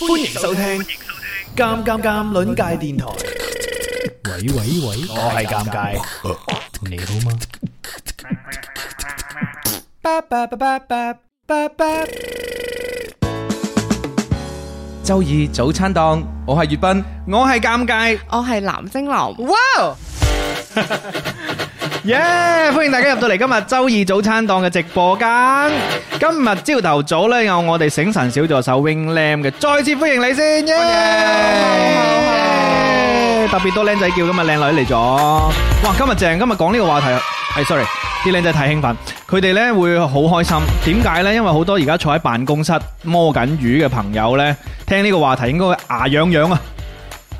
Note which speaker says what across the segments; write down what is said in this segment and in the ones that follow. Speaker 1: 欢迎收听《尴尴尴》邻界电台。
Speaker 2: 喂喂喂，
Speaker 1: 我系尴尬，
Speaker 2: 你好嗎？
Speaker 3: 周二早餐檔，我係粵斌，
Speaker 1: 我系尴尬。
Speaker 4: 我係藍 精林，
Speaker 1: 哇！耶！歡迎大家入到嚟今日周二早餐檔嘅直播間。今日朝頭早咧，有我哋醒神小助手 Wing Lam 嘅，再次歡迎你先，耶！特別多靚仔叫，今日靚女嚟咗。哇！今日正，今日講呢個話題，係 sorry，啲靚仔太興奮，佢哋咧會好開心。點解呢？因為好多而家坐喺辦公室摸緊魚嘅朋友呢，聽呢個話題應該會牙癢癢啊！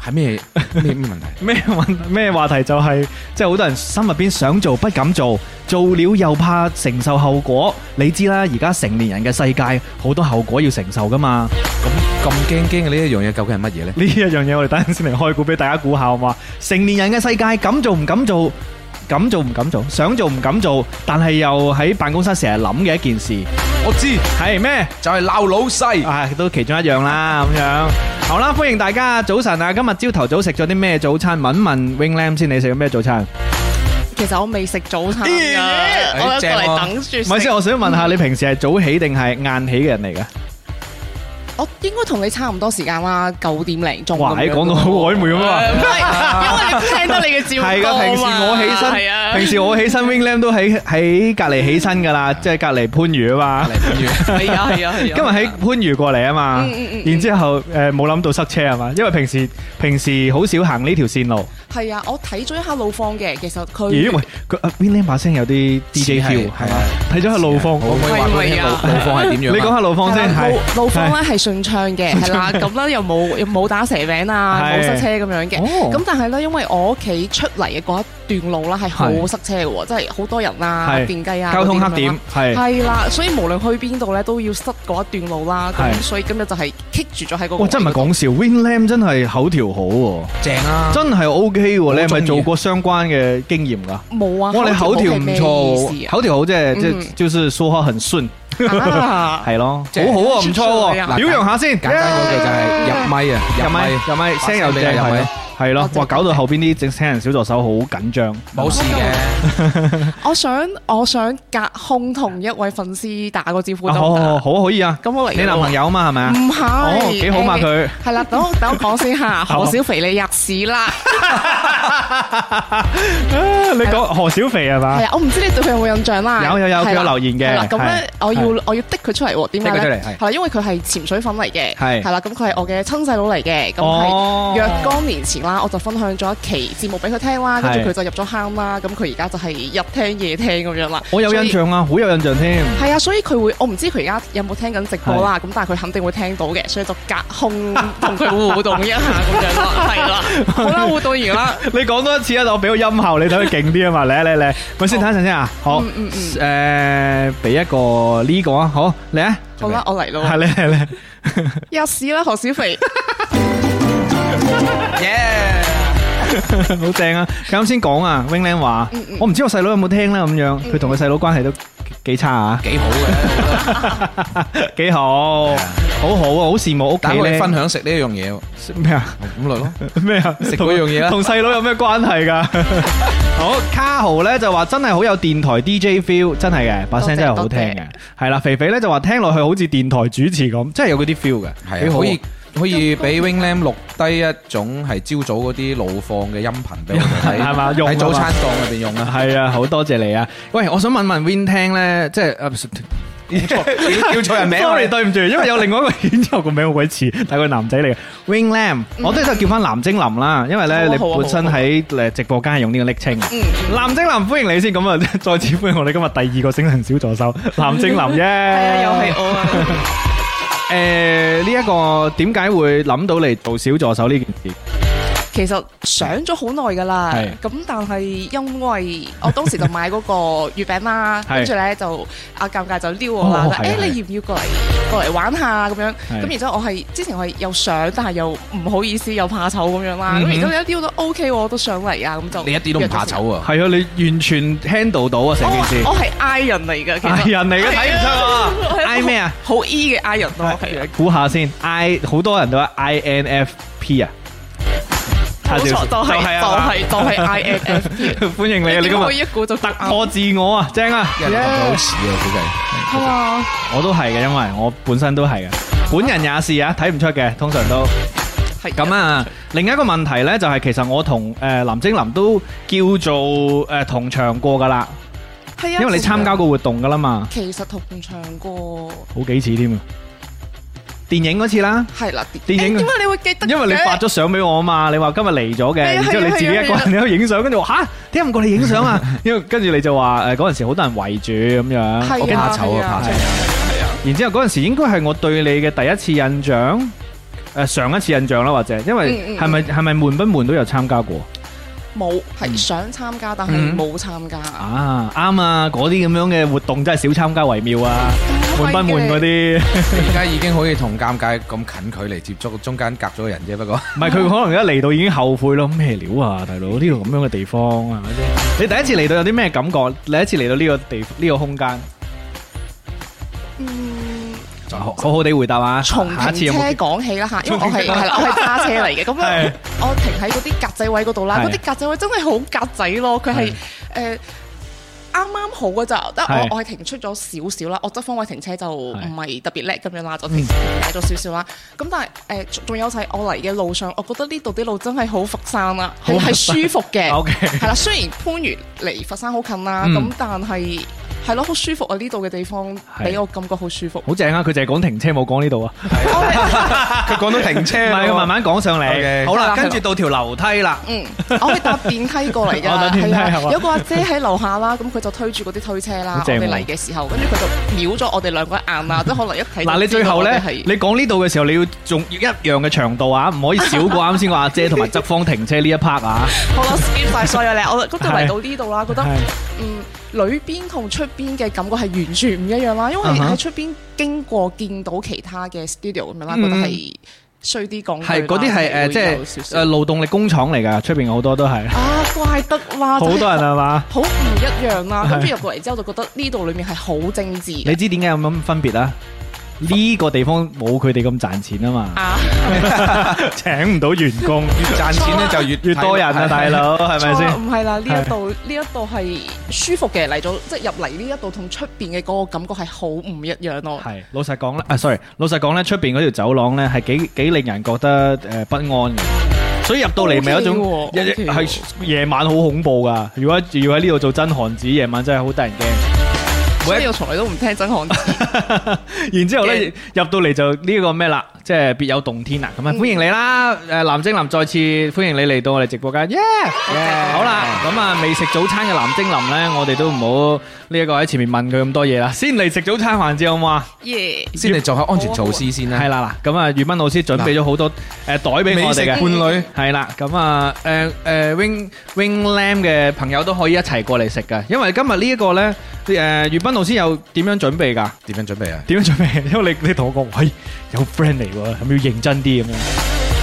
Speaker 3: 係咩咩咩問題？
Speaker 1: 咩問咩話題就係、即係好多人心入邊想做不敢做，做了又怕承受後果。你知啦，而家成年人嘅世界好多後果要承受噶嘛。
Speaker 3: 咁咁驚驚嘅呢一樣嘢究竟係乜嘢呢？
Speaker 1: 呢一樣嘢我哋等陣先嚟開估俾大家估下好嘛？成年人嘅世界敢做唔敢做，敢做唔敢做，想做唔敢做，但係又喺辦公室成日諗嘅一件事
Speaker 3: 我知
Speaker 1: 係咩？
Speaker 3: 就係鬧老細，
Speaker 1: 啊，都其中一樣啦，咁樣。好啦，歡迎大家早晨啊！今日朝頭早食咗啲咩早餐？問一問 Wing Lam 先，你食咗咩早餐？
Speaker 4: 其實我未食早餐
Speaker 1: 咦
Speaker 4: 㗎，我一個
Speaker 3: 正
Speaker 4: 嚟
Speaker 3: 喎
Speaker 4: 等住
Speaker 1: 唔係先，
Speaker 4: 食。
Speaker 1: 我想問下你平時係早起定係晏起嘅人嚟㗎？
Speaker 4: 我應該同你差唔多時間啦，九點零鐘。
Speaker 1: 哇！你講到好曖昧咁啊！
Speaker 4: 唔係，因為你聽得你嘅照
Speaker 1: 係
Speaker 4: 顧
Speaker 1: 㗎，平時我
Speaker 4: 嘛
Speaker 1: 起
Speaker 4: 係
Speaker 1: 身，
Speaker 4: 啊
Speaker 1: 平時我起身 Wing Lam 都喺喺隔離起身㗎啦，即係隔離番禺啊嘛。
Speaker 4: 係啊係啊 係啊。
Speaker 1: 今日喺番禺過嚟啊嘛
Speaker 4: 嗯嗯嗯，嗯
Speaker 1: 然之後誒冇諗到塞車係嘛，因為平時平時好少行呢條線路。
Speaker 4: 係啊，我睇咗一下路況嘅，其實佢
Speaker 1: 咦？喂，佢啊 Wing Lam 把聲有啲 DJ
Speaker 3: 似係
Speaker 1: feel 係嘛？睇咗下
Speaker 3: 老
Speaker 1: 路況，
Speaker 3: 我可以話俾你聽
Speaker 4: 係咪
Speaker 3: 路
Speaker 4: 啊
Speaker 3: 路況係點樣
Speaker 1: 你講
Speaker 3: 啊？
Speaker 1: 下路況先
Speaker 4: 係啦
Speaker 1: 係
Speaker 4: 路。路況咧係順 暢嘅，係啦，咁咧又冇又冇打蛇餅啊，
Speaker 1: 係
Speaker 4: 冇塞車咁樣嘅。
Speaker 1: 哦
Speaker 4: 咁但係咧，因為我屋企出嚟嘅嗰一段路啦，係
Speaker 1: 係
Speaker 4: 好塞車嘅喎，即係好多人啦
Speaker 1: 係、
Speaker 4: 電雞啊，
Speaker 1: 交通黑
Speaker 4: 嗰啲咁樣
Speaker 1: 點
Speaker 4: 啦
Speaker 1: 係。
Speaker 4: 係啦，所以無論去邊度咧，都要塞嗰一段路啦。
Speaker 1: 係
Speaker 4: 咁所以今日就係棘住咗喺嗰個位。
Speaker 1: 哇！真唔係講笑，Wing Lam 真係口條好喎。
Speaker 3: 正啊！
Speaker 1: 真係 O K 喎，你係
Speaker 3: 好
Speaker 1: 咪
Speaker 3: 鍾意
Speaker 1: 做過相關嘅經驗㗎？
Speaker 4: 冇啊！
Speaker 1: 哇，你口條
Speaker 4: 條
Speaker 1: 唔
Speaker 4: 錯
Speaker 1: 錯，口條好即係即
Speaker 4: 嗯
Speaker 1: 係就是說話很順，
Speaker 4: 啊！
Speaker 1: 係咯，
Speaker 3: 正
Speaker 1: 好好啊，唔錯
Speaker 4: 係
Speaker 1: 喎，
Speaker 4: 啊
Speaker 1: 表揚下先，
Speaker 3: 簡單嗰句就係入咪啊，
Speaker 1: 入
Speaker 3: 入
Speaker 1: 咪
Speaker 3: 咪
Speaker 1: 入咪聲又正
Speaker 3: 入咪
Speaker 1: 係咯係咯
Speaker 4: 我，真係
Speaker 1: 哇，搞到後邊啲整聲人小助手好緊張，
Speaker 3: 冇事嘅，
Speaker 4: 我想我想隔空同一位粉絲打個招呼
Speaker 1: 啊
Speaker 4: 得
Speaker 1: 好
Speaker 4: 唔得
Speaker 1: 好
Speaker 4: 啊？
Speaker 1: 好可以啊，
Speaker 4: 咁我嚟
Speaker 1: 你男朋友啊嘛係咪啊？
Speaker 4: 唔
Speaker 1: 哦
Speaker 4: 係，
Speaker 1: 幾好嘛
Speaker 4: 誒
Speaker 1: 佢
Speaker 4: 係啦，等我等我講先 吓，
Speaker 1: 好
Speaker 4: 何小肥你入市啦。
Speaker 1: 啊你講何小肥係嘛
Speaker 4: 係？啊，我唔知你對佢有冇印象啦。
Speaker 1: 有有有
Speaker 4: 係啦
Speaker 1: 佢有留言嘅
Speaker 4: 係啦，咁
Speaker 1: 係
Speaker 4: 咧我
Speaker 1: 係
Speaker 4: 要我要滴佢出嚟喎，點解
Speaker 1: 滴佢出
Speaker 4: 咧
Speaker 1: 嚟係？
Speaker 4: 係啦，因為佢係潛水粉嚟嘅，
Speaker 1: 係
Speaker 4: 係啦，咁佢係我嘅親細佬嚟嘅，咁
Speaker 1: 哦
Speaker 4: 係若干年前啦，我就分享咗一期節目俾佢聽啦，跟
Speaker 1: 係
Speaker 4: 住佢就入咗坑啦，咁佢而家就係日聽夜聽咁樣啦。
Speaker 1: 我有印
Speaker 4: 所以。
Speaker 1: 象啊，好有印象添。
Speaker 4: 係啊，所以佢會，我唔知佢而家有冇聽緊直播啦，咁但係佢肯定會聽到嘅，所以就隔空同佢互動一下咁樣咯，係 啦，好啦，互動完啦，
Speaker 1: 你講多一次啊！我俾個音效你睇佢勁啲啊嘛！嚟啊嚟啊嚟啊，咪先睇一陣先啊！好，誒
Speaker 4: 嗯嗯，
Speaker 1: 俾一個呢個啊，好嚟啊！
Speaker 4: 好啦，我嚟咯，
Speaker 1: 係咧係咧，
Speaker 4: 吔屎啦，何小肥。
Speaker 3: 耶！
Speaker 1: 好正啊！佢啱先講啊，Wing Lam 話，我唔知我細佬有冇聽啦咁樣，佢同佢細佬關係都幾差啊，
Speaker 3: 幾好嘅，
Speaker 1: 幾好，好好啊，好羨慕屋企
Speaker 3: 但我哋
Speaker 1: 咧
Speaker 3: 分享食呢一樣嘢喎，
Speaker 1: 咩啊
Speaker 3: 咁嚟咯。
Speaker 1: 咩啊，
Speaker 3: 食嗰樣嘢啦
Speaker 1: 同同細佬有咩關係㗎？ 好，卡豪咧就話真係好有電台 DJ feel，真係嘅，把聲真係好聽
Speaker 4: 多
Speaker 1: 嘅，係啦，肥肥咧就話聽落去好似電台主持咁，真係有嗰啲 feel 嘅，
Speaker 3: 係
Speaker 1: 幾
Speaker 3: 啊，
Speaker 1: 好
Speaker 3: 可以可以俾 Wing Lam 錄低一種係朝早嗰啲路況嘅音頻俾我哋睇，
Speaker 1: 係嘛用啊嘛
Speaker 3: 喺早餐檔 入邊用啊，
Speaker 1: 啊，係啊，好多謝你啊！喂，我想問問 Win 聽咧，即 係
Speaker 3: 叫錯人名呃啊
Speaker 1: sorry，對唔住，因為有另外一個演奏個名好鬼似， 但係個男仔嚟嘅 Wing Lam，我都係叫翻藍精林啦，因為咧
Speaker 4: 好
Speaker 1: 你
Speaker 4: 啊好啊
Speaker 1: 本身喺誒直播間係用呢個昵稱。
Speaker 4: 嗯，
Speaker 1: 藍精林歡迎你先，咁啊， 再次歡迎我哋今日第二個醒神小助 手藍精林啫。係
Speaker 4: 係啊，又係我啊，
Speaker 1: 誒呢一個點解會諗到嚟做小助手呢件事？
Speaker 4: 其實想咗好耐㗎啦
Speaker 1: 係，
Speaker 4: 咁但係 因為我當時就買嗰個月餅啦，
Speaker 1: 係
Speaker 4: 跟住咧就阿尷尬就撩我啦
Speaker 1: 哦，
Speaker 4: 誒
Speaker 1: 係啊係啊
Speaker 4: 你要唔要過嚟過嚟玩下咁樣？
Speaker 1: 係
Speaker 4: 咁然之後我係之前我係又想，但係又唔好意思又怕醜咁樣啦。
Speaker 1: 嗯
Speaker 4: 咁
Speaker 1: 哼
Speaker 4: 然之後你一撩都 OK 喎，我都想嚟啊，咁就
Speaker 3: 你一啲都唔怕
Speaker 4: 約咗時間。
Speaker 3: 醜啊！
Speaker 1: 係啊，你完全 handle 到啊成件事
Speaker 4: 哦
Speaker 1: 哎
Speaker 4: 我。我係 I 人嚟 㗎，其
Speaker 1: 嗌
Speaker 4: 實
Speaker 1: 人嚟嘅睇唔出哦啊
Speaker 4: 係啊
Speaker 1: 嗌咩啊？
Speaker 4: 好 E 嘅 I 人咯，係啊
Speaker 1: 估下先，I 好多人都係 INFP 啊，
Speaker 4: 冇錯，
Speaker 1: 就
Speaker 4: 就係就
Speaker 1: 係啊
Speaker 4: 係就係 INFP。
Speaker 1: 歡迎你啊！你
Speaker 4: 你
Speaker 1: 今
Speaker 4: 點可以
Speaker 1: 日
Speaker 4: 一估就
Speaker 1: 突 破自我啊，正啊！
Speaker 3: 因為你同佢好似啊，估計。
Speaker 4: 係啊嘛？
Speaker 1: 我都係嘅，因為我本身都係嘅，本人也是啊，睇唔出嘅，通常都。
Speaker 4: 係
Speaker 1: 咁啊，另一個問題呢，就係、其實我同誒、呃林精林都叫做誒、呃同場過噶啦，
Speaker 4: 係啊，
Speaker 1: 因為你
Speaker 4: 其實
Speaker 1: 參加過活動噶啦嘛，
Speaker 4: 其實同唱過
Speaker 1: 好幾次添啊。電影嗰次啦，
Speaker 4: 係啦，
Speaker 1: 電影啊
Speaker 4: 誒點解你會記得嘅？
Speaker 1: 因為你發咗相俾我啊嘛，你話今日嚟咗嘅，
Speaker 4: 係啊
Speaker 1: 然之後
Speaker 4: 係啊
Speaker 1: 你自己一
Speaker 4: 係
Speaker 1: 個
Speaker 4: 啊
Speaker 1: 人你喺度影相，跟住我吓，點解唔過嚟影相 啊？因為跟住你就話誒嗰陣時好多人圍住咁樣，
Speaker 4: 係
Speaker 3: 我怕醜啊怕醜
Speaker 1: 然之後嗰陣時應該係我對你嘅第一次印象，誒、上一次印象啦，或者因為
Speaker 4: 嗯嗯嗯
Speaker 1: 係咪係咪悶不悶都有參加過
Speaker 4: 冇係想參加，但係
Speaker 1: 嗯
Speaker 4: 冇參加。
Speaker 1: 啊？啱啊，嗰啲咁樣嘅活動真係少參加為妙啊！悶不悶嗰
Speaker 4: 啲？
Speaker 1: 啲，
Speaker 3: 你而家已經可以同尷尬咁近距離接觸，中間隔咗個人啫。不過
Speaker 1: 唔係佢可能一嚟到已經後悔咯，咩料啊，大佬呢度咁樣嘅地方係咪先？你第一次嚟到有啲咩感覺？你第一次嚟到呢個地呢個空間？
Speaker 4: 嗯，
Speaker 1: 就好好好地回答啊！
Speaker 4: 從
Speaker 1: 下一次
Speaker 4: 停
Speaker 1: 有
Speaker 4: 車
Speaker 1: 冇
Speaker 4: 講起啦嚇，因為我
Speaker 1: 從停
Speaker 4: 係
Speaker 1: 車
Speaker 4: 係啦，我係揸車嚟嘅，咁
Speaker 1: 係
Speaker 4: 樣我停喺嗰啲格仔位嗰度啦，
Speaker 1: 係
Speaker 4: 嗰啲格仔位真係好格仔咯，佢係誒。啱啱好嗰咋，得
Speaker 1: 係
Speaker 4: 我我係停出咗少少啦，我側方位停車就唔係特別叻咁樣啦，就停
Speaker 1: 嗯
Speaker 4: 擺咗少少啦。咁但係誒，仲仲有就係我嚟嘅路上，我覺得呢度啲路真係好佛山啦，係
Speaker 1: 好佛山
Speaker 4: 係舒服 嘅。
Speaker 1: ？O K，
Speaker 4: 係啦，雖然番禺離佛山好近啦，
Speaker 1: 嗯
Speaker 4: 咁、但係係咯，好舒服啊！呢度嘅地方
Speaker 1: 係
Speaker 4: 俾我感覺好舒服。
Speaker 1: 好正啊！佢就係講停車冇講呢度啊，
Speaker 3: 佢講到停車
Speaker 1: 唔係佢慢
Speaker 3: 慢。
Speaker 1: 慢講上嚟。
Speaker 3: OK
Speaker 1: 好
Speaker 4: 係
Speaker 1: 啦，
Speaker 4: 啦
Speaker 1: 跟住到條樓梯啦，
Speaker 4: 嗯，我係搭電梯過嚟 㗎，
Speaker 1: 我搭電梯
Speaker 4: 係
Speaker 1: 係
Speaker 4: 啊
Speaker 1: 嘛，
Speaker 4: 有個阿姐喺樓下啦，咁佢就推住嗰啲推車啦
Speaker 1: 好，
Speaker 4: 我
Speaker 1: 正喎
Speaker 4: 哋嚟嘅時候，跟住佢就瞄咗我哋兩個一眼啦，即係可能一睇就
Speaker 1: 嗱，你最
Speaker 4: 知道
Speaker 1: 後
Speaker 4: 我
Speaker 1: 咧
Speaker 4: 哋，係
Speaker 1: 你講呢度嘅時候，你要仲要一樣嘅長度啊，唔可以少過啱先個阿姐同埋側方停車呢一 part 啊。
Speaker 4: 好啦，skip 晒所有咧，我嗰度
Speaker 1: 係
Speaker 4: 嚟到呢度啦，覺得嗯裏邊同出邊嘅感覺係完全唔一樣啦，因為
Speaker 1: 啊哈
Speaker 4: 喺出邊經過見到其他嘅 studio 咁樣啦，
Speaker 1: 嗯
Speaker 4: 覺得係衰啲講句啦，
Speaker 1: 係嗰啲係誒，
Speaker 4: 會
Speaker 1: 即
Speaker 4: 有少
Speaker 1: 係
Speaker 4: 少
Speaker 1: 誒勞動力工廠嚟㗎，出邊好多都係
Speaker 4: 啊，怪得啦，
Speaker 1: 好
Speaker 4: 真係
Speaker 1: 多人係嘛？
Speaker 4: 好唔一樣啦。
Speaker 1: 係
Speaker 4: 跟住入過嚟之後就覺得呢度裡面係好政治嘅
Speaker 1: 你知點解有咁分別啊？呢個地方冇佢哋咁賺錢啊嘛，
Speaker 4: 啊，
Speaker 1: 請唔到員工，
Speaker 3: 越賺錢咧就越
Speaker 1: 越多人啊，大。佬係咪
Speaker 4: 錯啦
Speaker 1: 先？
Speaker 4: 唔係啦，呢一度呢一度係舒服嘅嚟咗，即係入嚟呢一度同出邊嘅嗰個感覺係好唔一樣咯。
Speaker 1: 係老實講咧，啊，sorry，老實講咧，出邊嗰條走廊咧係幾幾令人覺得誒不安嘅，所以入到嚟咪有一種
Speaker 4: OK 喎
Speaker 1: 日
Speaker 4: OK 喎
Speaker 1: 係夜晚好恐怖噶。如果要喺呢度做真寒子，夜晚真係好得人驚。
Speaker 4: 所以我從來都唔聽 真漢子。
Speaker 1: 然之後咧入
Speaker 4: 驚
Speaker 1: 到嚟就呢個咩啦，即係別有洞天啊！咁啊，歡迎你啦，誒藍精林再次歡迎你嚟到我哋直播間耶！好啦，咁啊未食早餐嘅藍精林咧，我哋都唔好呢一個喺前面問佢咁多嘢啦，先嚟食早餐環節好唔好啊？
Speaker 4: 耶！
Speaker 3: 先嚟做下安全措施先
Speaker 1: 系
Speaker 3: 啦。
Speaker 1: 啦嗱，咁啊，宇斌老師準備咗好多誒袋俾我哋
Speaker 3: 伴
Speaker 1: 嘅，
Speaker 3: 侶
Speaker 1: 係啦，咁啊誒誒 wing wing lamb 嘅朋友都可以一齊過嚟食嘅，因為今日呢一個咧誒宇斌老師有點樣準備㗎？
Speaker 3: 點樣準備啊？
Speaker 1: 點樣準備？ 因為你你同我講，喂，有 friend 嚟喎，係咪要認真啲咁樣？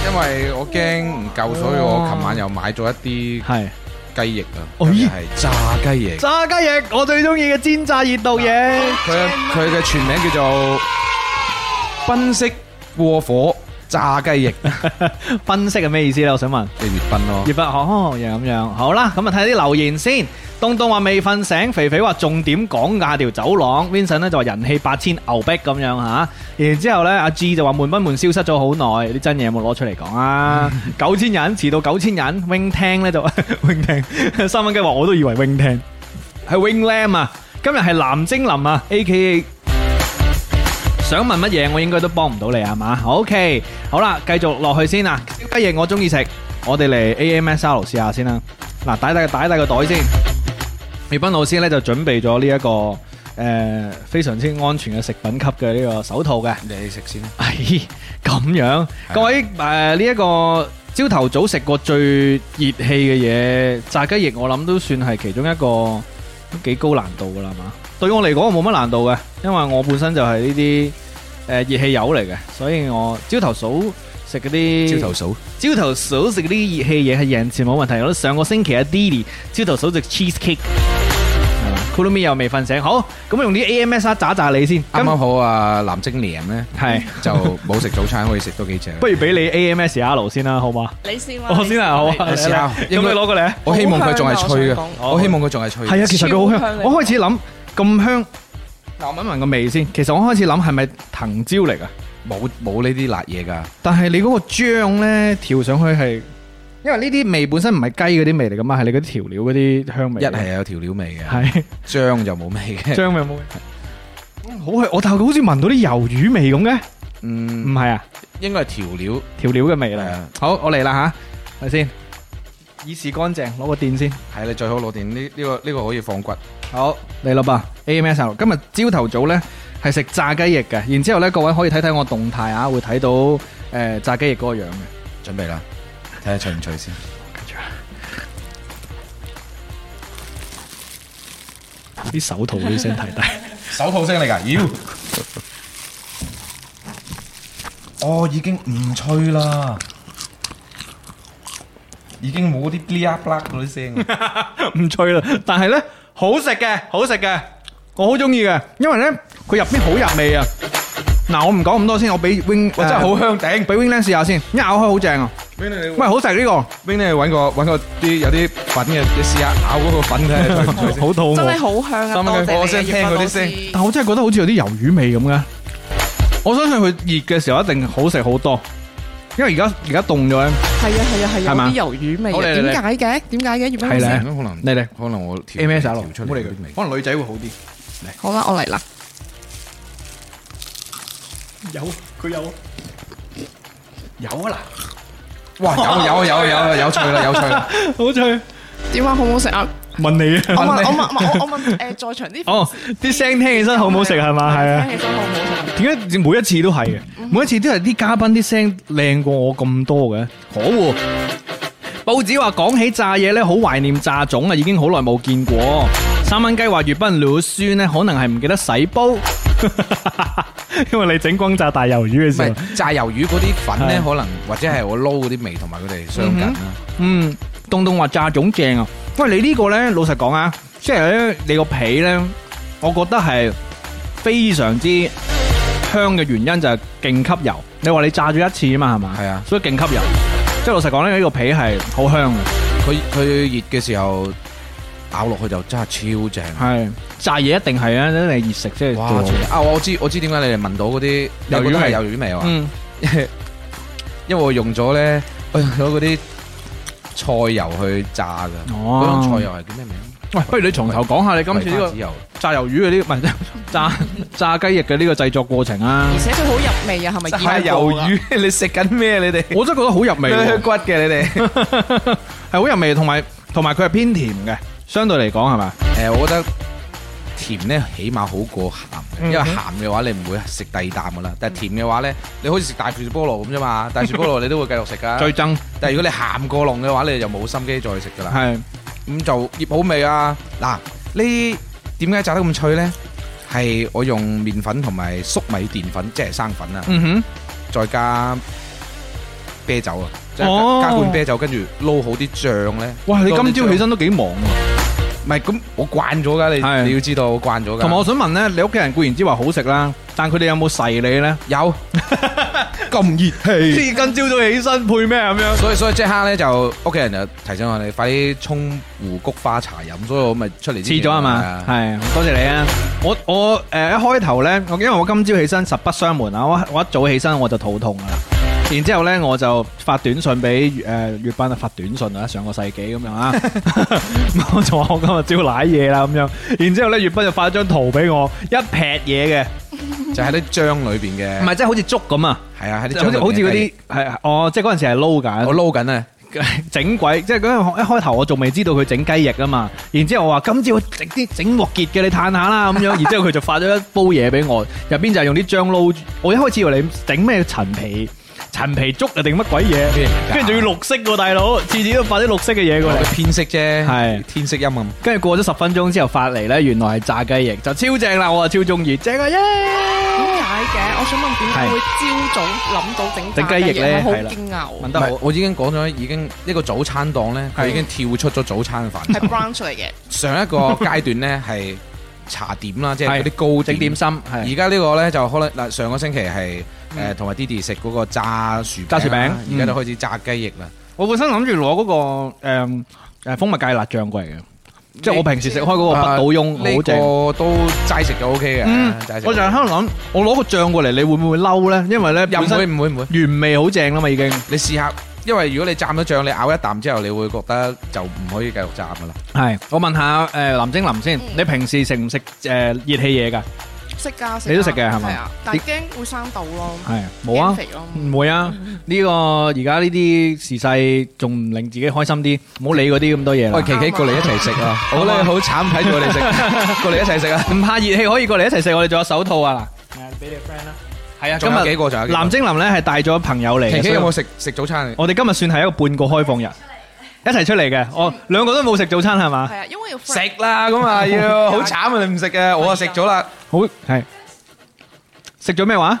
Speaker 3: 因為我驚唔夠，所以我琴晚又買咗一啲
Speaker 1: 係
Speaker 3: 雞翼啊，
Speaker 1: 哦
Speaker 3: 今日
Speaker 1: 咦
Speaker 3: 係炸雞翼。
Speaker 1: 炸雞翼，我最中意嘅煎炸熱度嘢，
Speaker 3: 佢佢嘅全名叫做賓式過火炸雞翼，
Speaker 1: 分析係咩意思咧？我想問。
Speaker 3: 即係粵賓咯。
Speaker 1: 葉不哦，又咁樣，好啦，咁啊睇下啲留言先。東東話未瞓醒，肥肥話重點講價條走廊，Vincent 咧就話人氣八千牛逼咁樣吓，然之後咧阿 G 就話悶不悶消失咗好耐，啲真嘢有冇攞出嚟講啊？九千人遲到九千人，wing 聽咧就 wing 聽，三蚊雞話我都以為 wing 聽係 wing lam 啊，今日係藍精林啊，A K A。想問乜嘢，我應該都幫唔到你係嘛？OK，好啦，繼續落去先啊。雞翼我中意食，我哋嚟 AMSR 試下先啦。嗱，帶低帶低個袋先。葉斌老師咧就準備咗呢一個誒、呃非常之安全嘅食品級嘅呢個手套嘅。
Speaker 3: 你食先啦。
Speaker 1: 哎，咁樣，各位誒呢一個。朝頭早食過最熱氣嘅嘢，炸雞翼我諗都算係其中一個都幾高難度噶啦嘛。對我嚟講，我冇乜難度嘅，因為我本身就係呢啲诶熱氣友嚟嘅，所以我朝頭早食嗰啲
Speaker 3: 朝頭嫂
Speaker 1: 朝頭早食啲熱氣嘢係人前冇問題。我都上個星期阿 Didi 朝頭早食 cheese cake。c o o l m i 又未瞓醒，好咁用啲 AMS 啊炸炸你先。
Speaker 3: 啱啱好啊，藍精靈咧
Speaker 1: 係
Speaker 3: 就冇食早餐，可以食多幾隻。
Speaker 1: 不如俾你 AMS 阿盧先啦，好嘛？
Speaker 4: 你先啦，
Speaker 1: 我先啦，好啊，
Speaker 3: 你試下
Speaker 1: 咁你攞過嚟啊。
Speaker 3: 我希望佢仲係脆
Speaker 4: 好
Speaker 3: 嘅
Speaker 4: 香，
Speaker 1: 啊我想講
Speaker 3: 我希望佢仲係脆嘅。
Speaker 1: 係啊，其實佢好
Speaker 4: 超香
Speaker 1: 香。
Speaker 4: 嚟
Speaker 1: 我開始諗咁香，嗱我聞聞個味先。其實我開始諗係咪藤椒嚟噶？
Speaker 3: 冇冇呢啲辣嘢㗎。
Speaker 1: 但係你嗰個醬咧調上去係，因為呢啲味本身唔係雞嗰啲味嚟噶嘛，係你嗰啲調料嗰啲香味。
Speaker 3: 一係有調料味嘅，
Speaker 1: 係
Speaker 3: 醬就冇味 嘅。
Speaker 1: 醬味冇味。嗯好係，我但係好似聞到啲魷魚味咁嘅，唔
Speaker 3: 嗯，
Speaker 1: 係啊，
Speaker 3: 應該係調料。
Speaker 1: 調料嘅味
Speaker 3: 係
Speaker 1: 嚟
Speaker 3: 啊。
Speaker 1: 好，我嚟啦吓，係咪先？以示乾淨，攞個電先。
Speaker 3: 係你最好攞電呢呢個呢個可以放骨。
Speaker 1: 好嚟啦吧，AMS 啊今日朝頭早呢係食炸雞翼嘅，然之後咧各位可以睇睇我動態啊，會睇到诶、呃炸雞翼嗰個樣嘅。
Speaker 3: 準備啦，睇下脆唔脆先。
Speaker 1: 啲手套啲聲太大，
Speaker 3: 手套聲嚟㗎，妖！哦，已經唔脆啦，已經冇啲 bla bla 嗰啲聲。
Speaker 1: 唔脆啦。但係呢，好食嘅，好食嘅，我好中意嘅，因為呢，佢入邊好入味啊。嗱，我唔講咁多先，我俾 wing，
Speaker 3: 哇，真係好香頂。
Speaker 1: 俾 wing 咧試下先，一咬開好正啊，
Speaker 3: 俾你
Speaker 1: 喂，好食呢、個，
Speaker 3: 冰咧揾個揾個啲有啲粉嘅，你試下咬嗰個粉睇下脆唔脆先。
Speaker 1: 好肚
Speaker 4: 真係
Speaker 1: 餓，
Speaker 4: 好香啊！
Speaker 3: 心
Speaker 4: 多
Speaker 3: 嘅
Speaker 4: 謝
Speaker 3: 我
Speaker 4: 你啊，
Speaker 3: 先聽
Speaker 4: 葉
Speaker 3: 嗰
Speaker 4: 斌老
Speaker 3: 啲聲
Speaker 4: 師
Speaker 1: 但我真係覺得好似有啲魷魚味咁嘅。我相信佢熱嘅時候一定好食好多，因為而家而家凍咗咧。
Speaker 4: 係啊係啊係
Speaker 1: 係嘛
Speaker 4: 啊，有啲魷魚味
Speaker 1: 好嚟嚟嚟
Speaker 4: 啊，點解嘅？點解嘅？葉斌老
Speaker 1: 係
Speaker 4: 師
Speaker 1: 咧，
Speaker 3: 可能
Speaker 1: 你嚟
Speaker 3: 可能我調
Speaker 1: M S 啊，
Speaker 3: 調出嚟嗰啲味。
Speaker 1: 可能女仔會好啲。
Speaker 4: 好啦，我嚟啦，
Speaker 1: 有佢有有啊
Speaker 3: 哇！有有有有有脆啦，有脆啦。
Speaker 1: 嗱，好脆。
Speaker 4: 點啊？好唔好食啊？
Speaker 1: 問你
Speaker 4: 我問
Speaker 1: 啊，
Speaker 4: 我問我我問誒在場啲
Speaker 1: 哦，啲聲聽起身 好唔好食係嘛？係啊，
Speaker 4: 聽起身好唔好食？
Speaker 1: 點解每一次都係嘅？每一次都係啲嘉賓啲聲靚過我咁多嘅，可惡！報紙話講起炸嘢咧，好懷念炸種啊，已經好耐冇見過。三蚊雞話粵賓老孫咧，可能係唔記得洗煲，因為你整光炸大魷魚嘅
Speaker 3: 唔
Speaker 1: 時候。
Speaker 3: 係炸魷魚嗰啲粉咧，
Speaker 1: 係
Speaker 3: 可能或者係我撈嗰啲味同埋佢哋相近啦。
Speaker 1: 嗯，凍凍話炸種正啊！喂，你呢個呢，老實講啊，即係咧你個皮呢，我覺得係非常之香嘅原因就係勁吸油。你話你炸咗一次啊嘛，係嘛？
Speaker 3: 係啊
Speaker 1: 所以勁吸油。即係老實講咧，呢個皮係好香嘅，
Speaker 3: 佢佢熱嘅時候咬落去就真係超正。
Speaker 1: 係炸嘢一定係啊，一定係熱食先係
Speaker 3: 哇！
Speaker 1: 最好。
Speaker 3: 啊，我知我知點解你哋聞到嗰啲
Speaker 1: 魷魚
Speaker 3: 你覺得係
Speaker 1: 味
Speaker 3: 魷魚味啊？
Speaker 1: 嗯，
Speaker 3: 因為我用咗咧，我用咗嗰啲菜油去炸㗎。嗰種菜
Speaker 1: 哦，
Speaker 3: 油係叫咩名？
Speaker 1: 喂，不如你從頭講下你今次呢
Speaker 3: 葵花籽
Speaker 1: 個
Speaker 3: 油
Speaker 1: 炸魷魚嘅呢個，唔係 炸炸雞翼嘅呢個製作過程啊
Speaker 4: 而！且佢好入味啊，係咪？
Speaker 3: 炸魷魚， 你食緊咩？你哋
Speaker 1: 我真係覺得好入味喎。
Speaker 3: 骨嘅你哋。
Speaker 1: 系好入味，同埋同埋佢係偏甜嘅，相對嚟講係咪？
Speaker 3: 誒，我覺得甜咧起碼好過鹹嘅，因為
Speaker 1: 嗯哼
Speaker 3: 鹹嘅話你唔會食第二啖噶啦，但係甜嘅話咧，你好似食大樹菠蘿咁啫 嘛，大樹菠蘿你都會繼續食噶
Speaker 1: 最。憎
Speaker 3: 但係如果你鹹過龍嘅話，你就冇心機再食噶啦。
Speaker 1: 係
Speaker 3: 咁就醃好味啊！嗱，呢點解炸得咁脆咧？係我用麵粉同埋粟米澱粉，即係生粉啊，
Speaker 1: 嗯
Speaker 3: 再加啤酒啊，即
Speaker 1: 哦
Speaker 3: 係加罐啤酒，跟住撈好啲醬咧。
Speaker 1: 哼，哇！你
Speaker 3: 撈啲
Speaker 1: 今朝
Speaker 3: 醬
Speaker 1: 起身都幾忙喎，
Speaker 3: 唔係咁，我慣咗噶，
Speaker 1: 係
Speaker 3: 你你要知道我慣咗噶。
Speaker 1: 同埋我想問咧，你屋企人固然之話好食啦，但佢哋有冇噬你咧？
Speaker 3: 有咁熱氣，
Speaker 1: 今朝早起身配咩咁樣？
Speaker 3: 所以所以即刻咧就屋企人就提醒我哋快啲沖壺菊花茶飲，所以我咪出嚟之前
Speaker 1: 黐咗係
Speaker 3: 係
Speaker 1: 嘛
Speaker 3: 啊？
Speaker 1: 係，多謝你啊！我我誒一開頭咧，我因為我今朝起身實不相瞞啊，我我一早起身我就肚痛噶啦。然之後咧，我就發短信俾誒粵斌啊，發短信啊，上個世紀咁樣 啊，我就話我今日朝瀨嘢啦咁樣。然之後咧，粵斌就發咗張圖俾我，一撇嘢嘅，
Speaker 3: 就喺啲醬裏邊
Speaker 1: 唔
Speaker 3: 嘅，
Speaker 1: 係即係好似粥咁啊，
Speaker 3: 係啊，喺啲醬
Speaker 1: 好
Speaker 3: 裏
Speaker 1: 似
Speaker 3: 邊
Speaker 1: 好似嗰
Speaker 3: 嘅雞
Speaker 1: 啲係哦，即係嗰陣時係撈緊
Speaker 3: 我。撈緊啊！
Speaker 1: 整鬼，即係嗰陣一開頭我仲未知道佢整雞翼啊嘛，然之後我話今朝整啲整鑊結嘅，你嘆下啦咁樣，然之後佢就發咗一煲嘢俾我，入邊就係用啲醬撈，我一開始以為你整咩陳皮。陳陳皮粥啊定乜鬼嘢？跟住仲要綠色喎，大佬，次次都發啲綠色嘅嘢過嚟。
Speaker 3: 啊我嘅偏色啫，
Speaker 1: 係。
Speaker 3: 天色陰暗。
Speaker 1: 跟住過咗十分鐘之後發嚟呢，原來係炸雞翼，就超正啦！我啊超中意，正啊耶！
Speaker 4: 點解嘅？我想問點解
Speaker 1: 係
Speaker 4: 會朝早諗到整
Speaker 1: 整
Speaker 4: 炸
Speaker 1: 雞翼
Speaker 4: 翼
Speaker 1: 呢
Speaker 4: 我好
Speaker 1: 係啦
Speaker 4: 驚
Speaker 1: 問
Speaker 4: 訝喎。
Speaker 1: 得好
Speaker 3: 唔係，，我已經講咗，已經一個早餐檔呢，佢
Speaker 1: 係。
Speaker 3: 已經跳出咗早餐範
Speaker 4: 係 brunch 嚟嘅，
Speaker 3: 疇。上一個階段呢，係茶點啦，即係
Speaker 1: 係，
Speaker 3: 嗰啲糕點。
Speaker 1: 整點心係
Speaker 3: 而家呢個呢，就可能，嗱，上個星期係，誒，同埋Didi食嗰個炸薯餅啦，
Speaker 1: 炸薯餅，
Speaker 3: 而家都
Speaker 1: 嗯。
Speaker 3: 開始炸雞翼啦。
Speaker 1: 我本身諗住攞嗰個誒誒蜂蜜芥辣醬過嚟嘅，即係我平時食開嗰個不倒翁好正。
Speaker 3: 呢個都齋食就OK嘅，
Speaker 1: 嗯，
Speaker 3: 齋食就
Speaker 1: 我就喺度諗，我攞個醬過嚟，你會唔會嬲呢？因為呢，本身
Speaker 3: 又唔會，唔會，唔會。
Speaker 1: 原味好正啦嘛，已經
Speaker 3: 你試下，因為如果你蘸咗醬，你咬一啖之後，你會覺得就唔可以繼續蘸噶啦。
Speaker 1: 係。我問下誒林精林先
Speaker 4: 嗯，
Speaker 1: 你平時食唔食誒熱氣嘢㗎？
Speaker 4: 食 㗎，
Speaker 1: 你都食嘅係嘛
Speaker 4: 咪？係啊，但係驚會生痘咯，
Speaker 1: 係冇啊
Speaker 4: 驚。肥咯。
Speaker 1: 唔會啊！呢個而家呢啲時勢仲唔令自己開心啲，唔好理嗰啲咁多嘢
Speaker 3: 喂，
Speaker 1: 啦。
Speaker 3: 琪琪過嚟一齊食啊！ 好啦，好慘睇住我哋 食，過嚟一齊食啊！
Speaker 1: 唔怕熱氣，可以過嚟一齊食。我哋仲有手套啊！嗱，係啊，
Speaker 3: 仲有幾
Speaker 1: 今
Speaker 3: 個？仲有
Speaker 1: 日
Speaker 3: 幾個
Speaker 1: 藍精靈咧係帶咗朋友嚟嘅，
Speaker 3: 琪琪有
Speaker 1: 所以
Speaker 3: 冇 食食早餐？
Speaker 1: 我哋今日算係一個半個開放日，一齊出嚟嘅。我兩個都冇食早餐係嘛？
Speaker 4: 係啊，因為要 friend
Speaker 3: 食啦，咁啊要好
Speaker 1: Dạ.
Speaker 3: 慘啊！你唔食嘅，我啊食咗啦，
Speaker 1: 好係食咗咩 話？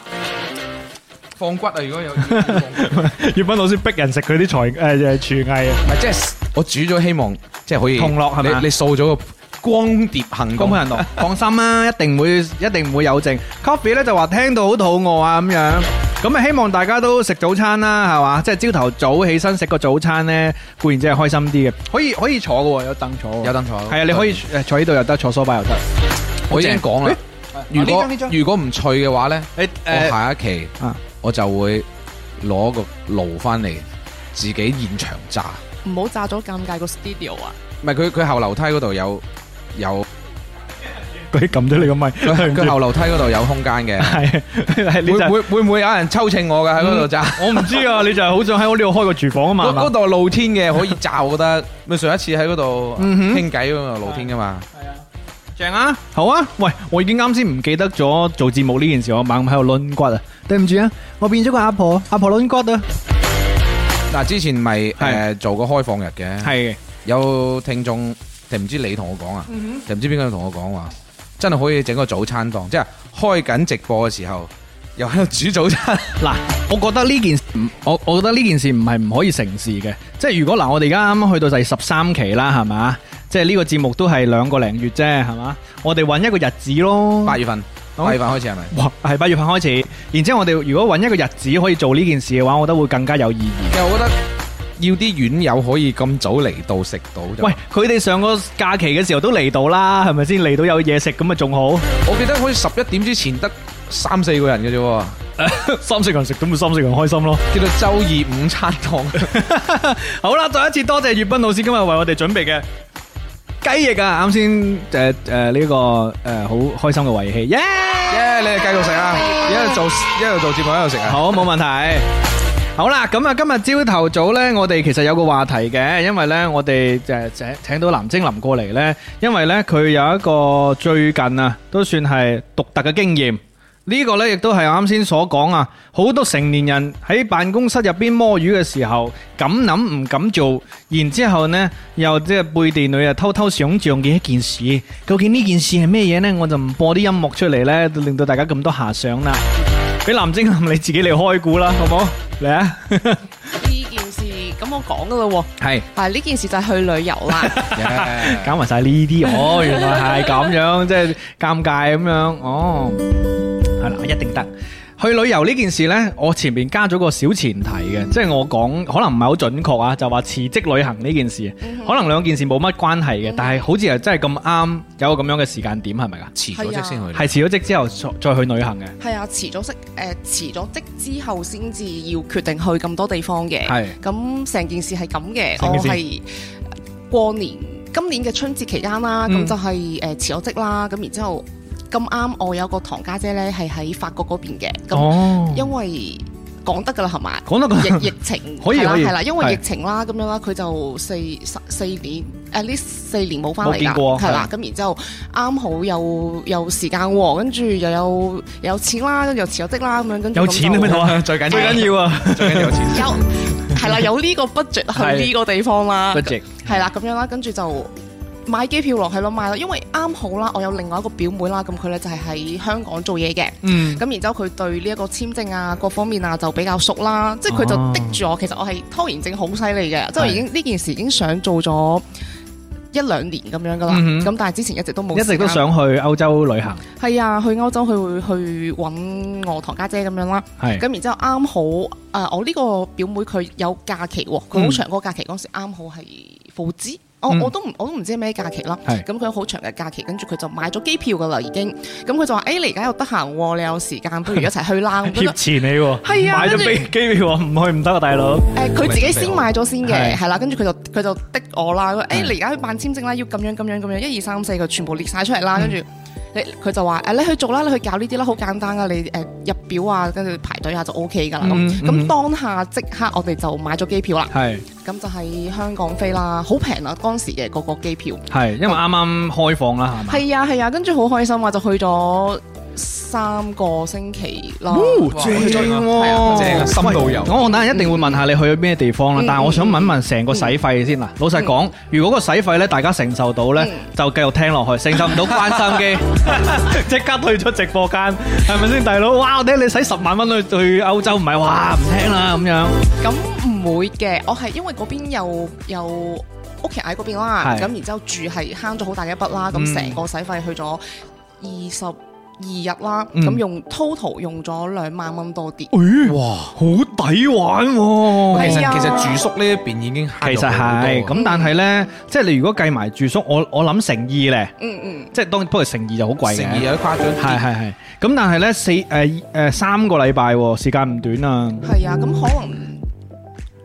Speaker 3: 放骨啊！如果有，唔
Speaker 1: 葉斌老師逼人食佢啲才誒誒廚藝啊！
Speaker 3: 係即係我煮咗，希望即係可以
Speaker 1: 同樂係咪啊
Speaker 3: 你你掃咗個光碟行
Speaker 1: 公
Speaker 3: 動
Speaker 1: 布，人度，放心啦，一定會一定唔會有剩。Coffee 咧就話聽到好肚餓啊咁樣，咁啊希望大家都食早餐啦，係嘛？即係朝頭早起身食個早餐咧，固然之係開心啲嘅，可以可以坐嘅喎，有凳坐喎。
Speaker 3: 有凳坐。
Speaker 1: 係啊，你可以誒坐呢度又得，坐梳化又得。
Speaker 3: 我已經講啦。如
Speaker 1: 啊
Speaker 3: 果
Speaker 1: 呢張呢張
Speaker 3: 如果唔脆嘅話咧。
Speaker 1: 你
Speaker 3: 我
Speaker 1: 誒
Speaker 3: 下一期
Speaker 1: 啊
Speaker 3: 我就會攞個爐翻嚟自己現場炸。
Speaker 4: 唔好炸咗尷尬個 studio 啊！
Speaker 3: 唔係佢佢後樓梯嗰度有有
Speaker 1: 佢撳咗你個咪，
Speaker 3: 佢佢後樓梯嗰度有空間嘅。
Speaker 1: 係係你
Speaker 3: 會
Speaker 1: 就
Speaker 3: 會會唔會有人抽秤我㗎喺嗰度炸？
Speaker 1: 我唔知啊，你就係好想喺我呢度開個廚房啊嘛
Speaker 3: 嗰
Speaker 1: 係嘛
Speaker 3: 嗰。度露天嘅可以炸，我覺 得。咪上一次喺嗰度
Speaker 1: 嗯哼
Speaker 3: 傾偈嗰度露天㗎嘛。
Speaker 1: 正啊，好啊，喂，我已經啱先唔記得咗做節目呢件事，我猛咁喺度抡骨啊，對唔住啊，我變咗個阿婆，阿婆抡骨啊，
Speaker 3: 嗱，之前咪誒做過開放日嘅，
Speaker 1: 係
Speaker 3: 有聽眾定唔知你同我講啊，
Speaker 1: 嗯
Speaker 3: 定唔知邊個同我講話，真係可以整個早餐檔，即係開緊直播嘅時候又喺度煮早餐。
Speaker 1: 嗱，我覺得呢件事唔，我我覺得呢件事唔係唔可以成事嘅，即係如果嗱，我哋而家啱啱去到第十三期啦，係嘛，即係呢個節目都係兩個零月啫，係嘛，我哋揾一個日子咯，
Speaker 3: 八月份，
Speaker 1: 嗯好
Speaker 3: 八月份開始係咪？
Speaker 1: 哇，係八月份開始，然之後我哋如果揾一個日子可以做呢件事嘅話，我覺得會更加有意義。
Speaker 3: 其實我覺得要啲院友可以咁早嚟到食到就。
Speaker 1: 喂，，佢哋上個假期嘅時候都嚟到啦，係咪先嚟到有嘢食咁啊，仲好。
Speaker 3: 我記得好似十一點之前得三四個人嘅啫喎，
Speaker 1: 三四個人食，咁咪三四個人開心咯。
Speaker 3: 叫做周二午餐檔。
Speaker 1: 好啦，再一次多謝粵斌老師今日為我哋準備嘅雞翼啊！啱先誒誒呢個誒好、開心嘅遺棄，耶、
Speaker 3: 耶！你哋繼續食啊，一路做一路做節目一路食啊。
Speaker 1: 好，冇問題。好啦，咁啊，今日朝頭早呢，我哋其實有個話題嘅，因為呢，我哋誒請請到藍精林過嚟呢，因為呢，佢有一個最近啊，都算係獨特嘅經驗。呢個呢，亦都係啱先所講啊，好多成年人喺辦公室入邊摸魚嘅時候，敢諗唔敢做，然之後呢，又即係背地裏啊偷偷想象嘅一件事。究竟呢件事係咩嘢呢？我就唔播啲音樂出嚟呢，令到大家咁多遐想啦。俾藍精林你自己嚟開估啦，好冇？嚟啊！
Speaker 4: 呢件事咁我講噶啦喎，
Speaker 1: 係
Speaker 4: 但係呢件事就係去旅遊啦。
Speaker 3: 耶
Speaker 1: 搞埋晒呢啲，哦，原來係咁樣，即係尷尬咁樣，哦，係啦，一定得。去旅遊呢件事呢，我前面加咗個小前提嘅，即係我講可能唔係好準確啊，就話辭職旅行呢件事，
Speaker 4: 嗯
Speaker 1: 可能兩件事冇乜關係嘅，但係好似係真係咁啱有個咁樣嘅時間點，係咪㗎？
Speaker 3: 辭咗職
Speaker 4: 嗯
Speaker 3: 先去。
Speaker 1: 係辭咗職之後再再去旅行嘅，
Speaker 4: 係啊，辭咗職誒辭咗職之後先至要決定去咁多地方嘅。
Speaker 1: 係
Speaker 4: 咁成件事係咁嘅，
Speaker 1: 成
Speaker 4: 我
Speaker 1: 件事
Speaker 4: 係呃過年今年嘅春節期間啦，咁、
Speaker 1: 嗯
Speaker 4: 就係誒辭咗職啦，咁然之後咁啱我有個堂家姐咧係喺法國嗰邊嘅，咁、
Speaker 1: 哦，
Speaker 4: 因為講得㗎啦係 咪？
Speaker 1: 講得㗎
Speaker 4: 疫疫情
Speaker 1: 可以
Speaker 4: 係啦
Speaker 1: 可以
Speaker 4: 係啦，因為
Speaker 1: 係
Speaker 4: 疫情啦咁樣啦，佢就四十四年誒呢四年冇翻嚟
Speaker 1: 冇見
Speaker 4: 啦，
Speaker 1: 過
Speaker 4: 係啦，咁然之後啱好又有時間喎，跟住又有有錢啦，跟住又辭咗職啦，咁樣跟住
Speaker 1: 有
Speaker 4: 咁
Speaker 1: 錢
Speaker 4: 就
Speaker 1: 啊咩？
Speaker 3: 啊最緊
Speaker 1: 最
Speaker 3: 要
Speaker 1: 緊要 啊
Speaker 3: 最緊要有錢。
Speaker 4: 有係 啦，有呢個 budget 去呢個地方啦，
Speaker 1: budget
Speaker 4: 係啦，咁樣啦，跟住就買機票落去咯，買咯，因為啱好啦，我有另外一個表妹啦，咁佢咧就係喺香港做嘢嘅，
Speaker 1: 嗯
Speaker 4: 咁然之後佢對呢一個簽證啊各方面啊就比較熟啦，即係佢
Speaker 1: 哦
Speaker 4: 就滴住我，其實我係拖延症好犀利嘅，即係
Speaker 1: 係
Speaker 4: 已經呢件事已經想做咗。一兩年咁樣噶啦，
Speaker 1: 嗯哼
Speaker 4: 咁、但係之前一直都冇，
Speaker 1: 一直都，想去歐洲旅行，
Speaker 4: 係啊，去歐洲去去揾我堂家姐咁樣啦，
Speaker 1: 係
Speaker 4: 咁然之後啱好誒、呃我呢個表妹佢有假期喎，佢
Speaker 1: 嗯
Speaker 4: 好長嗰個假期嗰陣時啱好係父子。我
Speaker 1: 嗯
Speaker 4: 我都唔我都唔知咩假期啦，
Speaker 1: 係
Speaker 4: 咁佢有好長嘅假期，跟住佢就買咗機票噶啦已經，咁佢就話：，誒、你而家又得閒喎，你有時間，不如一齊 去啦。咁
Speaker 1: 貼
Speaker 4: 樣
Speaker 1: 錢你喎，
Speaker 4: 係啊
Speaker 1: 買咗
Speaker 4: 跟住
Speaker 1: 飛機票喎，唔去唔得啊，大佬。
Speaker 4: 誒，佢自己先買咗先
Speaker 1: 係
Speaker 4: 嘅，係啦，跟住佢就佢就的我啦，佢話
Speaker 1: 係
Speaker 4: 誒，你而家去辦簽證啦，要咁樣咁樣咁樣，一二三四，佢全部列晒出嚟啦，
Speaker 1: 嗯
Speaker 4: 跟住你佢就話誒，你去做啦，你去搞呢啲啦，好簡單噶，你誒入表啊，跟住排隊啊就 O K 噶啦。
Speaker 1: 嗯
Speaker 4: 咁
Speaker 1: 嗯
Speaker 4: 咁當下即刻我哋就買咗機票啦，
Speaker 1: 係
Speaker 4: 咁就係香港飛啦，好平啊，嗰陣時嘅嗰個機票。
Speaker 1: 係，因為啱啱開放啦，係嘛？
Speaker 4: 係啊係啊，跟住好開心啊，就去咗三個星期啦。
Speaker 3: 哇去咗
Speaker 4: 係啊
Speaker 3: 正啊深度遊
Speaker 1: 我我等陣一定會問下你去咗咩地方啦，
Speaker 4: 嗯
Speaker 1: 但係我想問問成個使費先啦。老實講，如果個使費咧大家承受到咧
Speaker 4: 嗯，
Speaker 1: 就繼續聽落去；承受唔到關心機， 即刻退出直播間，係咪先，大佬？哇！我睇你使十萬蚊去去歐洲，唔係哇唔聽啦咁樣。
Speaker 4: 咁唔會嘅，我係因為嗰邊有有屋企人喺嗰邊啦，
Speaker 1: 係
Speaker 4: 咁然之後住係慳咗好大嘅一筆啦，
Speaker 1: 嗯
Speaker 4: 咁成個使費去咗二十二日啦，
Speaker 1: 嗯
Speaker 4: 咁用 total 用咗兩萬蚊多啲。
Speaker 1: 咦，
Speaker 3: 哇！
Speaker 1: 好抵玩喎！
Speaker 3: 其
Speaker 4: 係啊
Speaker 3: 實其實住宿呢一邊已經慳
Speaker 1: 其
Speaker 3: 咗
Speaker 1: 實
Speaker 3: 好
Speaker 1: 係
Speaker 3: 多啊
Speaker 1: 咁，但係咧，即係你如果計埋住宿，我我諗乘二咧，
Speaker 4: 嗯嗯，
Speaker 1: 即係當然不過乘二就好貴嘅。
Speaker 3: 成意有啲誇張。
Speaker 1: 係係係，咁但係咧四誒誒三個禮拜喎，時間唔短啊，
Speaker 4: 係啊，咁可能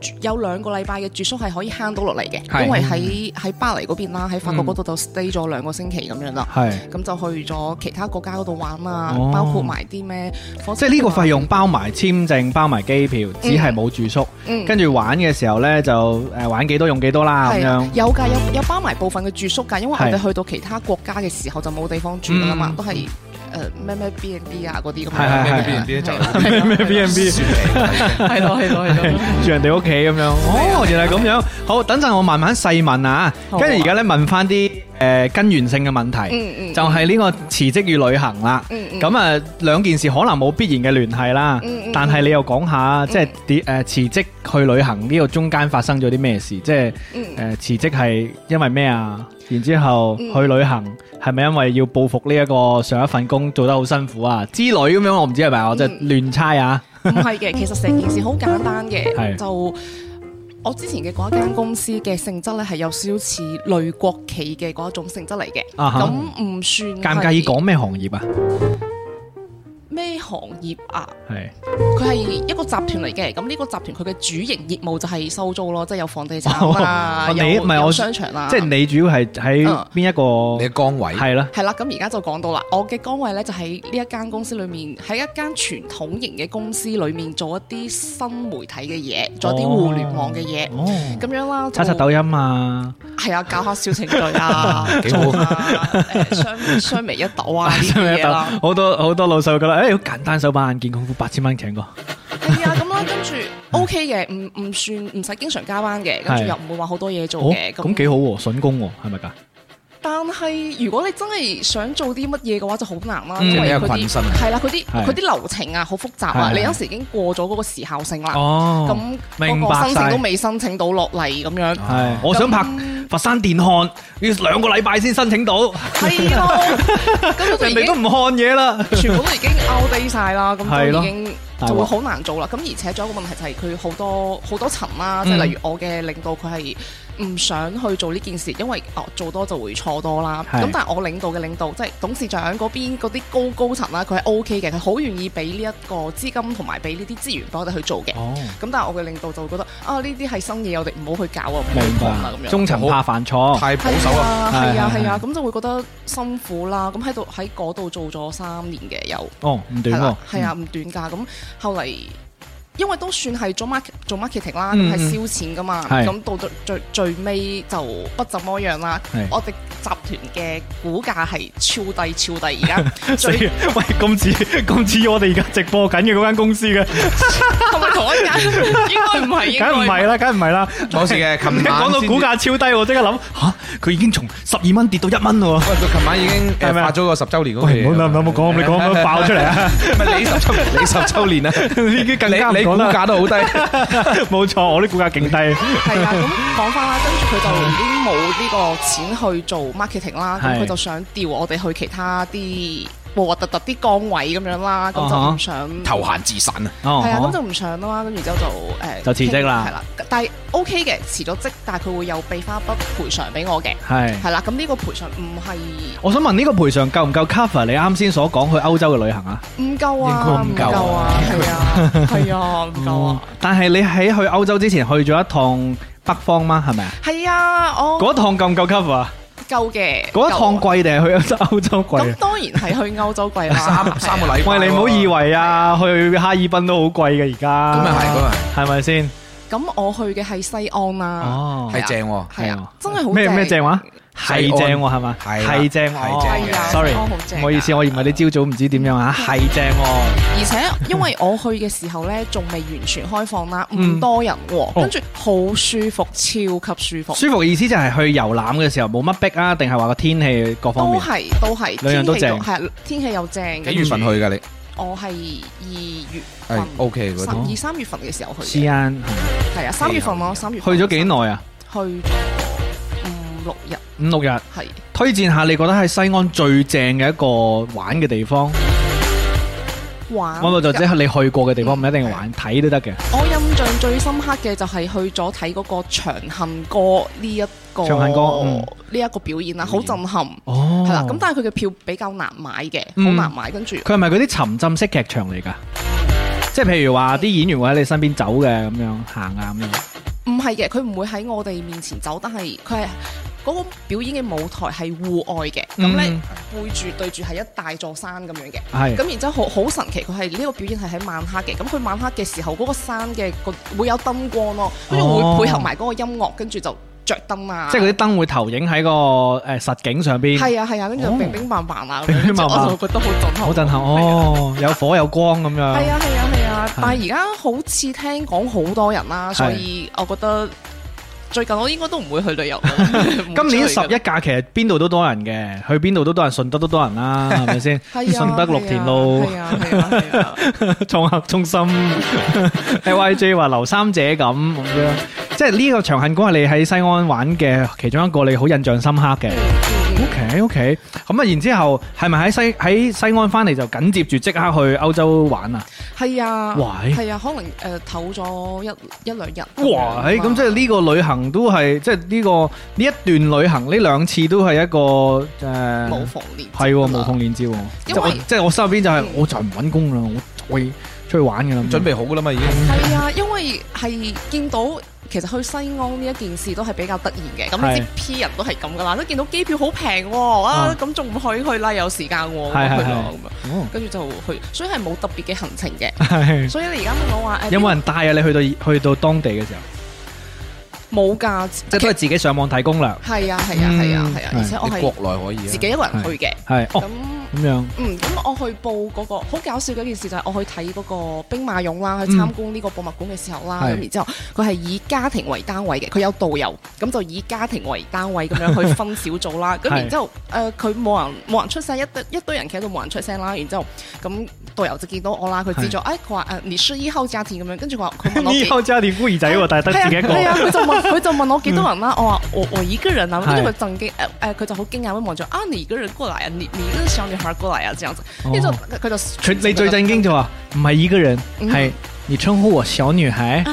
Speaker 4: 住有兩個禮拜嘅住宿係可以慳到落嚟
Speaker 1: 係嗯
Speaker 4: 嘅，因為喺喺巴黎嗰邊啦，喺法國嗰度就 stay 咗兩個星期咁樣啦。
Speaker 1: 係，
Speaker 4: 咁就去咗其他國家嗰度玩啊，
Speaker 1: 哦
Speaker 4: 包括埋啲咩火
Speaker 1: 即
Speaker 4: 車
Speaker 1: 係呢個
Speaker 4: 啊
Speaker 1: 費用包埋簽證、包埋機票，只係冇住宿，
Speaker 4: 嗯
Speaker 1: 跟住玩嘅時候咧就誒玩幾多用幾多啦咁
Speaker 4: 係啊
Speaker 1: 樣，，
Speaker 4: 有㗎，有有包埋部分嘅住宿㗎，因為我
Speaker 1: 係
Speaker 4: 哋去到其他國家嘅時候就冇地方住㗎啦嘛
Speaker 1: 嗯，
Speaker 4: 都係誒咩咩 B and B 啊嗰啲咁樣。
Speaker 1: 係係係
Speaker 4: 係啊
Speaker 3: B&B 就
Speaker 4: 係啊
Speaker 1: 咩
Speaker 4: 係啊
Speaker 1: B&B
Speaker 4: 係咯係咯係咯。
Speaker 1: 住人哋屋企咁樣，哦原來咁樣，好等陣我慢慢細問啊，
Speaker 4: 好
Speaker 1: 跟
Speaker 4: 啊
Speaker 1: 住而家咧問翻啲誒根源性嘅問題，
Speaker 4: 嗯嗯，
Speaker 1: 就係呢個辭職與旅行啦。
Speaker 4: 嗯嗯
Speaker 1: 咁啊，兩件事可能冇必然嘅聯繫啦
Speaker 4: 嗯嗯，
Speaker 1: 但係你又講下，即係啲誒辭職去旅行呢個中間發生咗啲咩事？即呃係誒
Speaker 4: 嗯
Speaker 1: 辭職係因為咩啊？然之後
Speaker 4: 嗯
Speaker 1: 去旅行係咪因為要報復呢一個上一份工做得好辛苦啊之類咁樣？我唔知係
Speaker 4: 嗯
Speaker 1: 咪，我真係亂猜啊！
Speaker 4: 唔係嘅，其實成件事好簡單
Speaker 1: 係
Speaker 4: 嘅，就我之前嘅嗰一間公司嘅性質咧係有少少似類國企嘅嗰一種性質嚟嘅，
Speaker 1: 啊哈
Speaker 4: 咁唔算
Speaker 1: 介唔介意講咩行業啊？
Speaker 4: 咩行業啊？
Speaker 1: 係
Speaker 4: 佢係一個集團嚟嘅，咁呢個集團佢嘅主營業務就係收租咯，即係有房地產啦，
Speaker 1: 哦
Speaker 4: 有
Speaker 1: 你唔係
Speaker 4: 有
Speaker 1: 我
Speaker 4: 商場啊啦，
Speaker 1: 即係你主要係喺
Speaker 4: 嗯
Speaker 1: 邊一
Speaker 3: 你嘅
Speaker 1: 個
Speaker 3: 崗位
Speaker 1: 係啦？
Speaker 4: 係啦。咁而家就講到啦，我嘅崗位呢，就喺呢一間公司裏面，喺一間傳統型嘅公司裏面做一啲新媒體嘅嘢，做一啲互聯網嘅嘢，
Speaker 1: 哦，
Speaker 4: 咁樣啦。
Speaker 1: 刷刷抖音 啊，
Speaker 4: 係啊，搞下小程序 啊，
Speaker 3: 幾好
Speaker 4: 做啊，誒雙雙眉一抖啊呢啲嘢啦。
Speaker 1: 好多好多老細會覺得，誒好簡單手把眼見功夫，八千蚊請個。
Speaker 4: 係啊，咁啦，跟住 OK 嘅，唔唔算唔使經常加班嘅，跟住
Speaker 1: 係
Speaker 4: 又唔會話好多嘢做
Speaker 1: 哦，
Speaker 4: 嘅。
Speaker 1: 咁幾好喎，筍工喎，係咪㗎？
Speaker 4: 但係如果你真係想做啲乜嘢嘅話，就好難啦，
Speaker 1: 嗯
Speaker 4: 因為
Speaker 3: 有
Speaker 4: 佢
Speaker 3: 困
Speaker 4: 啲
Speaker 3: 身啊
Speaker 4: 係啦，佢啲
Speaker 1: 係
Speaker 4: 佢啲流程啊，好複雜
Speaker 1: 係
Speaker 4: 啊，
Speaker 1: 係
Speaker 4: 你有時已經過咗嗰個時效性啦，
Speaker 1: 哦，
Speaker 4: 啊咁
Speaker 1: 明
Speaker 4: 嗰
Speaker 1: 白
Speaker 4: 個申請
Speaker 1: 晒啊
Speaker 4: 都未申請到落嚟咁樣。
Speaker 1: 係，我想拍佛山電焊，要兩個禮拜先申請 到，
Speaker 4: 係啊咯，咁佢
Speaker 1: 人
Speaker 4: 已
Speaker 1: 哋都
Speaker 4: 經
Speaker 1: 唔焊嘢啦。
Speaker 4: 全部都已經 out day 晒啦，
Speaker 1: 係咯
Speaker 4: 咁都已經
Speaker 1: 大鑊
Speaker 4: 就會好難做啦。咁而且仲有一個問題就係佢好多好多層啦，即
Speaker 1: 嗯
Speaker 4: 係例如我嘅領導佢係唔想去做呢件事，因為哦做多就會錯多啦。
Speaker 1: 係
Speaker 4: 咁但係我領導嘅領導即係董事長嗰邊嗰啲高高層啦，佢係 O K 嘅，佢好願意俾呢一個資金同埋俾呢啲資源俾我哋去做嘅。
Speaker 1: 哦，
Speaker 4: 咁但係我嘅領導就會覺得啊呢啲係新嘢，我哋唔好去搞啊，唔好
Speaker 1: 明
Speaker 4: 去碰啦咁
Speaker 1: 白，
Speaker 4: 樣。
Speaker 1: 中層怕犯錯，
Speaker 3: 太保守
Speaker 4: 係
Speaker 3: 啊！
Speaker 4: 啊，
Speaker 1: 係
Speaker 4: 係啊，
Speaker 1: 係
Speaker 4: 係啊，咁就會覺得辛苦啦。咁喺度喺嗰度做咗三年嘅有。
Speaker 1: 哦，唔短
Speaker 4: 係啊
Speaker 1: 喎
Speaker 4: 啦，，係啊，唔短㗎。咁後嚟因為都算係做 market 做 marketing 啦，
Speaker 1: 嗯
Speaker 4: 咁係燒錢噶嘛，
Speaker 1: 係
Speaker 4: 咁到到最最尾就不怎麼樣啦
Speaker 1: 係。
Speaker 4: 我哋集團嘅股價係超低超低，而家
Speaker 1: 死
Speaker 4: 最
Speaker 1: 嗯喂，咁似咁似我哋而家直播緊嘅嗰間公司嘅，
Speaker 4: 係咪同一 間？應該唔係，應該
Speaker 1: 梗唔係啦，梗唔係啦。
Speaker 3: 冇事 嘅琴晚
Speaker 1: 你一講到
Speaker 3: 先
Speaker 1: 股價超低，我即刻諗吓，佢已經從十二蚊跌到一蚊咯 喎。
Speaker 3: 喂，佢琴晚已經
Speaker 1: 係
Speaker 3: 誒
Speaker 1: 咪啊
Speaker 3: 發咗個十週年嗰
Speaker 1: 喂，
Speaker 3: 期，
Speaker 1: 唔好諗，唔好講，你 講咁樣爆出嚟啊！
Speaker 3: 唔係你十週，你十週年啊，
Speaker 1: 已 經更加唔
Speaker 3: 你你
Speaker 1: 講
Speaker 3: 股
Speaker 1: 啦。
Speaker 3: 價都好低。
Speaker 1: 冇錯，我啲股價勁低。
Speaker 4: 係啊，咁講翻啦，跟住佢就已經冇呢個錢去做 marketing 啦，咁
Speaker 1: 係
Speaker 4: 佢就想調我哋去其他啲核核突突啲崗位咁樣啦，咁就唔想
Speaker 3: 投閒自散啊！
Speaker 1: 哦
Speaker 4: 係啊，咁就唔上啦，跟住之後就誒
Speaker 1: 就辭職啦
Speaker 4: 係啦，但係 OK 嘅，辭咗職，但係佢會有俾翻一筆賠償俾我嘅，
Speaker 1: 係。
Speaker 4: 係啦，咁呢個賠償唔係
Speaker 1: 我想問呢個賠償夠唔夠 cover 你啱先所講去歐洲嘅旅行啊？
Speaker 4: 唔夠啊，
Speaker 1: 應
Speaker 4: 唔
Speaker 1: 該唔夠
Speaker 4: 夠啊，係啊，係啊，唔夠啊，
Speaker 1: 但係你喺去歐洲之前去咗一趟北方嗎？係咪啊？
Speaker 4: 係啊，我
Speaker 1: 嗰趟夠唔夠 cover 啊？
Speaker 4: 夠嘅，
Speaker 1: 嗰一趟
Speaker 4: 夠啊
Speaker 1: 貴定係去歐洲貴
Speaker 4: 咁
Speaker 1: 啊？
Speaker 4: 當然係去歐洲貴啦， 啊
Speaker 3: 三三個禮拜喎，
Speaker 1: 喂，你唔好以為啊，去哈爾濱都好貴嘅而家，
Speaker 3: 咁咪係，咁咪
Speaker 1: 係咪先？
Speaker 4: 咁我去嘅係西安啦，
Speaker 1: 哦
Speaker 3: 係係正喎。
Speaker 4: 係
Speaker 1: 係啊
Speaker 4: 啊，真係好
Speaker 1: 咩咩正話？
Speaker 3: 西
Speaker 1: 係
Speaker 3: 安
Speaker 1: 正喎，係嘛？
Speaker 3: 係啦
Speaker 1: 係正喎，
Speaker 3: 係正嘅
Speaker 4: 係啊
Speaker 1: ，sorry，
Speaker 4: 西安好正
Speaker 1: 唔好意思，
Speaker 4: 㗎
Speaker 1: 我唔係你朝早唔知點樣啊，係正喎，
Speaker 4: 而且因為我去嘅時候呢，仲未完全開放啦，
Speaker 1: 嗯
Speaker 4: 唔多人喎，跟住好舒服，超級舒服。
Speaker 1: 舒服嘅意思就係去遊覽嘅時候冇乜逼啊，定係話個天氣各方
Speaker 4: 都
Speaker 1: 面？
Speaker 4: 係都係，
Speaker 1: 兩樣都正
Speaker 4: 係天氣又正。
Speaker 3: 幾月份去？㗎你？
Speaker 4: 我係二月
Speaker 3: 係
Speaker 4: 份，
Speaker 3: OK 嗰
Speaker 4: 十
Speaker 3: 啲。
Speaker 4: 二三月份嘅時候去
Speaker 1: 西
Speaker 4: 嘅，
Speaker 1: 安
Speaker 4: 係啊，三月份咯，三月
Speaker 1: 去
Speaker 4: 份
Speaker 1: 咗幾耐啊？
Speaker 4: 去咗五六日，
Speaker 1: 五六日。
Speaker 4: 係
Speaker 1: 推薦下你覺得喺西安最正嘅一個玩嘅地方，
Speaker 4: 玩。
Speaker 1: 我或者係你去過嘅地
Speaker 4: 嗯
Speaker 1: 方，唔一定係玩睇都得嘅。
Speaker 4: 我印象最深刻嘅就係去咗睇嗰個長恨歌呢一個
Speaker 1: 長恨歌嗯
Speaker 4: 呢一個表演啦，好震撼。
Speaker 1: 哦
Speaker 4: 係啦，咁但係佢嘅票比較難買嘅，好
Speaker 1: 嗯
Speaker 4: 難買。跟住
Speaker 1: 佢係咪嗰啲沉浸式劇場嚟㗎？即係譬如話啲演員會喺你身邊走嘅咁樣行啊咁樣。
Speaker 4: 唔係嘅，佢唔會喺我哋面前走，但係佢係嗰個表演嘅舞台係戶外嘅，咁咧
Speaker 1: 嗯
Speaker 4: 背住對住係一大座山咁樣嘅。
Speaker 1: 係
Speaker 4: 咁然之後好好神奇，佢係呢個表演係喺晚黑嘅，咁佢晚黑嘅時候嗰、個山嘅個會有燈光咯，跟住
Speaker 1: 哦
Speaker 4: 會配合埋嗰個音樂，跟住就着燈啊，
Speaker 1: 即係嗰啲燈會投影喺個誒實景上邊，
Speaker 4: 係啊係啊，跟住就
Speaker 1: 哦
Speaker 4: 乒乒乓乓啊，
Speaker 1: 乒乒乓乓
Speaker 4: 我就覺得好震撼，
Speaker 1: 好震撼哦！有火有光咁樣。
Speaker 4: 啊係啊係啊係啊，但
Speaker 1: 係
Speaker 4: 係而家好似聽講好多人啦，所以我覺得最近我應該都唔會去旅遊 啦。
Speaker 1: 今年十
Speaker 4: 唔會出去
Speaker 1: 一假期邊度都多人嘅，去邊度都多人，順德都多人啦，係咪先？
Speaker 4: 㗎係啊
Speaker 1: 順德綠田路
Speaker 4: 係啊係啊係啊，
Speaker 1: 創客中 心，LYJ 話劉三姐咁咁樣，即係呢個長恨歌係你喺西安玩嘅其中一個你好印象深刻嘅。OK
Speaker 4: 嗯
Speaker 1: OK，咁啊，然之後係咪喺西喺西安翻嚟就緊接住即刻去歐洲玩啊？
Speaker 4: 係啊
Speaker 1: 喂
Speaker 4: 係啊，可能誒唞咗一一兩日。
Speaker 1: 哇！誒咁即
Speaker 4: 係
Speaker 1: 係呢個旅行都係即係呢個呢一段旅行呢兩次都係一個誒。
Speaker 4: 啊無縫連接啊
Speaker 1: 係喎，
Speaker 4: 㗎啦
Speaker 1: 無縫連接喎。即
Speaker 4: 因為
Speaker 1: 係我即係我身邊就係
Speaker 4: 嗯
Speaker 1: 我就係唔揾工啦，我我要出去玩㗎啦。
Speaker 3: 準備好㗎啦嘛，已經。
Speaker 4: 係啊，因為係見到其實去西安呢一件事都係比較突然嘅，咁你
Speaker 1: 係
Speaker 4: 知 P 人都係咁噶啦，都見到機票好平喎，啊
Speaker 1: 啊
Speaker 4: 咁仲唔去去啦？有時間喎，
Speaker 1: 係係
Speaker 4: 咁去啊
Speaker 1: 係
Speaker 4: 咯咁樣，
Speaker 1: 哦
Speaker 4: 跟住就去，所以係冇特別嘅行程嘅。
Speaker 1: 係
Speaker 4: 所以你而家問我話誒，
Speaker 1: 有冇
Speaker 4: 邊
Speaker 1: 人帶啊？你去到去到當地嘅時候，
Speaker 4: 冇㗎？
Speaker 1: 即係都係自己上網睇攻略。
Speaker 4: 係啊係啊係啊
Speaker 1: 嗯
Speaker 4: 係啊，
Speaker 1: 係
Speaker 4: 而且我
Speaker 3: 你
Speaker 4: 係
Speaker 3: 國內可以啊。
Speaker 4: 自己一個人去嘅。
Speaker 1: 係
Speaker 4: 咁
Speaker 1: 哦，咁樣
Speaker 4: 嗯，咁我去報嗰個好搞笑嘅一件事就係我去睇嗰個兵馬俑啦，去參觀呢個博物館嘅時候啦，
Speaker 1: 嗯係
Speaker 4: 咁然之後佢係以家庭為單位嘅，佢有導遊，咁就以家庭為單位咁樣 去分小組啦。咁
Speaker 1: 係
Speaker 4: 然之後誒佢冇人冇人出聲，一堆一堆人企喺度冇人出聲啦。然之後咁導遊就見到我啦，佢知咗，誒哎佢話誒你是一號家庭咁樣，跟住佢話佢問我幾
Speaker 1: 以後真係孤兒仔喎，但係得自己一個。
Speaker 4: 係 啊，佢就問佢就問我幾多人啦，我話我我一個人啊，跟住佢震驚誒誒，佢就好驚訝咁望住啊，你一個人過來啊，你你一個小女孩過來啊，這樣子，
Speaker 1: 哦
Speaker 4: 跟住就佢就
Speaker 1: 佢你最震驚就話唔係一個人，
Speaker 4: 嗯啊
Speaker 1: 係你稱呼我小女孩。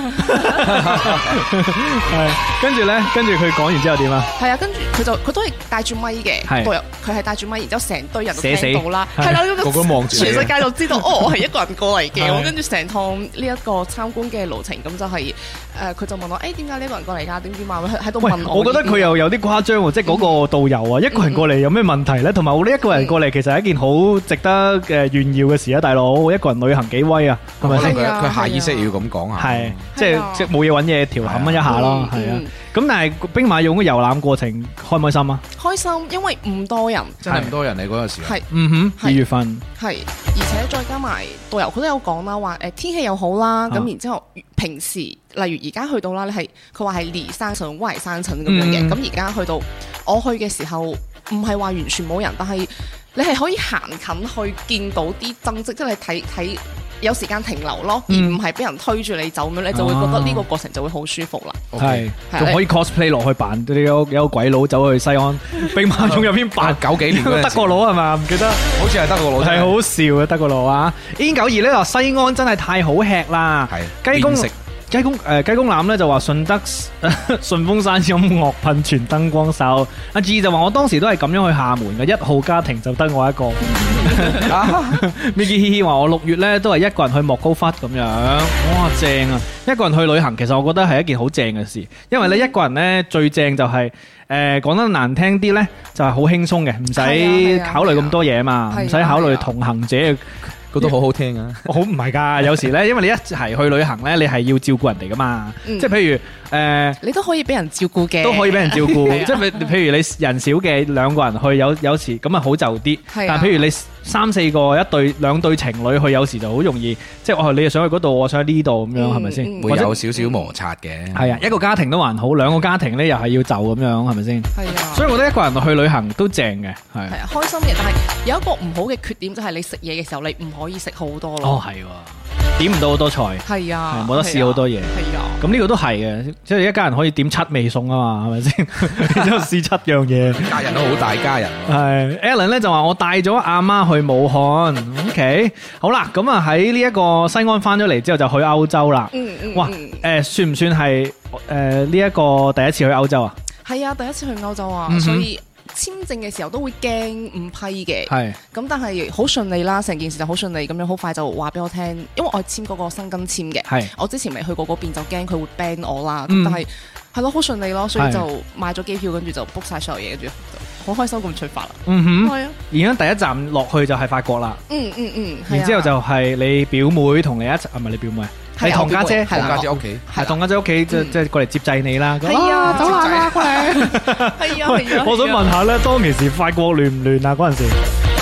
Speaker 1: 係跟住咧，跟住佢講完之後點啊？
Speaker 4: 係啊，跟住佢就佢都係帶住咪嘅
Speaker 1: 係，
Speaker 4: 導遊佢係帶住咪，然之後成堆人都
Speaker 1: 寫死
Speaker 4: 聽到啦，
Speaker 1: 係
Speaker 4: 係啦，咁就
Speaker 3: 個個都望住你
Speaker 4: 全世界就知道哦，我係一個人過嚟嘅，
Speaker 1: 係
Speaker 4: 我跟住成趟呢一個參觀嘅路程咁就係誒，佢就問我誒點解呢個人過嚟㗎？點點啊？喺度
Speaker 1: 喂，
Speaker 4: 問嗯
Speaker 1: 我覺得佢又有啲誇張喎，即係嗰個導遊啊，一個人過嚟有咩問題咧？同埋我呢一個人過呃嚟，其實係一件好值得誒炫耀嘅事啊，大佬，一個人旅行幾威啊，係咪
Speaker 3: 可
Speaker 1: 先？
Speaker 3: 能佢
Speaker 4: 係啊
Speaker 3: 佢下意識要咁講下。
Speaker 1: 係，即係-
Speaker 4: 係啊。
Speaker 1: 即係冇嘢搵嘢調侃一下咯，
Speaker 4: 嗯，
Speaker 1: 係啊。
Speaker 4: 嗯。
Speaker 1: 咁但係兵馬俑嘅遊覽過程開唔開心啊？嗯哼，
Speaker 4: 開心，因為唔多人，
Speaker 3: 真係唔多人嚟嗰個時啊候。
Speaker 4: 係係。
Speaker 1: 二月份。
Speaker 4: 係，而且再加埋導遊佢都有講啦，話誒天氣又好啦，咁、
Speaker 1: 啊
Speaker 4: 然之後平時例如而家去到啦，你係佢話係離山上歪山層咁樣嘅，
Speaker 1: 嗯
Speaker 4: 咁而家去到我去嘅時候，唔係話完全冇人，但係你係可以行近去見到啲增跡，即係你睇睇。有時間停留咯，而
Speaker 1: 嗯啊
Speaker 4: 唔係俾人推住你走咁樣，你就會覺得呢個過程就會好舒服啦。
Speaker 3: OK，
Speaker 1: 係，
Speaker 4: 係，
Speaker 1: 仲
Speaker 4: 你-
Speaker 1: 可以cosplay落去扮，有- 有個鬼佬走去西安 兵馬俑入邊扮-
Speaker 3: 九幾年嗰陣 時
Speaker 1: 德國佬係嘛？唔記得。
Speaker 3: 好似係德國佬。
Speaker 1: 係好笑啊，德國佬啊！N 九二咧話西安真係太好吃啦，
Speaker 3: 係
Speaker 1: 雞公
Speaker 3: 食
Speaker 1: 雞公誒雞公欖咧就話順德 順峰山音樂噴泉燈光秀，阿志就話我當時都係咁樣去廈門嘅，一號家庭就得我 一個。Micky 嘻嘻話我六月咧都係一個人去莫高窟咁樣，哇正啊！一個人去旅行其實我覺得係一件好正嘅事，因為咧一個人咧最正就係、誒講得難聽啲咧，就係好輕鬆嘅，唔使
Speaker 4: 係啊係啊
Speaker 1: 考慮咁多嘢嘛
Speaker 4: 係，啊
Speaker 1: 唔使考
Speaker 4: 係
Speaker 1: 慮
Speaker 4: 啊
Speaker 1: 同行者嘅
Speaker 3: 佢都好好聽啊！
Speaker 1: 好唔係㗎，有時咧，因為你一齊去旅行咧，你係要照顧人哋㗎嘛，
Speaker 4: 嗯
Speaker 1: 即係譬如誒、呃
Speaker 4: 你都可以俾人照顧嘅，
Speaker 1: 都可以俾人照顧，
Speaker 4: 係啊
Speaker 1: 即係譬譬如你人少嘅兩個人去，有有時咁啊好就啲，
Speaker 4: 係啊
Speaker 1: 但係譬如你三四個一對兩對情侶去，有時就好容易，即係我你又想去嗰度，我想去呢度咁樣，
Speaker 4: 嗯
Speaker 1: 係咪先？
Speaker 4: 嗯
Speaker 3: 會
Speaker 1: 或者
Speaker 3: 有少少摩擦嘅。
Speaker 1: 係啊，一個家庭都還好，兩個家庭咧又係要就咁樣，係咪先？
Speaker 4: 係啊。
Speaker 1: 所以我覺得一個人去旅行都正嘅，係
Speaker 4: 係啊，開心嘅，但係有一個唔好嘅缺點就係你食嘢嘅時候，你唔可以食好多
Speaker 1: 哦
Speaker 4: 咯。
Speaker 1: 係喎，點唔到好多菜，
Speaker 4: 係啊，
Speaker 1: 係冇得試好多嘢
Speaker 4: 係啊，
Speaker 1: 咁呢個都係嘅，即係一家人可以點七味餸啊嘛，係咪 先？然之後試七樣嘢。
Speaker 3: 家人都好大家人喎。
Speaker 1: 係 Alan 咧就話我帶咗阿媽去武漢，OK，好啦，咁啊喺呢一個西安翻咗嚟之後就去歐洲啦。
Speaker 4: 嗯嗯，
Speaker 1: 哇，誒、
Speaker 4: 嗯
Speaker 1: 算唔算係誒呢一個第一次去歐洲啊？
Speaker 4: 係啊，第一次去歐洲
Speaker 1: 嗯
Speaker 4: 啊，
Speaker 1: 哼
Speaker 4: 所以簽證嘅時候都會驚唔批嘅。
Speaker 1: 係，
Speaker 4: 咁但係好順利啦，成件事就好順利，咁樣好快就話俾我聽，因為我係簽嗰個申根簽嘅。
Speaker 1: 係，
Speaker 4: 我之前未去過嗰邊就驚佢會 ban 我啦，
Speaker 1: 嗯
Speaker 4: 咁但係係咯，好順利咯，所
Speaker 1: 係
Speaker 4: 以就買咗機票，跟住就 book 晒所有嘢，跟住就好開心咁出發啦。
Speaker 1: 嗯哼，
Speaker 4: 係啊，
Speaker 1: 而家第一站落去就係法國啦，
Speaker 4: 嗯嗯嗯，係啊
Speaker 1: 然之後就係你表妹同你一齊，啊唔係你表妹，
Speaker 4: 係啊
Speaker 1: 你堂家姐，
Speaker 4: 係啦
Speaker 3: 家姐屋企
Speaker 1: 係堂家姐屋企即
Speaker 4: 嗯
Speaker 1: 即係過嚟接濟你啦。咁
Speaker 4: 係啊，走啦啦
Speaker 3: 啦
Speaker 4: 過嚟， 係啊
Speaker 1: 喂
Speaker 4: 係啊。
Speaker 1: 我想問下咧，當其時法國亂唔亂啊？嗰陣時，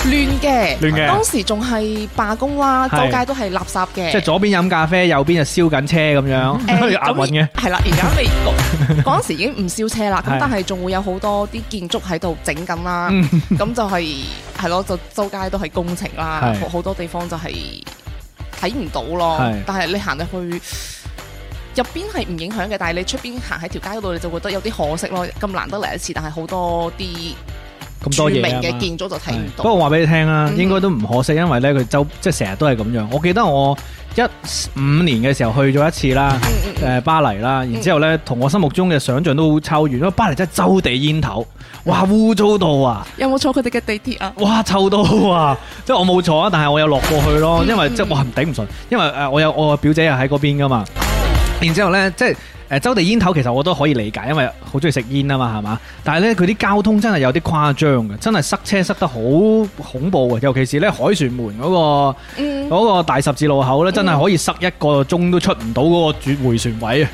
Speaker 4: 亂嘅，
Speaker 1: 亂嘅
Speaker 4: 當時仲係罷工啦，周
Speaker 1: 係
Speaker 4: 街都係垃圾嘅，
Speaker 1: 即係左邊飲咖啡，右邊就燒緊車咁樣，
Speaker 4: 誒
Speaker 1: 押韻嘅
Speaker 4: 咁。係啦，而家未 嗰嗰陣時已經唔燒車啦，
Speaker 1: 係嗯
Speaker 4: 咁但係仲會有好多啲建築喺度整緊啦，咁就係係咯，就周街都係工程啦
Speaker 1: 係，
Speaker 4: 好好多地方就係睇唔到咯
Speaker 1: 係，
Speaker 4: 但係你行入去。入邊係唔影響嘅，但係你出邊行喺條街嗰度，你就覺得有啲可惜咯。咁難得嚟一次，但係好多啲
Speaker 1: 咁
Speaker 4: 著
Speaker 1: 多
Speaker 4: 名
Speaker 1: 嘢啊
Speaker 4: 嘅
Speaker 1: 嘛
Speaker 4: 建築就睇唔
Speaker 1: 係不
Speaker 4: 到。
Speaker 1: 過話俾你聽啦，
Speaker 4: 嗯
Speaker 1: 應該都唔可惜，因為咧佢周即係成日都係咁樣。我記得我一五年嘅時候去咗一次啦，
Speaker 4: 嗯嗯
Speaker 1: 誒、巴黎啦，然之後咧同我心目中嘅想像都超遠，因為巴黎真係周地煙頭，哇污糟到啊！
Speaker 4: 有冇坐佢哋嘅地鐵啊？
Speaker 1: 哇，臭到啊！即係我冇坐啊，但係我有落過去咯，因為即係哇頂唔順，因為誒我有我表姐又喺嗰邊噶嘛。然之後呢，即係誒周地煙頭其實我都可以理解，因為好中意食煙啊嘛，係嘛？但係呢，佢啲交通真係有啲誇張嘅，真係塞車塞得好恐怖啊！尤其是呢凱旋門嗰、個
Speaker 4: 嗯，
Speaker 1: 嗰、個大十字路口呢，真係可以塞一個鐘都出唔到嗰個轉回旋位啊！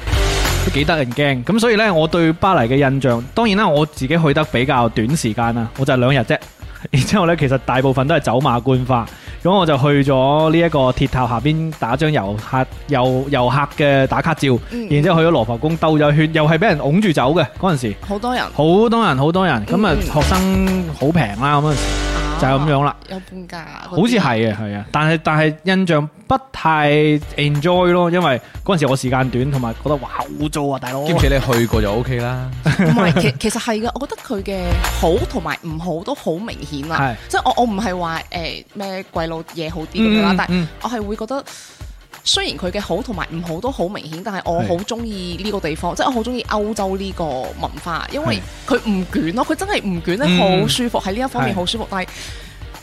Speaker 1: 都幾得人驚，咁所以呢，我對巴黎嘅印象，當然啦，我自己去得比較短時間啦，我就係兩日啫。 然之後呢，其實大部分都係走馬觀花，咁我就去咗呢一個鐵塔下邊打張遊客遊遊客嘅打卡照，
Speaker 4: 嗯
Speaker 1: 然之後去咗羅浮宮兜咗一圈，又係俾人擁住走嘅嗰陣時，
Speaker 4: 好多人
Speaker 1: 好多人好多人，咁啊
Speaker 4: 嗯
Speaker 1: 學生好平啦，咁啊就係咁樣啦。
Speaker 4: 有半價嗰啲，
Speaker 1: 好似係嘅，係啊，但係但係印象不太 enjoy 咯，因為嗰陣時我時間短，同埋覺得哇好污糟啊，大佬。
Speaker 3: 兼且你去過就 OK 啦。
Speaker 4: 唔係，其其實係嘅，我覺得佢嘅好同埋唔好都好明顯啦。即係我我唔係話誒咩鬼佬嘢好啲咁樣啦，
Speaker 1: 嗯
Speaker 4: 但係
Speaker 1: 嗯
Speaker 4: 我係會覺得。雖然佢嘅好同埋唔好都好明顯，但係我
Speaker 1: 係
Speaker 4: 好中意呢個地方，即係我好中意歐洲呢個文化，因為佢唔捲咯，佢真係唔捲咧，
Speaker 1: 嗯
Speaker 4: 好舒服，喺呢一方面
Speaker 1: 係
Speaker 4: 好舒服。但係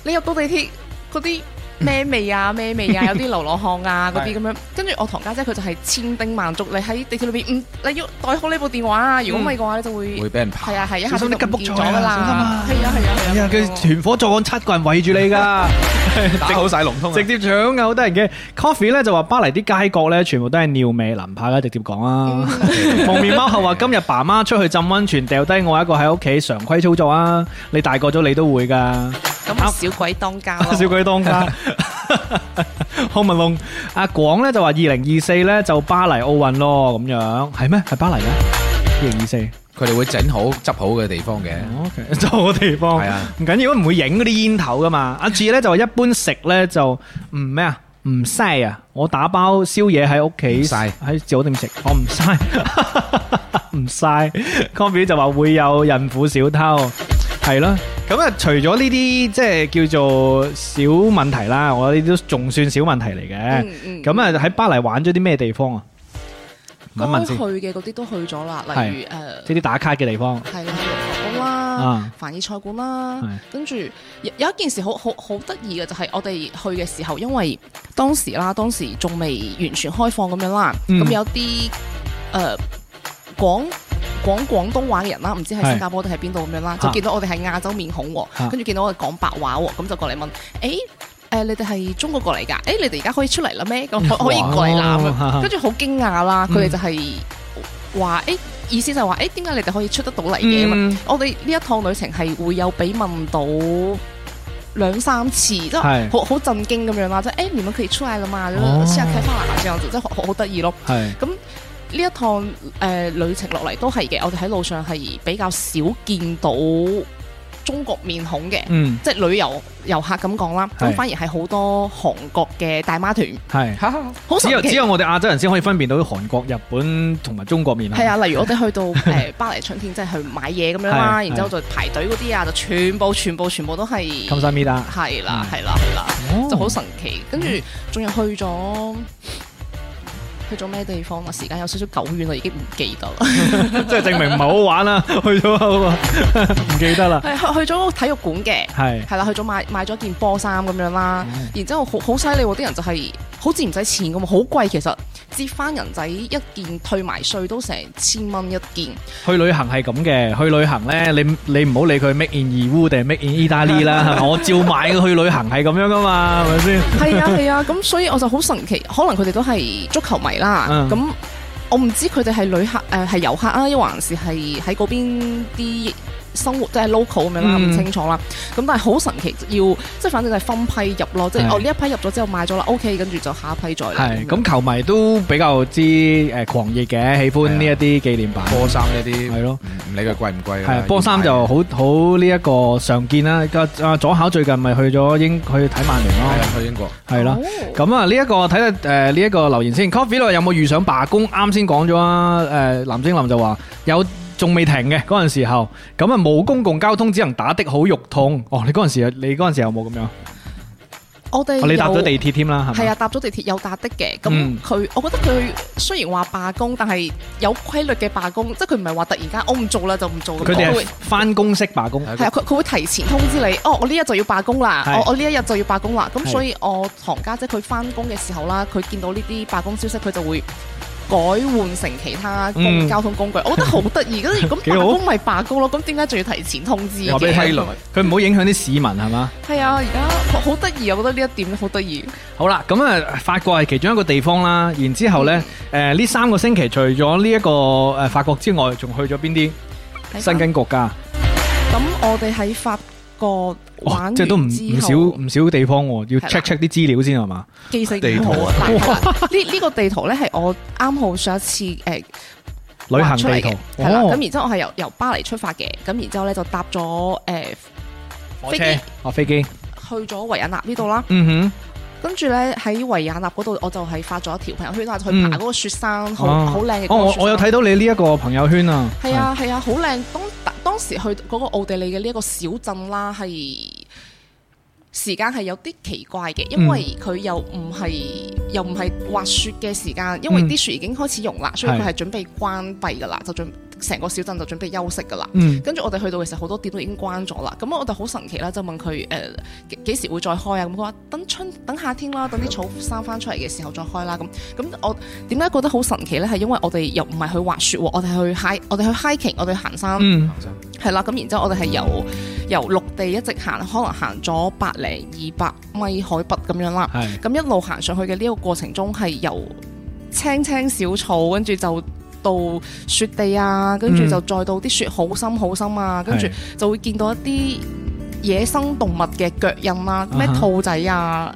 Speaker 4: 你入到地鐵嗰啲咩味 啊咩味啊，有啲流浪漢啊嗰
Speaker 3: 係
Speaker 4: 啲咁樣。跟住我堂家姐佢就係千叮萬囑，你喺地鐵裏邊，嗯，你要袋好呢部電話啊！如果唔係嘅話，你就會
Speaker 3: 會俾人
Speaker 4: 係
Speaker 3: 拍。
Speaker 4: 啊係一下
Speaker 1: 嗯小
Speaker 4: 子
Speaker 1: 心
Speaker 4: 就
Speaker 1: 啲吉
Speaker 4: 唔
Speaker 1: 卜
Speaker 4: 見
Speaker 1: 賽
Speaker 4: 咗
Speaker 1: 啊
Speaker 4: 㗎啦。
Speaker 1: 小
Speaker 4: 係啊係啊係
Speaker 1: 係
Speaker 4: 啊
Speaker 1: 啊，
Speaker 4: 係
Speaker 1: 佢
Speaker 4: 啊。
Speaker 1: 團伙作案七個人圍住你 㗎。
Speaker 3: 打好晒龍通啊
Speaker 1: 直接搶啊！好得人驚。Coffee 咧就話巴黎啲街角咧全部都係尿味，林派啦，直接講啊。
Speaker 4: 嗯
Speaker 1: 蒙面貓後話今日爸媽出去浸温泉，掉低我一個喺屋企，常規操作啊！你大個咗你都會㗎。
Speaker 4: 咁咪小鬼當家咯。
Speaker 1: 小鬼當家。康文龍阿廣咧就話二零二四咧就巴黎奧運咯，咁樣係咩？係巴黎咩？啊二零二四
Speaker 3: 佢哋會整好執好嘅地方嘅。
Speaker 1: ，OK，就 個地方
Speaker 3: 係啊，
Speaker 1: 唔緊要，唔會影嗰啲煙頭噶嘛。阿志咧就話一般食咧就唔咩啊，唔嘥啊，我打包宵夜喺屋企
Speaker 3: 唔嘥
Speaker 1: 喺酒店食，我唔嘥， 唔嘥。Coffee 就話會有孕婦小偷，係咯。咁啊，除咗呢啲即係叫做小問題啦，我呢啲都仲算小問題嚟嘅。
Speaker 4: 嗯嗯
Speaker 1: 咁啊喺巴黎玩咗啲咩地方啊？問一
Speaker 4: 該
Speaker 1: 問
Speaker 4: 去
Speaker 1: 先，
Speaker 4: 嘅嗰啲都去咗啦，例如誒。
Speaker 1: 即係啲打卡嘅地方。
Speaker 4: 係啦，六合屋啦
Speaker 1: 啊，
Speaker 4: 凡爾賽館啦
Speaker 1: 係，
Speaker 4: 跟住有有一件事好好好得意嘅，就係我哋去嘅時候，因為當時啦，當時仲未完全開放咁樣啦，
Speaker 1: 嗯
Speaker 4: 咁有啲誒廣講廣東話嘅人啦，唔知喺
Speaker 1: 係
Speaker 4: 新加坡定係邊度咁樣啦，
Speaker 1: 啊
Speaker 4: 就見到我哋係亞洲面孔
Speaker 1: 啊
Speaker 4: 喎，跟住見到我哋講白話喎，咁就過嚟問，誒誒你哋係中國過嚟㗎？誒你哋而家可以出嚟啦咩？咁可可以
Speaker 1: 啊
Speaker 4: 啊過嚟啦咁樣
Speaker 1: 哇
Speaker 4: 跟住好驚訝啦，
Speaker 1: 嗯
Speaker 4: 佢哋就係話誒意思就係話誒點解你哋可以出得到嚟嘅？咁樣啊
Speaker 1: 嗯
Speaker 4: 我哋呢一趟旅程係會有俾問到兩三次，即
Speaker 1: 係
Speaker 4: 係好好震驚咁樣啦，即係誒你們可以出嚟啦嘛，
Speaker 1: 哦
Speaker 4: 先下開翻啦，這樣子，即係好好好得意咯。
Speaker 1: 係。
Speaker 4: 呢一趟誒、呃旅程落嚟都係嘅，我哋喺路上係比較少見到中國面孔嘅。
Speaker 1: 嗯，
Speaker 4: 即係旅遊遊客咁講啦，咁
Speaker 1: 係
Speaker 4: 反而係好多韓國嘅大媽團，
Speaker 1: 系。
Speaker 4: 好
Speaker 1: 只
Speaker 4: 神
Speaker 1: 有
Speaker 4: 奇
Speaker 1: 只有我哋亞洲人先可以分辨到韓國、日本同埋中國面孔。
Speaker 4: 係啊，例如我哋去到誒巴黎春天，即係去買嘢咁樣啦，
Speaker 1: 係
Speaker 4: 然之後就排隊嗰啲啊，就全部全部全部都係
Speaker 1: 金山咪啦，
Speaker 4: 係啦係啦係啦，
Speaker 1: 哦
Speaker 4: 就好神奇。跟住仲有去咗去咗咩地方啊？時間有少少久遠啦，已經唔記得啦。
Speaker 1: 即係證明唔係好玩啦，去咗嗰個 唔記得啦。
Speaker 4: 係去去咗個體育館嘅，
Speaker 1: 係
Speaker 4: 係啦，去咗買買咗件波衫咁樣啦，然之後好好犀利喎！啲人就係好似唔使錢咁喎，好貴其實，折翻人仔一件退埋税都成千蚊一件。
Speaker 1: 去旅行係咁嘅，去旅行咧，你你唔好理佢 make in 義烏定係 make in 意大利 啦，係咪？我照買嘅去旅行係咁樣噶嘛，係咪先？
Speaker 4: 係啊係啊，咁所以我就好神奇，可能佢哋都係足球迷啦。
Speaker 1: 嗯
Speaker 4: 咁、我唔知佢哋係旅客誒係、遊客啊，抑還是係喺嗰邊啲生活都係 local 咁樣啦，唔、
Speaker 1: 嗯
Speaker 4: 清楚啦。咁但係好神奇，要即係反正就係分批入咯，即係
Speaker 1: 係
Speaker 4: 哦呢一批入咗之後買咗啦，OK，跟住就下一批再嚟。
Speaker 1: 係咁，球迷都比較之誒狂熱嘅，喜歡呢一啲紀念版。
Speaker 3: 波衫呢啲
Speaker 1: 係咯
Speaker 3: 唔唔理佢貴唔貴㗎啊啦
Speaker 1: 係波衫就好好呢一個常見啦。個啊左考最近咪去咗英去睇曼聯
Speaker 3: 要買嘅係啊
Speaker 1: 咯，
Speaker 3: 去英國
Speaker 1: 係啦。
Speaker 4: 哦
Speaker 1: 咁啊，呢一個睇睇誒呢一個留言先，Coffee 度有冇遇上罷工？啱先講咗啊，誒、藍精林就話有。仲未停嘅嗰陣時候，咁啊冇公共交通，只能打的好肉痛。哦，你嗰陣時，你嗰陣時有冇咁樣？
Speaker 4: 我哋
Speaker 1: 哦你搭咗
Speaker 4: 有
Speaker 1: 地鐵添啦，係
Speaker 4: 係
Speaker 1: 咪？
Speaker 4: 啊，搭咗地鐵哎有搭的嘅，咁
Speaker 1: 嗯
Speaker 4: 佢、我覺得佢雖然話罷工，但係有規律嘅罷工，即係佢唔係話突然間我唔做啦就唔做咁，
Speaker 1: 佢哋
Speaker 4: 佢
Speaker 1: 係
Speaker 4: 會
Speaker 1: 翻工式罷工，
Speaker 3: 係
Speaker 4: 係啊，佢佢會提前通知你，哦，我呢一日就要罷工啦，
Speaker 1: 係
Speaker 4: 我我呢一日就要罷工啦，咁
Speaker 1: 係
Speaker 4: 所以我堂家姐佢翻工嘅時候啦，佢見到呢啲罷工消息，佢就會改換成其他公
Speaker 1: 嗯
Speaker 4: 交通工具，我覺得好得意，跟 住咁
Speaker 1: 幾
Speaker 4: 罷
Speaker 1: 好
Speaker 4: 工咪罷工咯，咁點解仲要提前通知
Speaker 1: 話俾你
Speaker 4: 嘅？
Speaker 3: 規
Speaker 1: 聽
Speaker 3: 律，
Speaker 1: 佢唔好影響啲市民係嘛？
Speaker 4: 係啊，而家好好得意，我覺得呢一點好得意。
Speaker 1: 好啦，咁啊，法國係其中一個地方啦。然之後呢，誒呢三個星期除咗呢一個誒法國之外，仲去咗邊啲新緊國家？
Speaker 4: 啊咁我哋喺法國玩
Speaker 1: 哇！
Speaker 4: 完
Speaker 1: 即係都唔唔
Speaker 4: 之後
Speaker 1: 少唔少地方喎，要
Speaker 4: 係啦
Speaker 1: check check 啲資料先係嘛？
Speaker 4: 記性
Speaker 3: 地圖
Speaker 4: 好
Speaker 3: 啊
Speaker 4: 啊！ 呢呢個地圖咧係我啱好上一次誒、呃
Speaker 1: 旅行
Speaker 4: 畫出嚟
Speaker 1: 地圖
Speaker 4: 嘅，係啦。咁
Speaker 1: 哦
Speaker 4: 然之後我係由由巴黎出發嘅，咁然之後咧就搭咗誒
Speaker 1: 火
Speaker 4: 飛
Speaker 1: 車
Speaker 4: 機
Speaker 1: 哦飛機，
Speaker 4: 去咗維也納呢度啦。
Speaker 1: 嗯
Speaker 4: 跟住咧喺維也納嗰度，我就係發咗一條朋友圈啦，就去
Speaker 1: 嗯
Speaker 4: 爬嗰個雪山，好
Speaker 1: 哦
Speaker 4: 好靚嘅嗰
Speaker 1: 哼，哦
Speaker 4: 個
Speaker 1: 我
Speaker 4: 雪
Speaker 1: 我有
Speaker 4: 山
Speaker 1: 睇到你呢一個朋友圈啊，
Speaker 4: 係，啊係啊，好靚！當當時去嗰個奧地利嘅呢一個小鎮啦，係時間係有啲奇怪嘅，因為
Speaker 1: 嗯
Speaker 4: 佢又唔係又唔係滑雪嘅時間，因為
Speaker 1: 嗯
Speaker 4: 啲雪已經開始融啦，所以佢係準備關閉㗎啦，就準成個小鎮就準備休息㗎啦。
Speaker 1: 嗯
Speaker 4: 跟住我哋去到嘅時候，好多店都已經關咗啦。咁我哋好神奇啦，就問佢誒幾幾時會再開啊？咁佢話等春等夏天啦，等啲草生翻出嚟嘅時候再開啦。咁咁我點解覺得好神奇呢？係因為我哋又唔係去滑雪喎，我哋去 high，我哋去 hiking，我哋去行山。
Speaker 1: 嗯，
Speaker 4: 係啦，咁然之後我哋係由由陸地一直行，可能行咗百零二百米海拔咁樣啦。
Speaker 1: 係
Speaker 4: 咁一路行上去嘅呢個過程中係由青青小草，跟住就到雪地啊，跟住
Speaker 1: 嗯
Speaker 4: 就再到啲雪好深好深啊，跟住
Speaker 1: 係
Speaker 4: 就會見到一啲野生動物嘅腳印啦、咩
Speaker 1: 啊哈
Speaker 4: 兔仔啊。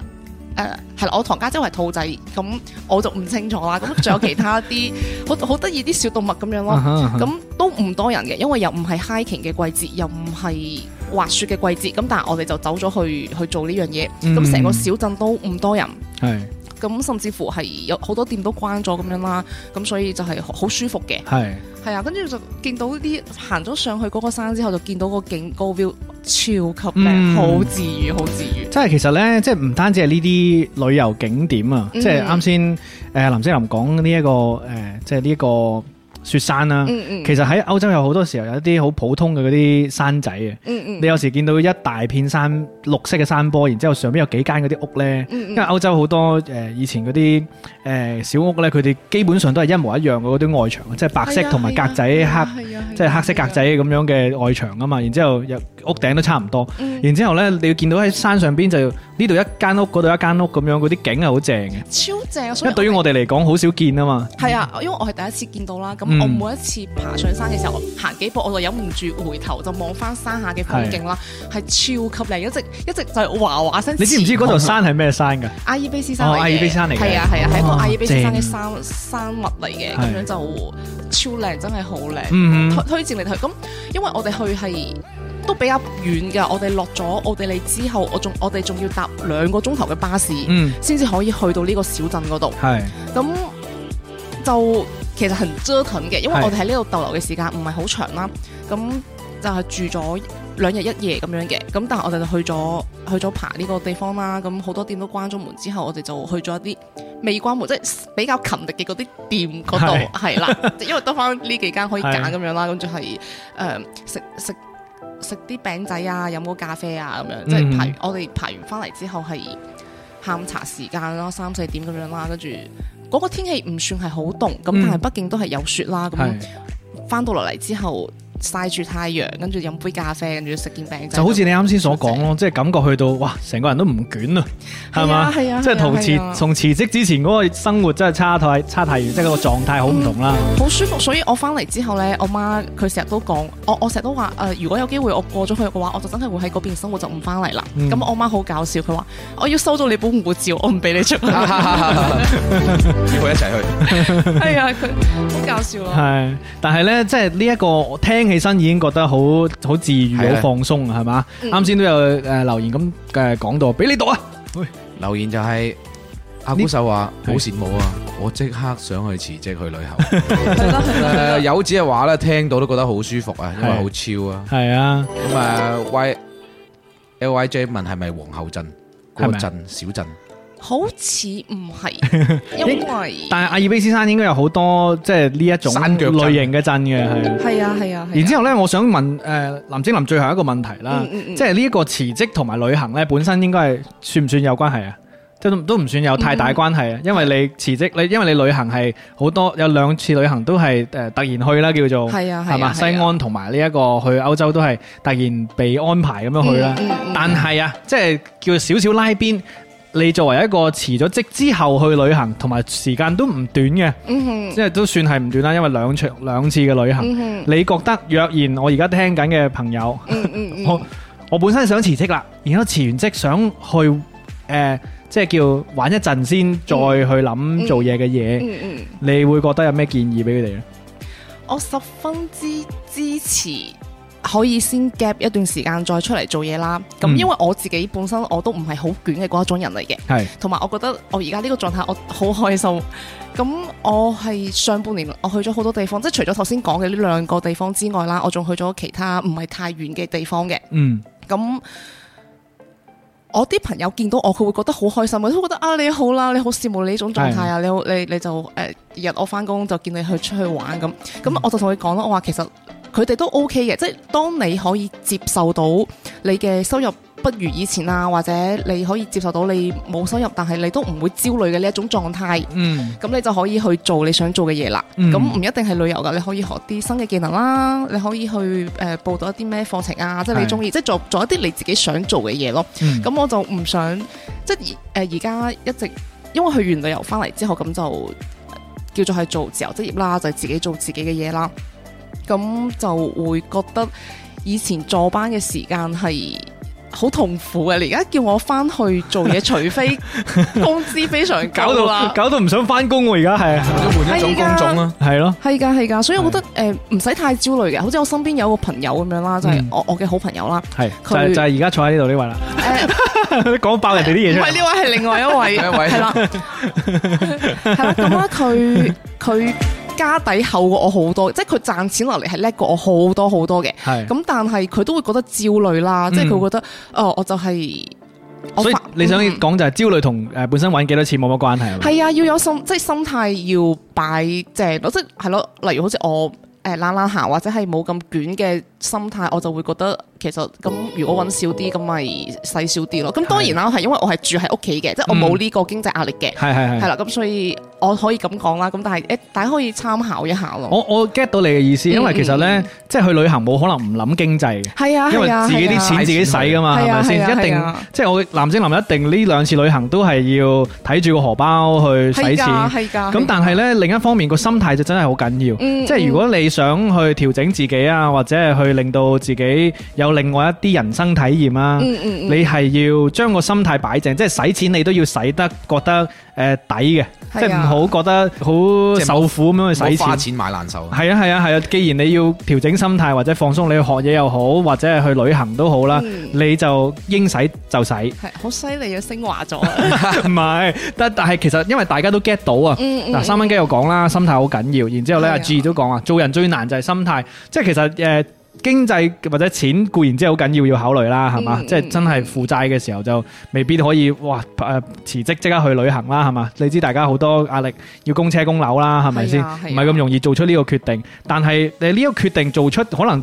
Speaker 4: 誒係啦，我堂家姐係兔仔，咁我就唔清楚啦。咁仲有其他啲好好得意啲小動物咁樣
Speaker 1: 啊嗯
Speaker 4: 咯。咁都唔多人嘅，因為又唔係 hiking 嘅季節，又唔係滑雪嘅季節，咁但係我哋就走咗去去做呢樣嘢，
Speaker 1: 嗯
Speaker 4: 咁成、個小鎮都唔多人，
Speaker 1: 係
Speaker 4: 咁甚至乎係有好多店都關咗咁樣啦，咁所以就係好好舒服嘅，
Speaker 1: 係
Speaker 4: 係啊，跟住就見到啲行咗上去嗰個山之後，就見到個景高 view 超級靚，
Speaker 1: 嗯
Speaker 4: 好、治愈，好治愈。
Speaker 1: 即係其實咧，即係唔單止係呢啲旅遊景點啊，
Speaker 4: 嗯
Speaker 1: 即係啱先誒林姐林講呢一個誒、即係呢個雪山啦、
Speaker 4: 嗯嗯，
Speaker 1: 其實喺歐洲有好多時候有一啲好普通嘅嗰啲山仔嘅，
Speaker 4: 嗯嗯
Speaker 1: 你有時見到一大片山綠色嘅山坡，然之後上邊有幾間嗰啲屋咧。
Speaker 4: 嗯
Speaker 1: 因為
Speaker 4: 嗯，
Speaker 1: 歐洲好多誒、以前嗰啲誒小屋咧，佢哋基本上都係一模一樣嘅嗰啲外牆，即係白色
Speaker 4: 啊
Speaker 1: 同埋格仔黑，
Speaker 4: 嗯
Speaker 1: 即係黑色格仔咁樣嘅外牆啊嘛。然之後有屋頂都差唔多。
Speaker 4: 嗯
Speaker 1: 然之後咧，你要見到喺山上邊就呢度一間屋，嗰度一間屋咁樣，嗰啲景係好正嘅。
Speaker 4: 超正，啊
Speaker 1: 因
Speaker 4: 所以
Speaker 1: 為對於我哋嚟講，好少見啊嘛。
Speaker 4: 係啊，因為我係第一次見到啦，咁
Speaker 1: 嗯
Speaker 4: 我每一次爬上山嘅時候，我行幾步我就忍唔住回頭就望翻山下嘅風景啦，係超級靚，一直一直就係哇哇聲。
Speaker 1: 你知唔知嗰度山係咩山㗎？
Speaker 4: 阿爾卑斯 E 山嚟
Speaker 1: 哦
Speaker 4: 嘅？
Speaker 1: 阿爾卑斯山嚟嘅
Speaker 4: 係啊係啊，係一個
Speaker 1: 哦
Speaker 4: 阿爾卑斯山嘅
Speaker 1: 正
Speaker 4: 山山脈嚟嘅，咁
Speaker 1: 係
Speaker 4: 樣就超靚，真係好靚。
Speaker 1: 嗯
Speaker 4: 推
Speaker 1: 哼，
Speaker 4: 推薦你去，咁因為我哋去係都比較遠㗎，我哋落咗奧地利之後，我仲我哋仲要搭兩個鐘頭嘅巴士，
Speaker 1: 嗯，
Speaker 4: 先至可以去到呢個小鎮嗰度。
Speaker 1: 係，
Speaker 4: 咁就其實很折騰嘅，因為
Speaker 1: 係
Speaker 4: 我哋喺呢度逗留嘅時間唔係好長啦，咁就係住咗兩日一夜咁樣嘅，咁但係我哋就去咗去咗爬呢個地方啦，咁好多店都關咗門之後，我哋就去咗一啲未關門，即係比較勤力嘅嗰啲店嗰
Speaker 1: 係
Speaker 4: 度，係啦，即係因為得翻呢幾間可以
Speaker 1: 係
Speaker 4: 揀咁樣啦，咁就係誒食食。食啲餅仔啊，飲個咖啡啊，咁樣即係
Speaker 1: 嗯
Speaker 4: 排完我哋排完翻嚟之後係下午茶時間啦，三四點咁樣啦，跟住嗰個天氣唔算係好凍，咁但
Speaker 1: 嗯
Speaker 4: 係畢竟都係有雪啦。咁
Speaker 1: 係，
Speaker 4: 翻到落嚟之後曬住太陽，跟住飲杯咖啡，跟住食件餅仔，
Speaker 1: 就好似你啱先所講咯，即係感覺去到哇，成個人都唔捲啊，係
Speaker 4: 係
Speaker 1: 嘛
Speaker 4: 啊？係啊，
Speaker 1: 即係
Speaker 4: 係啊
Speaker 1: 同辭
Speaker 4: 係啊
Speaker 1: 從辭職之前嗰個生活真係差太差太遠，即係個狀態好唔同啦。
Speaker 4: 好舒服。所以我翻嚟之後呢，我媽佢成日都講，我我成日都話誒、呃如果有機會我過咗去嘅話，我就真係會喺嗰邊生活，就唔翻嚟啦。
Speaker 1: 嗯
Speaker 4: 咁、我媽好搞笑，佢話我要收到你本護照，我唔俾 你出去。
Speaker 3: 要佢一齊去。
Speaker 4: 係啊，佢好搞笑啊。
Speaker 1: 係，但係呢，即係呢一個我聽起身已經覺得好好治愈、好
Speaker 3: 係啊
Speaker 1: 放鬆啊，係嘛？
Speaker 4: 嗯
Speaker 1: 啱先都有誒留言咁誒講到，俾你讀啊！
Speaker 3: 留言就係阿古秀話
Speaker 1: 係
Speaker 3: 好羨慕啊！我即刻想去辭職去旅行。
Speaker 4: 嗯係啦係啦
Speaker 3: 誒有子嘅話咧，聽到都覺得好舒服啊，因為好超啊。
Speaker 1: 係啊，
Speaker 3: 咁啊，Y L Y J 問係咪皇后鎮嗰
Speaker 1: 係
Speaker 3: 個
Speaker 1: 咪
Speaker 3: 鎮小鎮？
Speaker 4: 好似唔 係，因為
Speaker 1: 但係阿爾卑斯山應該有好多即係呢一種
Speaker 3: 山腳鎮
Speaker 1: 類型嘅鎮嘅，係啊。
Speaker 4: 係啊係啊，
Speaker 1: 然之後呢，我想問誒林精林最後一個問題啦，
Speaker 4: 即
Speaker 1: 啊即係呢一個辭職同埋旅行呢，本身應該係算唔算有關係啊？即係都都唔算有太
Speaker 4: 嗯
Speaker 1: 大關係啊，因為你辭職，你因為你旅行係好多有兩次旅行都係誒突然去啦，叫做。
Speaker 4: 係啊係啊
Speaker 1: 係嘛？西
Speaker 4: 係啊
Speaker 1: 安同埋呢一個去歐洲都係突然被安排咁樣去啦。
Speaker 4: 嗯嗯嗯
Speaker 1: 但係啊，即係叫少少拉邊。你作為一個辭咗職之後去旅行，同埋時間都唔短嘅，
Speaker 4: 嗯哼
Speaker 1: 即係都算係唔短啦，因為兩場兩次嘅旅行。
Speaker 4: 嗯哼
Speaker 1: 你覺得若然我而家聽緊嘅朋友，
Speaker 4: 嗯嗯嗯
Speaker 1: 我我本身想辭職啦，然後辭完職想去誒、呃即係叫玩一陣先，再去諗做嘢嘅嘢，
Speaker 4: 嗯嗯，
Speaker 1: 你會覺得有咩建議俾佢哋咧？
Speaker 4: 我十分之支持。可以先 gap 一段時間再出嚟做嘢啦。咁
Speaker 1: 嗯
Speaker 4: 因為我自己本身我都唔係好卷嘅嗰一種人嚟嘅，
Speaker 1: 係
Speaker 4: 同埋我覺得我而家呢個狀態我好開心。咁我係上半年我去咗好多地方，即係除咗頭先講嘅呢兩個地方之外啦，我仲去咗其他唔係太遠嘅地方嘅。
Speaker 1: 嗯
Speaker 4: 咁我啲朋友見到我，佢會覺得好開心，佢都覺得啊你好啦，你好羨慕你呢種狀態啊，你好你你就誒、呃日我翻工就見你去出去玩咁，咁我就同佢講咯，我話其實佢哋都 OK 嘅，即係當你可以接受到你嘅收入不如以前啊，或者你可以接受到你冇收入，但係你都唔會焦慮嘅呢一種狀態。
Speaker 1: 嗯，
Speaker 4: 咁你就可以去做你想做嘅嘢啦。
Speaker 1: 嗯
Speaker 4: 咁唔、一定係旅遊㗎，你可以學啲新嘅技能啦，你可以去誒、呃、報讀一啲咩課程啊，即係你
Speaker 1: 係
Speaker 4: 中意，即係做做一啲你自己想做嘅嘢咯。
Speaker 1: 嗯
Speaker 4: 咁我就唔想即係而呃誒而家一直，因為去完旅遊翻嚟之後，咁就呃叫做係做自由職業啦，就係自己做自己嘅嘢啦。咁就會覺得以前坐班嘅時間係好痛苦嘅，你而家叫我翻去做 嘢，除非工資非常
Speaker 1: 搞
Speaker 4: 高啦
Speaker 1: 到。搞到唔想翻工喎，而家系
Speaker 3: 你換一種工種啦，
Speaker 1: 系咯，
Speaker 4: 係㗎係㗎，所以我覺得誒唔使太焦慮嘅，好似我身邊有個朋友咁樣啦，就係、
Speaker 1: 嗯
Speaker 4: 我我嘅好朋友啦，
Speaker 1: 系就
Speaker 4: 佢
Speaker 1: 係就係而家坐喺呢度呢位啦，
Speaker 4: 誒、
Speaker 1: 你 講爆人哋啲嘢
Speaker 4: 唔
Speaker 1: 出
Speaker 4: 係
Speaker 1: 嚟，
Speaker 4: 呢位係另外一 位，
Speaker 3: 另一位
Speaker 4: 係啦，係啦，咁啦，佢佢家底厚過我好多，即係佢賺錢落嚟係叻過我好多好多嘅，
Speaker 1: 係
Speaker 4: 咁但係佢都會覺得焦慮啦，即係佢會覺得哦，我就係、
Speaker 1: 嗯
Speaker 4: 我
Speaker 1: 所以
Speaker 4: 發
Speaker 1: 你想
Speaker 4: 嗯
Speaker 1: 講就係焦慮同誒本身揾幾多錢冇乜關係係咪
Speaker 4: 係啊，要有心，即係心態要擺正咯，即係係咯。例如好似我誒懶懶行，或者係冇咁卷嘅心態，我就會覺得其實咁，如果揾少啲，咁咪使少啲咯。咁當然啦，係因為我係住喺屋企嘅，即係我冇呢個經濟壓力嘅，
Speaker 1: 係嗯係係
Speaker 4: 係。啦。咁所以我可以咁講啦。咁但係誒，大家可以參考一下咯。
Speaker 1: 我我 get 到你嘅意思，因為
Speaker 4: 嗯
Speaker 1: 其實咧
Speaker 4: 嗯，
Speaker 1: 即係去旅行冇可能唔諗經濟嘅，
Speaker 4: 係啊，
Speaker 1: 因
Speaker 4: 係
Speaker 1: 為
Speaker 4: 啊
Speaker 1: 自己
Speaker 4: 係啊
Speaker 1: 啲錢自己使噶嘛，係
Speaker 4: 係啊
Speaker 1: 咪先？
Speaker 4: 係啊
Speaker 1: 一
Speaker 4: 係
Speaker 1: 定
Speaker 4: 啊
Speaker 1: 即係我男精男一定呢兩次旅行都係要睇住個荷包去使
Speaker 4: 係
Speaker 1: 錢。
Speaker 4: 㗎，係㗎。
Speaker 1: 咁但係咧，另一方面個心態就真係好緊要。
Speaker 4: 嗯
Speaker 1: 即係如果你想去調整自己啊，或者係去令到自己有另外一啲人生體驗啊，
Speaker 4: 嗯嗯嗯
Speaker 1: 你係要將個心態擺正，即係使錢你都要使得覺得誒抵嘅，即
Speaker 4: 係啊
Speaker 1: 係唔好覺得好
Speaker 3: 即係
Speaker 1: 受苦咁樣去
Speaker 3: 唔
Speaker 1: 使
Speaker 3: 好花
Speaker 1: 錢。
Speaker 3: 錢買難受。
Speaker 1: 係啊係啊係啊！既然你要調整心態或者放鬆，你去學嘢又好，或者係去旅行都好啦，
Speaker 4: 嗯
Speaker 1: 啊你就應使就使，
Speaker 4: 係好犀利啊，升華咗啊！
Speaker 1: 唔係。但但係其實因為大家都 get 到啊。
Speaker 4: 嗯嗯
Speaker 1: 嗱，三蚊雞又講啦，心態好緊要。然之後咧，
Speaker 4: 係啊
Speaker 1: 阿 G 都講啊，做人最難就係心態。即係其實誒、呃、經濟或者錢固然之係好緊要要考慮啦，係嘛？
Speaker 4: 嗯
Speaker 1: 即係真係負債嘅時候就未必可以哇誒、呃辭職即刻去旅行啦，係嘛？你知大家好多壓力，要供車供樓啦，係咪先？
Speaker 4: 係啊係啊
Speaker 1: 唔係咁容易做出呢個決定。但係你呢個決定做出，可能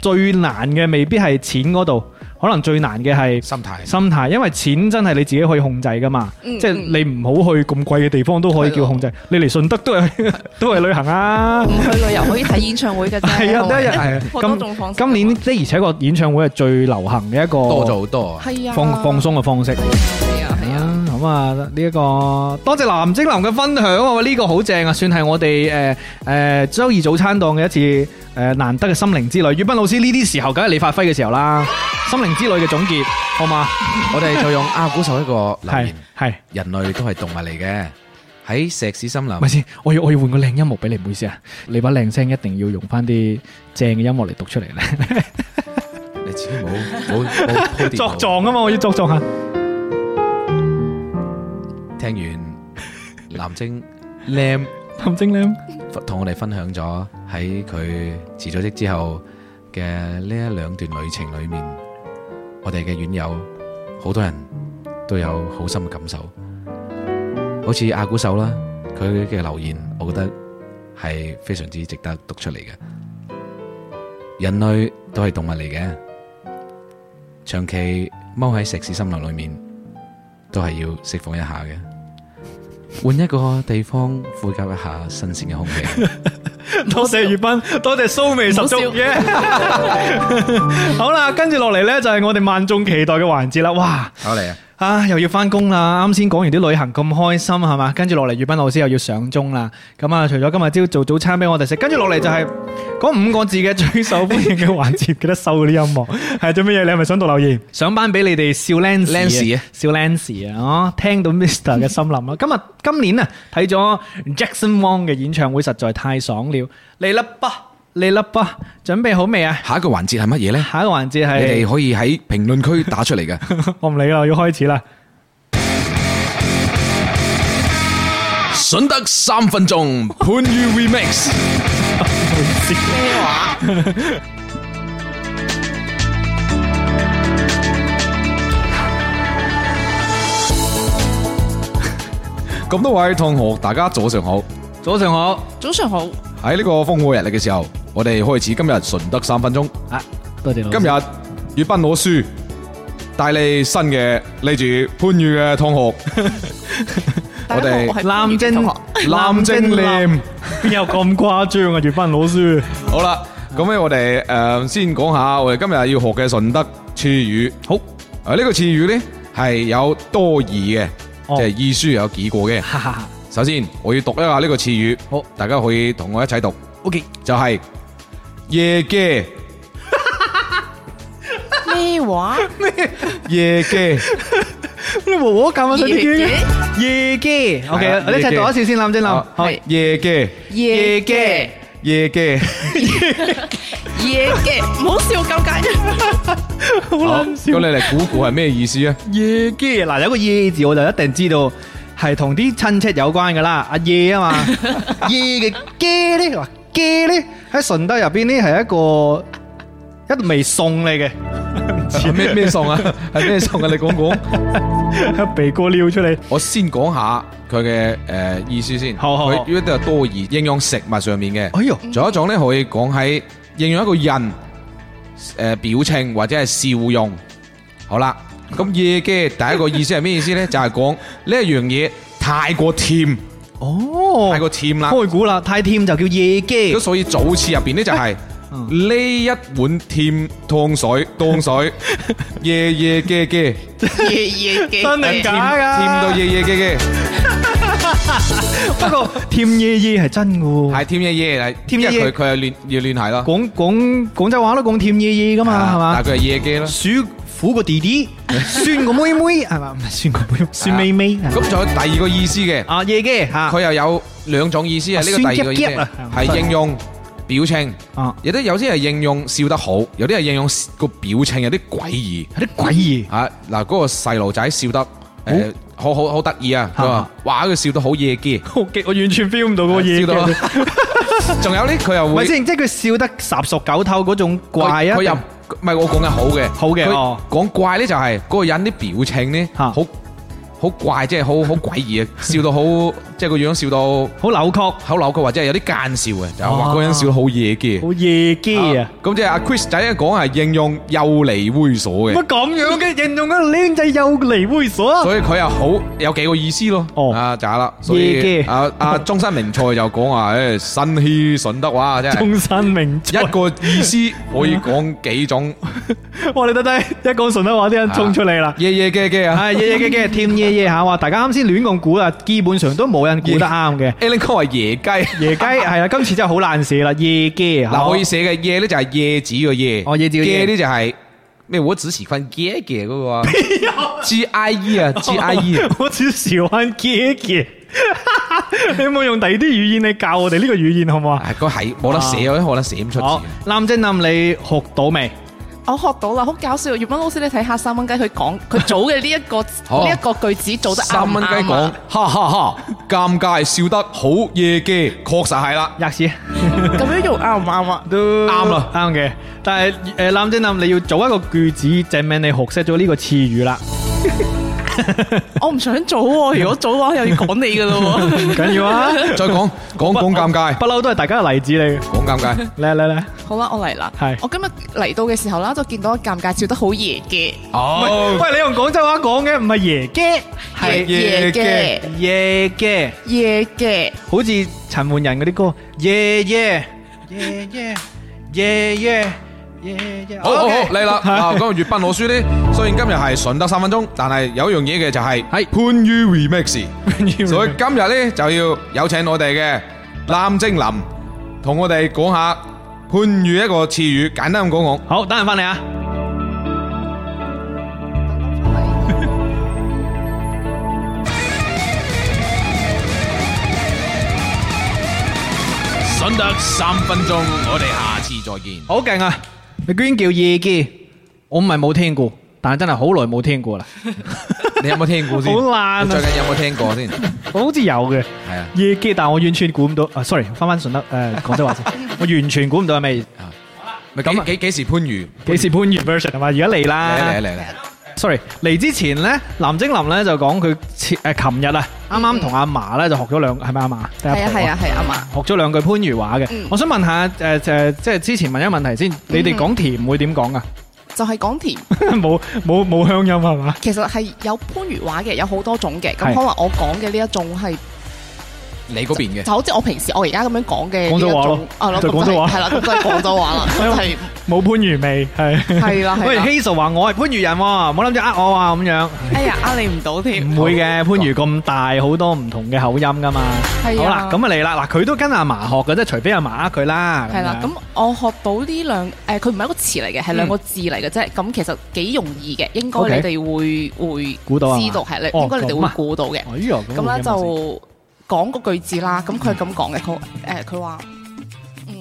Speaker 1: 最難嘅未必係錢嗰度，可能最難嘅係。
Speaker 3: 心態
Speaker 1: 心態，因為錢真係你自己可以控制噶嘛，
Speaker 4: 嗯
Speaker 1: 即係
Speaker 4: 嗯
Speaker 1: 你唔好去咁貴嘅地方都可以叫控制，你嚟順德都 係都係旅行啊
Speaker 4: 唔，去旅遊可以睇演唱會嘅啫，
Speaker 1: 係啊，
Speaker 4: 嗯係
Speaker 1: 得
Speaker 4: 咪
Speaker 1: 一日係啊
Speaker 4: 好多
Speaker 1: 今
Speaker 4: 種方式
Speaker 1: 今年的而且個演唱會係最流行嘅一
Speaker 3: 多咗
Speaker 1: 個
Speaker 3: 好多啊！
Speaker 4: 係啊，
Speaker 1: 放放鬆嘅方式。
Speaker 4: 係啊係啊，
Speaker 1: 啊，咁啊呢一個多謝藍精林嘅分享啊，喂呢個好正啊，算係我哋誒誒周二早餐檔嘅一次誒難得嘅心靈之旅。粵斌老師呢啲時候梗係你發揮嘅時候啦，心靈之旅嘅總結好嘛？
Speaker 3: 我哋就用阿古獸一個留
Speaker 1: 係
Speaker 3: 言：
Speaker 1: 係。
Speaker 3: 人類都係動物嚟嘅，喺石屎森林
Speaker 1: 咪先，我要我要換個靚音樂俾你，唔好意思啊！你把靚聲一定要用翻啲正嘅音樂嚟讀出嚟咧，
Speaker 3: 你自己冇冇冇鋪墊好
Speaker 1: 啊嘛，我要 作狀下。
Speaker 3: 聽完藍精 Lam
Speaker 1: 林精 靈，
Speaker 3: 同我哋分享咗喺佢辭咗職之後嘅呢一兩段旅程裏面，我哋嘅院友好多人都有好深嘅感受，好似阿古手啦，佢嘅留言，我覺得係非常之值得讀出嚟嘅。人類都係動物嚟嘅，長期踎喺石屎森林裏面，都係要釋放一下嘅。換一個地方，呼吸一下新鮮嘅空氣。
Speaker 1: 多謝月斌，多謝蘇眉十足 嘅。好啦，跟住落嚟咧就係我哋萬眾期待嘅環節啦，哇！
Speaker 3: 好嚟啊！
Speaker 1: 啊，又要翻工啦！啱先講完啲旅行咁開心係嘛，跟住落嚟，粵斌老師又要上鐘啦。咁啊，除咗今日朝做早餐俾我哋食，跟住落嚟就係嗰五個字嘅最受歡迎嘅環節，記得收嗰啲音樂係做乜嘢？你係咪想讀留言？上班俾你哋笑 Lens
Speaker 3: 僆士啊，
Speaker 1: 笑 Lens 啊！哦，聽到 Mr 嘅心諗啦。今日今年啊，睇咗 Jackson Wang 嘅演唱會，實在太爽了！嚟啦吧，嚟啦吧，準備好未啊？
Speaker 3: 下一個環節係乜嘢呢？
Speaker 1: 下一個環節
Speaker 3: 你
Speaker 1: 係
Speaker 3: 哋可以喺評論區打出嚟 嘅。
Speaker 1: 我唔理啦，我要開始啦。
Speaker 3: 順德三分鐘，番禺 remix。
Speaker 4: 咩話？
Speaker 1: Hãy subscribe cho kênh Ghiền Mì Gõ Để không bỏ lỡ
Speaker 3: 咁多位同學，大家早上好。
Speaker 1: 早上好，
Speaker 4: 早上好，
Speaker 3: 喺呢個風和日麗嘅時候，我哋開始今日順德三分鐘。
Speaker 2: 多謝老
Speaker 3: 今
Speaker 2: 師
Speaker 3: 日粵賓攞書帶你新嘅嚟住番禺嘅同學，
Speaker 4: 大家好，我係
Speaker 1: 南
Speaker 4: 粵語
Speaker 1: 京
Speaker 4: 同學
Speaker 3: 南精念。
Speaker 1: 邊有咁誇張啊？粵班老師，
Speaker 3: 好啦，咁咧我哋诶先講下我哋今日要學嘅順德詞語。好，诶呢個詞語咧係有多義嘅，
Speaker 1: 哦
Speaker 3: 即係意書有幾個嘅。
Speaker 1: 哈哈哈
Speaker 3: 首先我要讀一下呢個詞語，
Speaker 1: 好，
Speaker 3: 大家可以同我一齊讀，
Speaker 1: ，OK，
Speaker 3: 就係夜嘅
Speaker 4: 咩話？
Speaker 3: 夜嘅。
Speaker 1: 你和和教我夜機
Speaker 3: 係
Speaker 1: ，OK，
Speaker 3: 啊
Speaker 1: 我哋一齊
Speaker 3: 夜機
Speaker 1: 讀一次先，林正林，
Speaker 3: 好
Speaker 1: 好
Speaker 4: 係
Speaker 3: 夜嘅
Speaker 4: 夜嘅
Speaker 3: 夜嘅，
Speaker 4: 夜嘅，唔好笑咁 解。
Speaker 1: 好
Speaker 3: 好，
Speaker 1: 撚笑
Speaker 3: 哦咁你嚟估估係咩 意思啊？
Speaker 1: 夜嘅嗱，有個夜字我就一定知道係同啲親戚有關噶啦，阿夜啊嘛，夜嘅嘅咧，話嘅咧喺順德入邊咧係一個一味餸嚟嘅，
Speaker 3: 係咩咩餸啊？係咩餸啊？你講講，
Speaker 1: 鼻哥撩出嚟，
Speaker 3: 我先講下佢嘅诶意思先。
Speaker 1: 好好好
Speaker 3: 佢呢啲係多義應用食物上面嘅。
Speaker 1: 哎呦，
Speaker 3: 仲有一種咧，可以講喺應用一個人诶表情或者係笑容。好啦，咁夜嘅第一個意思係咩意思 咧？就係講呢一樣嘢太過甜，
Speaker 1: 哦
Speaker 3: 太，過甜啦。
Speaker 1: 開估啦，太甜就叫夜
Speaker 3: 咁
Speaker 1: 嘅，
Speaker 3: 所以早次入邊咧就係
Speaker 1: 嗯
Speaker 3: 呢一碗甜湯水 凍水，夜夜嘅嘅，
Speaker 4: 夜夜嘅，
Speaker 1: 真定假㗎
Speaker 3: 甜到夜夜嘅嘅，
Speaker 1: 不過甜夜夜係真嘅喎，
Speaker 3: 係甜夜夜嚟，
Speaker 1: 甜
Speaker 3: 因
Speaker 1: 夜
Speaker 3: 為
Speaker 1: 夜
Speaker 3: 佢佢係亂要亂係咯，
Speaker 1: 廣廣廣州話都講甜夜夜噶
Speaker 3: À,
Speaker 1: 嘛，係嘛
Speaker 3: 但？係佢係夜嘅咯。
Speaker 1: 暑苦個弟弟，酸個妹妹係嘛？唔係酸個妹，酸妹妹。係嘛
Speaker 3: 咁仲有第二個意思嘅，
Speaker 1: 啊，夜嘅嚇，
Speaker 3: 佢又有兩種意思啊。
Speaker 1: 啊
Speaker 3: 呢個第二個意思
Speaker 1: 酸夾夾啊
Speaker 3: 係應用表情，
Speaker 1: 啊
Speaker 3: 有啲有啲係應用笑得好，有啲係應用個表情有啲詭異。
Speaker 1: 有啲鬼嘢。
Speaker 3: 啊嗱，嗰個細路仔笑得誒好好好得意啊！佢話：哇，佢笑得好夜嘅。
Speaker 1: 我我完全 feel 唔到嗰個嘢
Speaker 3: 笑到
Speaker 1: 嘅，
Speaker 3: 仲有呢，佢又
Speaker 1: 咪
Speaker 3: 會
Speaker 1: 先？即係佢笑得十熟九透嗰種怪啊！
Speaker 3: 佢佢又唔係我講嘅好嘅，
Speaker 1: 好嘅
Speaker 3: 佢
Speaker 1: 哦
Speaker 3: 講怪呢就係嗰個人啲表情呢，
Speaker 1: 嚇
Speaker 3: 好好怪，即係好好詭異啊！笑到好，即係個樣笑到
Speaker 1: 好扭曲，好
Speaker 3: 口扭嘅，或者係有啲奸笑嘅，就係
Speaker 1: 哦
Speaker 3: 話嗰個人笑到好野嘅。
Speaker 1: 夜機啊！！
Speaker 3: 咁即係阿 Chris 仔一講係應用又嚟猥
Speaker 1: 乜
Speaker 3: 瑣嘅，
Speaker 1: 咁樣嘅形容個靚仔又嚟猥瑣？
Speaker 3: 所以佢又好有幾個意思咯。
Speaker 1: 哦
Speaker 3: 啊就係啦，所以啊
Speaker 1: 野嘅
Speaker 3: 阿阿中山名菜就講話誒新氣順德話，真係
Speaker 1: 中山名菜
Speaker 3: 一，個意思可以講幾 種。
Speaker 1: 哇！你睇睇一講順德話，啲人衝出嚟啦！
Speaker 3: 夜夜嘅嘅啊
Speaker 1: 係夜夜嘅嘅，甜夜夜下話，大家啱先亂咁估啦，基本上都冇人估得啱嘅。
Speaker 3: ，Alan 哥話夜雞，
Speaker 1: 夜雞係啦，今次真係好難寫啦，夜機啊
Speaker 3: 嗱可以寫嘅夜咧就係夜子個夜，
Speaker 1: 哦夜子個夜
Speaker 3: 嘅咧就係咩？我只喜歡夜嘅嗰 個啊
Speaker 1: 哎
Speaker 3: ，G I E 啊，G I E 啊。
Speaker 1: 我只喜歡姐姐。 你有冇用第二啲語言嚟教我哋呢個語言好唔好啊？
Speaker 3: 唉，嗰係冇得寫，我覺得寫唔出字
Speaker 1: 好
Speaker 3: 嘅。，
Speaker 1: 南正南，你學到未？
Speaker 4: 我學到啦，好搞笑。粵文老師，你睇下三蚊雞，佢講佢組嘅呢一個
Speaker 3: 好
Speaker 4: 呢一個句子做得啱
Speaker 3: 三
Speaker 4: 唔
Speaker 3: 蚊雞
Speaker 4: 啱
Speaker 3: 講
Speaker 4: 啊？，
Speaker 3: 哈哈哈，尷尬笑得好夜嘅，確實 係啦。
Speaker 1: 吔屎
Speaker 4: 咁樣用啱唔啱啊？
Speaker 1: 都
Speaker 3: 啱啦
Speaker 1: 啱嘅。但係誒，南正南，你要做一個句子證明你學識咗呢個詞語啦。
Speaker 4: 我唔想 組喎，如果組嘅話又要趕你噶咯喎。
Speaker 1: 唔緊要 啊，
Speaker 3: 再講講講尷尬，
Speaker 1: 不嬲都係大家嘅例子嚟嘅。
Speaker 3: 講尷尬。
Speaker 1: 嚟嚟嚟，
Speaker 4: 好啦，我嚟啦
Speaker 1: 係。
Speaker 4: 我今日嚟到嘅時候啦，就見到尷尬笑得好夜嘅，
Speaker 3: 哦，
Speaker 1: 喂，你用廣州話講嘅唔係爺嘅，
Speaker 3: 係
Speaker 4: 夜
Speaker 3: 夜
Speaker 4: 嘅，
Speaker 1: 爺嘅，
Speaker 4: 夜嘅，
Speaker 1: 好似陳奐仁嗰啲歌，爺爺爺爺爺爺爺爺。
Speaker 3: 好好好
Speaker 1: OK
Speaker 3: 嚟啦！啊，咁啊粵賓攞書呢，雖然今日係順德三分鐘，但係有一樣嘢嘅就係
Speaker 1: 係
Speaker 3: 番禺 remix。所以
Speaker 1: 所以-
Speaker 3: 今日咧就要有請我哋嘅藍精林同我哋講下番禺一個詞語，簡單咁講講。
Speaker 1: 好，等陣返嚟啊。
Speaker 3: 順德三分鐘，我哋下次再見。
Speaker 1: à. 好勁啊，你居然叫夜機。我唔係冇聽過，但係真係好耐冇聽過啦。
Speaker 3: 你有冇聽過先？
Speaker 1: 好爛啊
Speaker 3: 你最近有冇聽過先？
Speaker 1: 我好似有嘅，夜機，但我完全估唔到-
Speaker 3: 係啊，
Speaker 1: À, 啊，sorry，返返順德，誒，廣州話先。我完全估唔到係咩意思。
Speaker 3: 咪咁幾幾幾時番禺？
Speaker 1: 幾時番禺version係嘛？而家嚟啦。
Speaker 3: 嚟嚟嚟嚟！
Speaker 1: sorry 嚟之前咧，藍精林咧就講佢前誒琴日啊，啱啱同阿嫲咧就學咗兩係咪阿嫲？定阿
Speaker 4: 係啊
Speaker 1: 婆
Speaker 4: 係啊係啊嘛。
Speaker 1: 學咗兩句番禺話嘅
Speaker 4: 嗯。
Speaker 1: 我想問下誒誒，即係之前問一個問題先，你哋講甜會點講啊？
Speaker 4: 就係講甜，
Speaker 1: 冇冇冇鄉音係嘛？
Speaker 4: 其實係有番禺話嘅，有好多種嘅。咁
Speaker 1: 係
Speaker 4: 可能我講嘅呢一種係
Speaker 3: 你嗰邊嘅
Speaker 4: 就好似我平時我而家咁樣講嘅呢一
Speaker 1: 廣州話咯
Speaker 4: 種，啊咁
Speaker 1: 就廣州
Speaker 4: 係
Speaker 1: 話
Speaker 4: 係啦，咁 就係廣州話啦，
Speaker 1: 哎呦
Speaker 4: 係
Speaker 1: 冇番禺味係。
Speaker 4: 係啦係
Speaker 1: 喂
Speaker 4: 啦，
Speaker 1: ，Hazel 話我係番禺人喎，唔好諗住呃我啊咁樣。
Speaker 4: 哎呀呃你唔到添，
Speaker 1: 唔會嘅，番禺咁大，好多唔同嘅口音噶嘛。
Speaker 4: 係啊
Speaker 1: 好啦，咁啊嚟啦，嗱，佢都跟阿嫲學嘅，即係除非阿嫲呃佢啦。
Speaker 4: 係啦，
Speaker 1: 樣
Speaker 4: 咁我學到呢兩誒，佢唔係一個詞嚟嘅，係兩個字嚟嘅啫。咁其實幾容易嘅，應
Speaker 1: 嗯
Speaker 4: 該
Speaker 1: OK
Speaker 4: 你哋會會
Speaker 1: 估到啊
Speaker 4: 知道係你
Speaker 1: 哦
Speaker 4: 應該你哋
Speaker 1: 咁
Speaker 4: 會
Speaker 1: 啊
Speaker 4: 估到嘅。
Speaker 1: 哎呀，
Speaker 4: 咁
Speaker 1: 我
Speaker 4: 咧
Speaker 1: 驚
Speaker 4: 就
Speaker 1: 我
Speaker 4: 講個句子啦。
Speaker 1: 嗯
Speaker 4: 咁佢係咁講嘅，佢誒佢話嗯，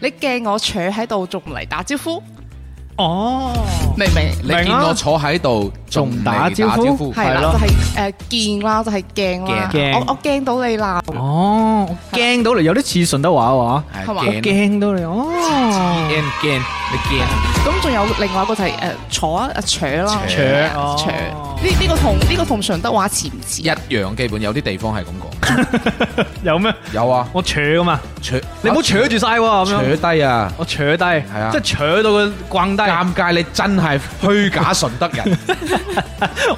Speaker 4: 你驚我坐喺度仲唔嚟打招呼？
Speaker 1: 先哦，
Speaker 4: 明唔明？
Speaker 3: 你
Speaker 1: 明啊
Speaker 3: 見我坐喺度
Speaker 1: 仲
Speaker 3: 仲
Speaker 1: 唔打
Speaker 3: 打
Speaker 1: 招
Speaker 3: 招
Speaker 1: 呼
Speaker 3: 呼，
Speaker 4: 係啦，
Speaker 1: 係咯
Speaker 4: 就係誒見啦，就係驚啦。
Speaker 1: 驚
Speaker 4: 我我驚到你啦，
Speaker 1: 哦，我驚到你，有啲似順德話喎。
Speaker 3: 係
Speaker 4: 係嘛
Speaker 3: 驚啊
Speaker 1: 驚到你哦，
Speaker 3: 驚驚你驚
Speaker 4: 咁仲有另外一個就係誒坐啊坐啦，
Speaker 3: 扯
Speaker 4: 係啊
Speaker 1: 哦
Speaker 4: 扯呢呢個同呢個同順德話似唔似啊？
Speaker 3: 一樣，基本有啲地方係咁講。
Speaker 1: 有咩？
Speaker 3: 有啊，
Speaker 1: 我扯噶嘛，
Speaker 3: 扯
Speaker 1: 你唔好扯住晒喎咁
Speaker 3: 扯
Speaker 1: 樣。
Speaker 3: 低啊！
Speaker 1: 我扯低，係
Speaker 3: 啊
Speaker 1: 即係扯到佢逛低。
Speaker 3: 尷尬，你真係虛假順德人，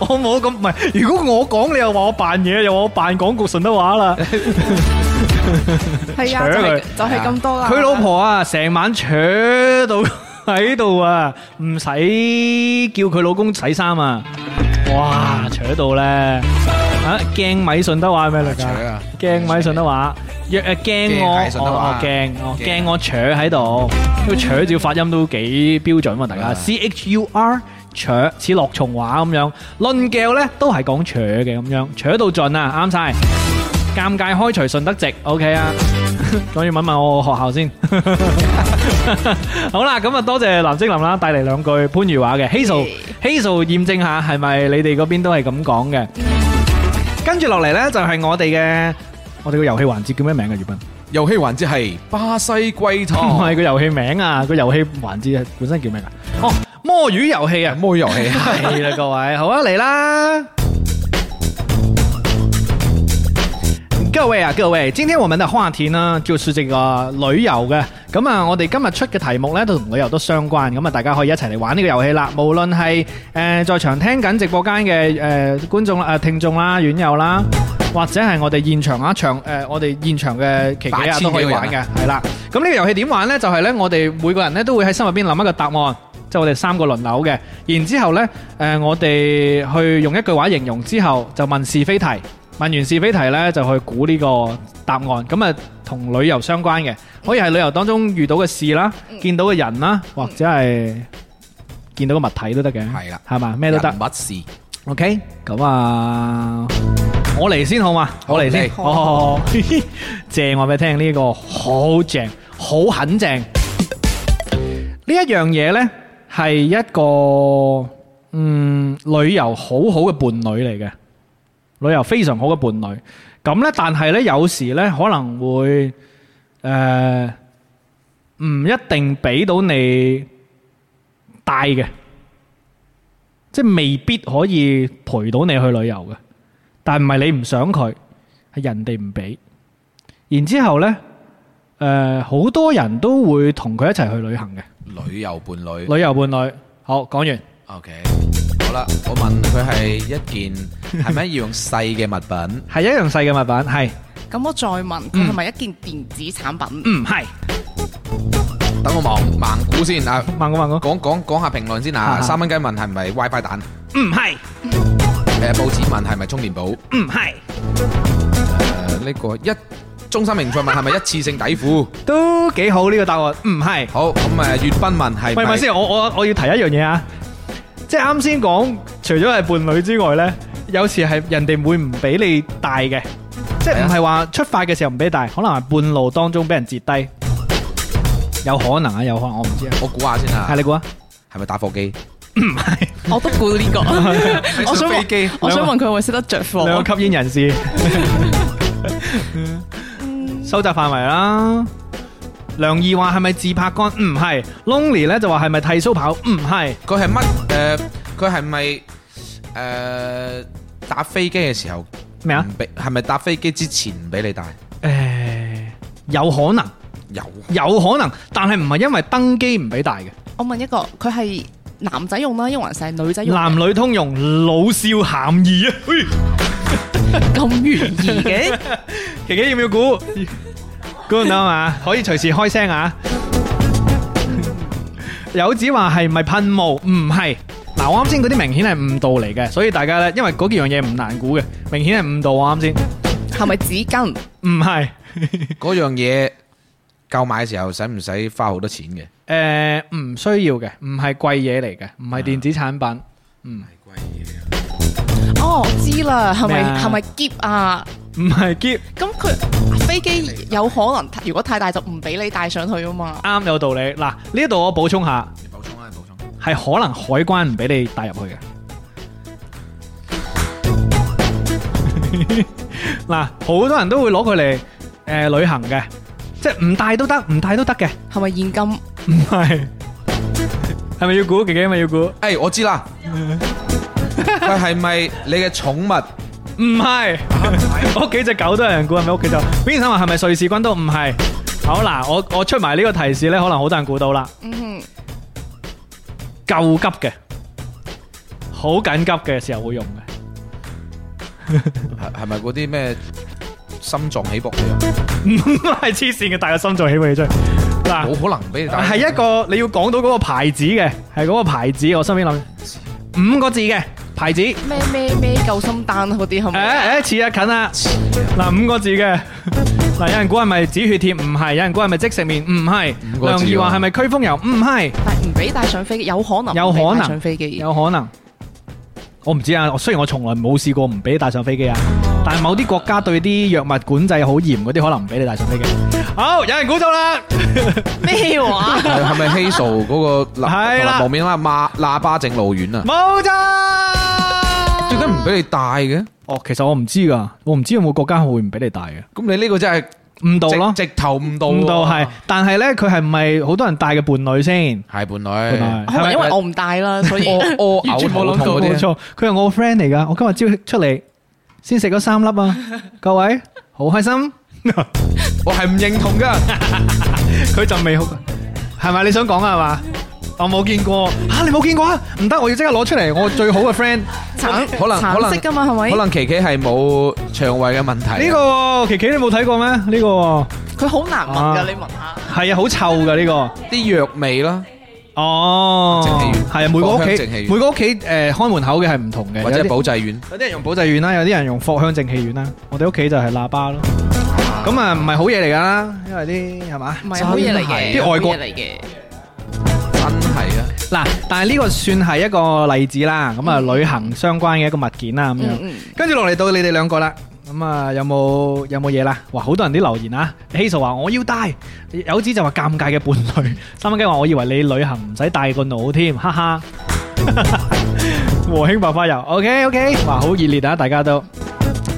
Speaker 1: 我冇咁，唔係。如果我講，你又話我扮嘢，又話我扮廣告順德話 啦。扯
Speaker 4: 係啊，就係
Speaker 1: 佢
Speaker 4: 就係咁多啦。
Speaker 1: 佢老婆啊，成晚扯到 喺度啊，唔使叫佢老公洗衫啊。哇，扯到咧啊！鏡米順德 話係咩嚟㗎？
Speaker 3: 啊！
Speaker 1: 驚米順德話，若誒驚我，
Speaker 3: 驚係順德話
Speaker 1: 哦驚，哦
Speaker 3: 驚
Speaker 1: 驚我扯喺度，呢個扯字發音都幾標準喎，大家
Speaker 3: 啊
Speaker 1: C H U R 扯似落重話咁樣，論教咧都係講扯嘅咁樣，扯到盡啊，啱晒。尷尬開除順德籍，OK 啊， 仲要問問我學校先。 好啦，咁啊多謝藍精林啦，帶嚟兩句番禺話嘅，Hazel Hazel 驗證下係咪你哋嗰邊都係咁講嘅。跟住落嚟呢，就係我哋嘅我哋個遊戲環節叫咩名啊？葉斌，
Speaker 3: 遊戲環節係巴西龜
Speaker 1: 唔
Speaker 3: 湯，
Speaker 1: 係個遊戲名啊，個遊戲環節係本身叫咩噶？哦，摸魚遊戲啊，
Speaker 3: 摸魚遊戲
Speaker 1: 係啦，各位，好啊，嚟啦！各位啊，各位，今天我們的話題呢，就是這個旅遊嘅。咁啊，我哋今日出嘅題目呢，都同旅遊都相關，咁啊，大家可以一齊嚟玩呢個遊戲啦。無論係誒在場聽緊直播間嘅誒觀眾啦、誒聽眾啦、院友啦，或者係我哋現場啊場誒，我哋現場嘅琪琪
Speaker 3: 八
Speaker 1: 啊
Speaker 3: 千
Speaker 1: 都可以
Speaker 3: 幾個人
Speaker 1: 玩嘅，係啦。咁呢個遊戲點玩呢？就係呢，我哋每個人呢，都會喺心入邊諗一個答案。即係我哋三個輪流嘅，然之後呢，誒、我哋去用一句話形容之後，就問是非題，問完是非題呢，就去估呢個答案，咁啊同旅遊相關嘅，可以係旅遊當中遇到嘅事啦，
Speaker 4: 嗯
Speaker 1: 見到嘅人啦，或者係見到嘅物體都得嘅，
Speaker 3: 係啦
Speaker 1: 係 嘛，咩都得
Speaker 3: 人。物事
Speaker 1: OK，咁啊，我嚟先好嘛？
Speaker 3: 好
Speaker 1: 我嚟先，
Speaker 3: 你
Speaker 1: 好好好好 正話俾你聽，呢、個好正，好很正。呢一樣嘢呢，係一個嗯旅遊好好嘅伴侶嚟嘅，旅遊非常好嘅伴侶。咁呢，但係呢，有時呢可能會誒唔、一定俾到你帶嘅。即係未必可以陪到你去旅遊嘅，但唔係你唔想佢，係人哋唔俾。然之後呢，誒、好多人都會同佢一齊去旅行嘅，
Speaker 3: 旅遊伴侶。
Speaker 1: 旅遊伴侶。好，講完。
Speaker 3: OK，好啦，我問佢係一件係咪要用細嘅物品？
Speaker 1: 係一樣細嘅物品，係
Speaker 4: 咁我再問佢係咪一件電子產品？
Speaker 1: 唔係？
Speaker 3: 等我盲盲估先啊！
Speaker 1: 慢講慢講，
Speaker 3: 講講講下評論先
Speaker 1: 啊
Speaker 3: 啊！三蚊雞問係咪 WiFi 蛋？
Speaker 1: 唔係
Speaker 3: 誒報紙問係咪充電寶？
Speaker 1: 唔係，
Speaker 3: 誒呢個一中心名菜問係咪一次性底褲？
Speaker 1: 都幾好呢個答案，唔係。
Speaker 3: 好咁誒，粵斌問係
Speaker 1: 喂，咪先，我我我要提一樣嘢啊，即係啱先講，除咗係伴侶之外呢，有時係人哋會唔俾你帶嘅，即係唔係話出發嘅時候唔俾帶，可能係半路當中俾人截低，有可能啊，有可能我唔知啊。
Speaker 3: 我估下先啊
Speaker 1: 係，你估啊？
Speaker 3: 係咪打火機？
Speaker 4: 我都估呢 個，我 想
Speaker 3: 飛
Speaker 4: 問
Speaker 3: 機
Speaker 4: 我想問佢會識得着火。
Speaker 1: 兩個吸煙人士， 收窄範圍啦。梁毅話係咪自拍杆？唔係。Lonely 呢就話係咪剃鬚刨？唔係。
Speaker 3: 佢係乜誒佢係咪诶搭飛機嘅時候
Speaker 1: 咩啊
Speaker 3: 唔？俾？係咪搭飛機之前唔俾你帶？
Speaker 1: 诶，有可能，
Speaker 3: 有
Speaker 1: 有可能，但係唔係因為登機唔俾帶嘅，
Speaker 4: 我問一個，佢係男仔用啦，抑或係女仔用？啊
Speaker 1: 男女通用，老少咸宜啊！嘿
Speaker 4: 咁懸疑 嘅，
Speaker 1: 琪琪要唔要估？估唔到嘛？可以隨時開聲啊！有子話係咪噴霧？唔係。嗱，我啱先嗰啲明顯係誤導嚟嘅，所以大家呢，因為嗰幾樣嘢唔難估嘅，明顯係誤導我啱先。
Speaker 4: 係咪紙巾？
Speaker 1: 唔係，
Speaker 3: 嗰樣嘢購買嘅時候使唔使花好多錢嘅？
Speaker 1: 诶、唔需要嘅，唔係貴嘢嚟嘅，唔係電子產品。
Speaker 4: 哦，知啦，係
Speaker 1: 咩啊
Speaker 4: 咪係咪夾啊？
Speaker 1: 唔係 gift，
Speaker 4: 咁佢啊飛機有可能如果太大就唔俾你帶上去啊嘛。
Speaker 1: 啱有道理。嗱，呢度我補充下，
Speaker 3: 你補充啊，你補充。
Speaker 1: 係可能海關唔俾你帶入去嘅。 嗱，好多人都會攞佢嚟诶旅行嘅，即系唔帶都得，唔帶都得嘅，
Speaker 4: 係咪現金？
Speaker 1: 唔係係咪要估？自己咪要估？
Speaker 3: 诶、哎我知 啦，佢係咪你嘅寵物？
Speaker 1: 唔係，屋企只狗都有人估，係咪屋企就？邊生話係咪瑞士軍刀？唔係。好嗱，我我出埋呢個提示咧，可能好多人估到啦。
Speaker 4: 嗯，
Speaker 1: 救急嘅，好緊急嘅時候會用嘅。
Speaker 3: 係係咪嗰啲咩心臟起搏啊嘅？
Speaker 1: 唔係黐線嘅，大個心臟起起出嚟。
Speaker 3: 冇
Speaker 1: 嗱，
Speaker 3: 可能唔俾你帶。
Speaker 1: 啊係一個你要講到嗰個牌子嘅，係嗰個牌子。我身邊諗五個字嘅牌子，誒
Speaker 4: 咩咩咩救心丹嗰啲係咪？
Speaker 1: 誒似啊近啊。嗱五個字嘅， 嗱有人估係咪止血貼？唔係，有人估係咪即食麵？唔係
Speaker 3: 五，個
Speaker 1: 梁
Speaker 3: 字啊
Speaker 1: 怡話
Speaker 3: 喎
Speaker 1: 係咪驅風油？唔係，
Speaker 4: 但唔俾帶上飛機，有可能
Speaker 1: 有可能
Speaker 4: 唔俾帶上飛機。
Speaker 1: 有可能。我唔知啊，我雖然我從來冇試過唔俾你帶上飛機啊，但係某啲國家對啲藥物管制好嚴嗰啲，可能唔俾你帶上飛機。好，有人估到啦。
Speaker 4: 咩啊話？
Speaker 3: 係係咪 Hazel 嗰 個
Speaker 1: 係啦
Speaker 3: 喇旁邊啦啊馬喇叭整路丸啊？
Speaker 1: 冇咋。
Speaker 3: 點解唔俾你帶嘅？
Speaker 1: 哦，其實我唔知噶，我唔知有冇國家會唔俾你帶嘅，
Speaker 3: 咁你呢個真係
Speaker 1: 誤導咯，
Speaker 3: 直啊直頭誤導喎。
Speaker 1: 誤導係。但係咧，佢係唔係好多人帶嘅伴侶先？
Speaker 3: 係伴
Speaker 1: 伴
Speaker 3: 侶
Speaker 1: 侶
Speaker 4: 可能因為我唔帶啦，所以
Speaker 3: 屙 屙
Speaker 1: 完
Speaker 3: 嘔
Speaker 1: 全冇
Speaker 3: 肚
Speaker 1: 諗
Speaker 3: 痛
Speaker 1: 到，
Speaker 3: 嗰
Speaker 1: 冇
Speaker 3: 啲。啊
Speaker 1: 錯，佢係我個 friend 嚟噶，我今日朝出嚟先食咗三粒啊， 各位好開心。
Speaker 3: 我係唔認同㗎。
Speaker 1: 佢就未好，係咪你想講啊？係嘛？我冇見過吓，你冇見過啊？唔得，我要即刻攞出嚟，我最好嘅 friend。
Speaker 4: 橙
Speaker 3: 可能可
Speaker 4: 橙
Speaker 3: 能
Speaker 4: 色噶嘛，係咪？
Speaker 3: 可能琪琪係冇腸胃嘅問題。啊
Speaker 1: 呢個琪琪你冇睇過咩？呢個
Speaker 4: 佢好難聞
Speaker 1: 啊
Speaker 4: 噶，你聞下。
Speaker 1: 係啊，好臭噶呢個。
Speaker 3: 啲藥味啦，
Speaker 1: 哦，
Speaker 3: 正氣丸
Speaker 1: 係啊，每個屋
Speaker 3: 藿香
Speaker 1: 企
Speaker 3: 正氣丸
Speaker 1: 每個屋企誒開門口嘅係唔同嘅，
Speaker 3: 或
Speaker 1: 有
Speaker 3: 者
Speaker 1: 啲
Speaker 3: 保濟丸。
Speaker 1: 有啲人用保濟丸啦，有啲人用藿香正氣丸啦，我哋屋企就係喇叭咯。咁啊，唔係好嘢嚟㗎啦，因為啲係嘛？
Speaker 4: 唔係好嘢嚟嘅，
Speaker 1: 啲外國
Speaker 4: 好嘢嚟嘅。
Speaker 3: 真係啊！
Speaker 1: 嗱，但係呢個算係一個例子啦。咁啊，旅行相關嘅一個物件啦，咁樣。
Speaker 4: 嗯
Speaker 1: 跟住落嚟到你哋兩個啦。咁啊，有冇有冇嘢啦？哇，好多人啲留言啊！希數話我要帶，有子就話尷尬嘅伴侶， 三蚊雞話我以為你旅行唔使帶個腦添，哈 哈。和興白花油，OK OK，哇，好熱烈啊！大家都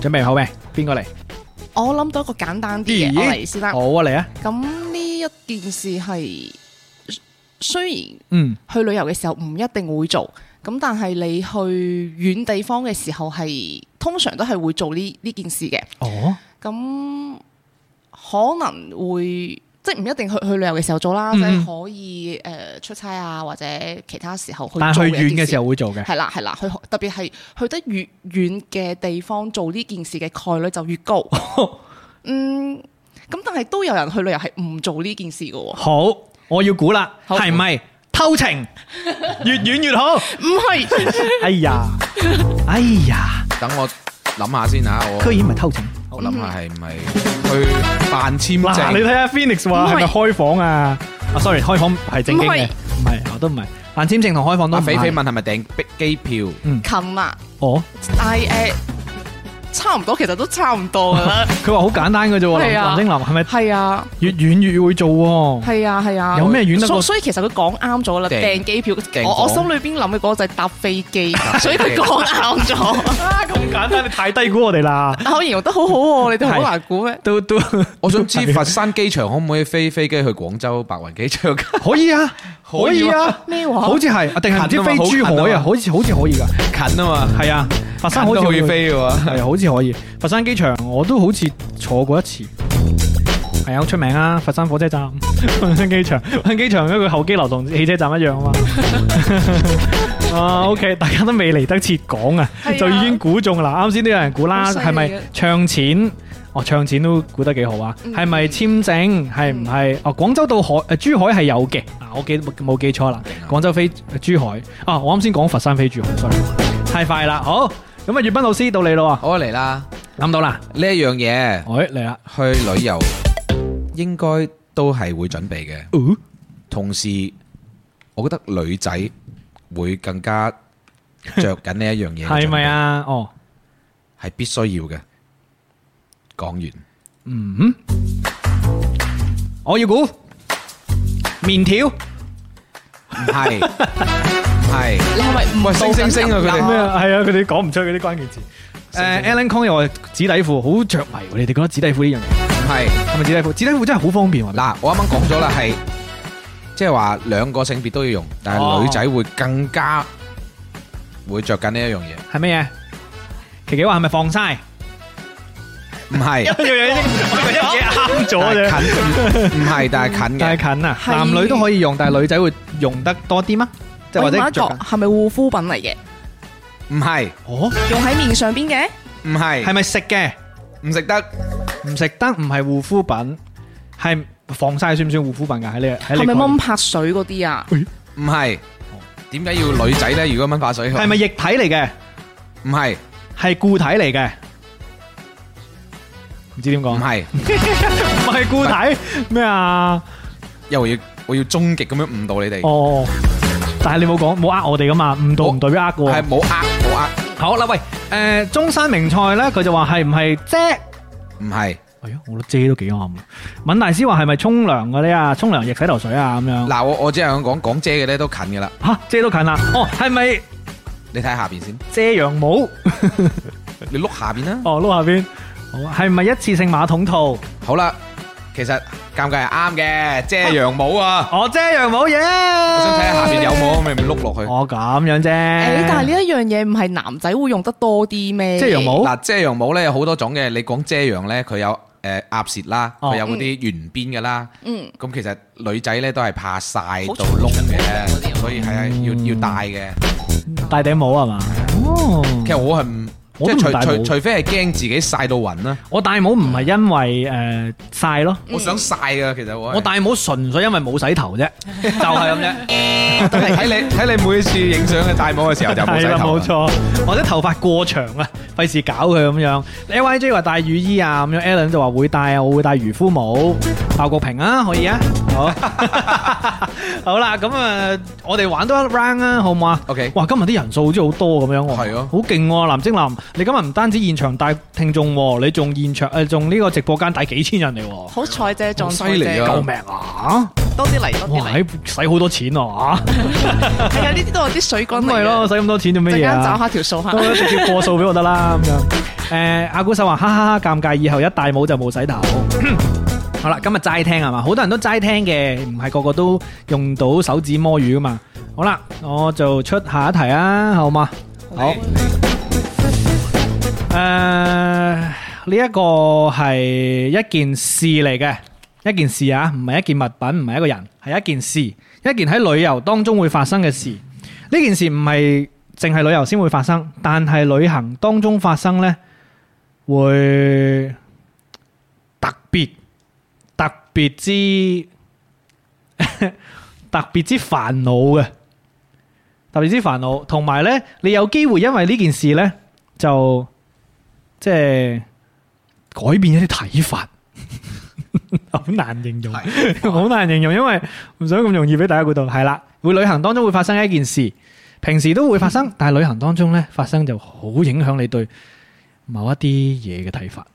Speaker 1: 準備好未？邊個嚟？
Speaker 4: 嗯，我諗到一個簡單
Speaker 1: 咦
Speaker 4: 啲嘅，我嚟先啦。
Speaker 1: 好啊，嚟啊！
Speaker 4: 咁呢一件事係雖然
Speaker 1: 嗯，
Speaker 4: 去旅遊嘅時候唔一定會做，咁但係你去遠地方嘅時候係通常都係會做呢呢件事嘅。
Speaker 1: 哦，
Speaker 4: 咁可能會即係唔一定去去旅遊嘅時候做啦，
Speaker 1: 嗯
Speaker 4: 即係可以誒、呃出差啊，或者其他時候去做
Speaker 1: 但係去遠
Speaker 4: 一件
Speaker 1: 嘅
Speaker 4: 事
Speaker 1: 時候會做嘅。
Speaker 4: 係啦係啦，去特別係去得越遠嘅地方做呢件事嘅概率就越 高。嗯，咁但係都有人去旅遊係唔做呢件事 嘅喎，
Speaker 1: 好，我要估啦，
Speaker 4: 好
Speaker 1: 係咪偷 情？越遠越好。
Speaker 4: 唔係
Speaker 1: 哎呀，哎呀，
Speaker 3: 等我諗下先啊，我
Speaker 1: 居然唔係偷情。
Speaker 3: 我諗下係唔係
Speaker 1: Ừ.
Speaker 3: 去辦簽
Speaker 1: 嗱，你睇
Speaker 3: 證？
Speaker 1: 下 Phoenix 話
Speaker 4: 唔係
Speaker 1: 係咪開房啊？啊，sorry，開房係正經嘅，
Speaker 4: 唔係
Speaker 1: 唔係我都唔係。辦簽證同開房都唔
Speaker 3: 阿
Speaker 1: 係
Speaker 3: 肥肥問係咪訂機票？
Speaker 4: 近啦，
Speaker 1: 哦，
Speaker 4: 但係誒、呃差唔多，其實都差唔多噶 啦。
Speaker 1: 佢話好簡單嘅啫喎，
Speaker 4: 係啊
Speaker 1: 林丁林係咪
Speaker 4: 係啊，
Speaker 1: 越遠越會做喎？
Speaker 4: 係啊，係啊。
Speaker 1: 有咩遠得
Speaker 4: 所
Speaker 1: 過
Speaker 4: 所以其實佢講啱咗啦，
Speaker 3: 訂
Speaker 4: 訂機票。
Speaker 3: 訂
Speaker 4: 我我
Speaker 3: 房
Speaker 4: 心裏邊諗嘅嗰個就係搭飛 機，所以佢講啱咗。啊
Speaker 1: 啊咁簡單，你太低估我哋啦！
Speaker 4: 但我形容得好好喎，你哋好難估咩？
Speaker 1: 都 都
Speaker 3: 我想知佛山機場可唔可以飛飛機去廣州白雲 機場？
Speaker 1: 可以啊，可以啊，
Speaker 4: 咩話？
Speaker 1: 好似係啊定係唔知
Speaker 3: 近啊嘛
Speaker 1: 飛珠
Speaker 3: 好
Speaker 1: 海
Speaker 3: 近啊
Speaker 1: 啊？
Speaker 3: 嘛
Speaker 1: 好似好似可以㗎，
Speaker 3: 近啊嘛，
Speaker 1: 係啊，佛山好似
Speaker 3: 近都可以
Speaker 1: 會
Speaker 3: 飛嘅喎。
Speaker 1: 係好似可以。佛山機場我都好似坐過一次，係啊，好出名啊！佛山火車站、 佛山機場、佛山機場嗰個候機樓同汽車站一樣啊嘛。 啊，OK，大家都未嚟得切講啊，
Speaker 4: 係啊
Speaker 1: 就已經估中啦。啱先都有人估啦，
Speaker 4: 好犀利啊
Speaker 1: 係咪唱錢？哦，唱錢都估得幾好啊！
Speaker 4: 嗯
Speaker 1: 係咪簽證？係唔係？哦，廣州到海誒珠海係有嘅。啊，我記冇記錯啦，廣州飛珠海。啊，我啱先講佛山飛珠海，sorry，太快啦。好，咁啊，粵斌老師到你咯喎。
Speaker 3: 好啊嚟啦，
Speaker 1: 谂到啦，
Speaker 3: 呢一樣嘢
Speaker 1: 哎嚟啦，
Speaker 3: 去旅遊應該都係會準備嘅。
Speaker 1: 哦
Speaker 3: 同時，我覺得女仔會更加着緊呢一樣 嘢嘅
Speaker 1: 系咪啊？哦，
Speaker 3: 準備？係必須要嘅。講完，
Speaker 1: 嗯，我要估面条
Speaker 3: 唔 係係
Speaker 4: 你係咪唔
Speaker 3: 喂星星星啊佢哋
Speaker 1: 咩啊？系啊，佢哋讲唔出嗰啲关键字。诶，Alan Ờ, Kong 又話紙底褲好着迷喎，你哋覺得紙底褲呢樣嘢
Speaker 3: 唔係？
Speaker 1: 係咪紙底褲？紙底褲真係好方便喎。
Speaker 3: 嗱，我啱啱講咗啦，係即係話兩個性別都要用，但係女仔會更加會着緊呢一樣嘢。
Speaker 1: 係咩嘢？琪琪話係咪放晒？
Speaker 3: 唔係，
Speaker 1: 一樣嘢啱
Speaker 3: 但
Speaker 1: 咗
Speaker 3: 係
Speaker 1: 啫。
Speaker 3: 近，唔係，但係近
Speaker 1: 但係
Speaker 3: 嘅。
Speaker 1: 近啊，
Speaker 4: 係
Speaker 1: 男女都可以用，但係女仔會用得多啲嗎？即係或
Speaker 4: 我
Speaker 1: 者
Speaker 4: 要問一
Speaker 1: 着緊
Speaker 4: 個係咪護膚品嚟嘅？
Speaker 3: 唔係，
Speaker 1: 哦，
Speaker 4: 用喺面上邊嘅？
Speaker 3: 唔係，
Speaker 1: 係咪食嘅？
Speaker 3: 唔食得。
Speaker 1: 唔食得唔係護膚品，係防曬算唔算護膚品㗎？喺你喺你
Speaker 4: 係咪
Speaker 1: 概念
Speaker 4: 蚊拍水嗰啲啊？
Speaker 3: 唔係，點解要女仔咧？如果掹化水，
Speaker 1: 係咪液體嚟嘅？
Speaker 3: 唔係，
Speaker 1: 係固體嚟嘅？唔知點
Speaker 3: 唔
Speaker 1: 講？
Speaker 3: 係，
Speaker 1: 唔係固體咩啊？
Speaker 3: 又要我要終極咁樣誤導你哋，
Speaker 1: 哦，但係你冇講冇呃我哋噶嘛？誤導唔代表呃嘅喎
Speaker 3: 係。冇呃冇呃，
Speaker 1: 好啦，喂，誒中山名菜咧，佢就話係唔係遮？
Speaker 3: 唔係。
Speaker 1: 哎呀，我覺得遮都幾啱啊！敏大師話係咪沖涼嗰啲啊？沖涼液、洗頭水啊咁樣。
Speaker 3: 嗱，我我只係想講講遮嘅咧都近嘅啦，
Speaker 1: 嚇，遮都近啦。哦，係咪
Speaker 3: 你睇下邊先，
Speaker 1: 遮陽帽？
Speaker 3: 你碌下邊啦。
Speaker 1: 哦，撈下邊。好啊，係咪一次性馬桶套？
Speaker 3: 好啦，其實尷尬係啱嘅，遮羊帽啊！
Speaker 1: 我哦遮陽帽嘢，
Speaker 3: 我
Speaker 1: 我
Speaker 3: 想睇下下邊有。冇，咪咪碌落去。
Speaker 1: 我哦咁樣啫。
Speaker 4: 誒，但係呢一樣嘢唔係男仔會用得多啲咩？
Speaker 1: 遮陽帽
Speaker 3: 嗱，遮羊帽咧有好多種嘅，你講遮羊咧，佢有誒鴨舌啦，
Speaker 1: 哦
Speaker 3: 佢有嗰啲圓邊嘅啦。
Speaker 4: 嗯，
Speaker 3: 咁其實女仔咧都係怕曬
Speaker 4: 好
Speaker 3: 到窿
Speaker 4: 長
Speaker 3: 嘅，
Speaker 4: 長
Speaker 3: 所以係啊，要
Speaker 1: 嗯
Speaker 3: 要戴嘅。
Speaker 1: 戴頂帽係啊嘛？哦，
Speaker 3: 其實我係唔
Speaker 1: 我
Speaker 3: 即
Speaker 1: 都唔戴
Speaker 3: 係除除
Speaker 1: 帽
Speaker 3: 除非係驚自己曬到暈啦，
Speaker 1: 我戴帽唔係因為誒曬咯，
Speaker 3: 我想曬㗎，其實我
Speaker 1: 嗯
Speaker 3: 係
Speaker 1: 我戴帽純粹因為冇洗頭啫，就係咁啫。
Speaker 3: 睇 你睇你每次影相嘅戴帽嘅時候就冇
Speaker 1: 係
Speaker 3: 洗
Speaker 1: 啦，
Speaker 3: 頭
Speaker 1: 冇
Speaker 3: 啊啦。
Speaker 1: 錯。或者頭髮過長啊，費事搞佢咁樣。L Y J 話戴雨衣啊，咁樣 Alan 就話會戴啊，我會戴漁夫帽。爆國平啊，可以啊， 好。好啦，咁啊，我哋玩多一 round 啊，好唔好啊？
Speaker 3: OK，
Speaker 1: 哇！今日啲人數好似好多咁樣喎，
Speaker 3: 係啊
Speaker 1: 好勁喎！藍精林，你今日唔單止現場帶聽眾喎，你仲現場誒，呃仲呢個直播間帶幾千人嚟喎，
Speaker 4: 好彩啫，撞彩
Speaker 3: 好犀利
Speaker 4: 啫
Speaker 3: 啊，
Speaker 1: 救命啊！
Speaker 4: 多啲嚟，多啲
Speaker 1: 哇！
Speaker 4: 嚟。
Speaker 1: 喺使好多錢啊，
Speaker 4: 係啊，呢啲都係啲
Speaker 1: 咁
Speaker 4: 水軍嚟
Speaker 1: 咪
Speaker 4: 嘅
Speaker 1: 咯，，使咁多錢做
Speaker 4: 陣
Speaker 1: 乜嘢
Speaker 4: 間找
Speaker 1: 啊？
Speaker 4: 下條 數嚇
Speaker 1: 都。直接過數俾我得啦咁樣。誒，阿古手話：哈哈哈，尷尬，以後一戴帽就冇洗頭。好啦，今日齋聽係嘛？好多人都齋聽嘅，唔係個個都用到手指摸魚噶嘛。好啦，我就出下一題啊，好嘛？好。诶，呢一個係一件事嚟嘅，一件事啊，唔係一件物品，唔係一個人，係一件事，一件喺旅遊當中會發生嘅事。呢件事唔係淨係旅遊先會發生，但係旅行當中發生呢，會特別特別之 特別之煩惱嘅，特別之煩惱，同埋呢，你有機會因為呢件事呢，就即係改變一啲睇法。 好難形容，好難形容，因為唔想咁容易俾大家估到。係啦，會旅行當中會發生一件事，平時都會發生，但係旅行當中呢，發生就好影響你對
Speaker 2: 某一啲嘢嘅睇法。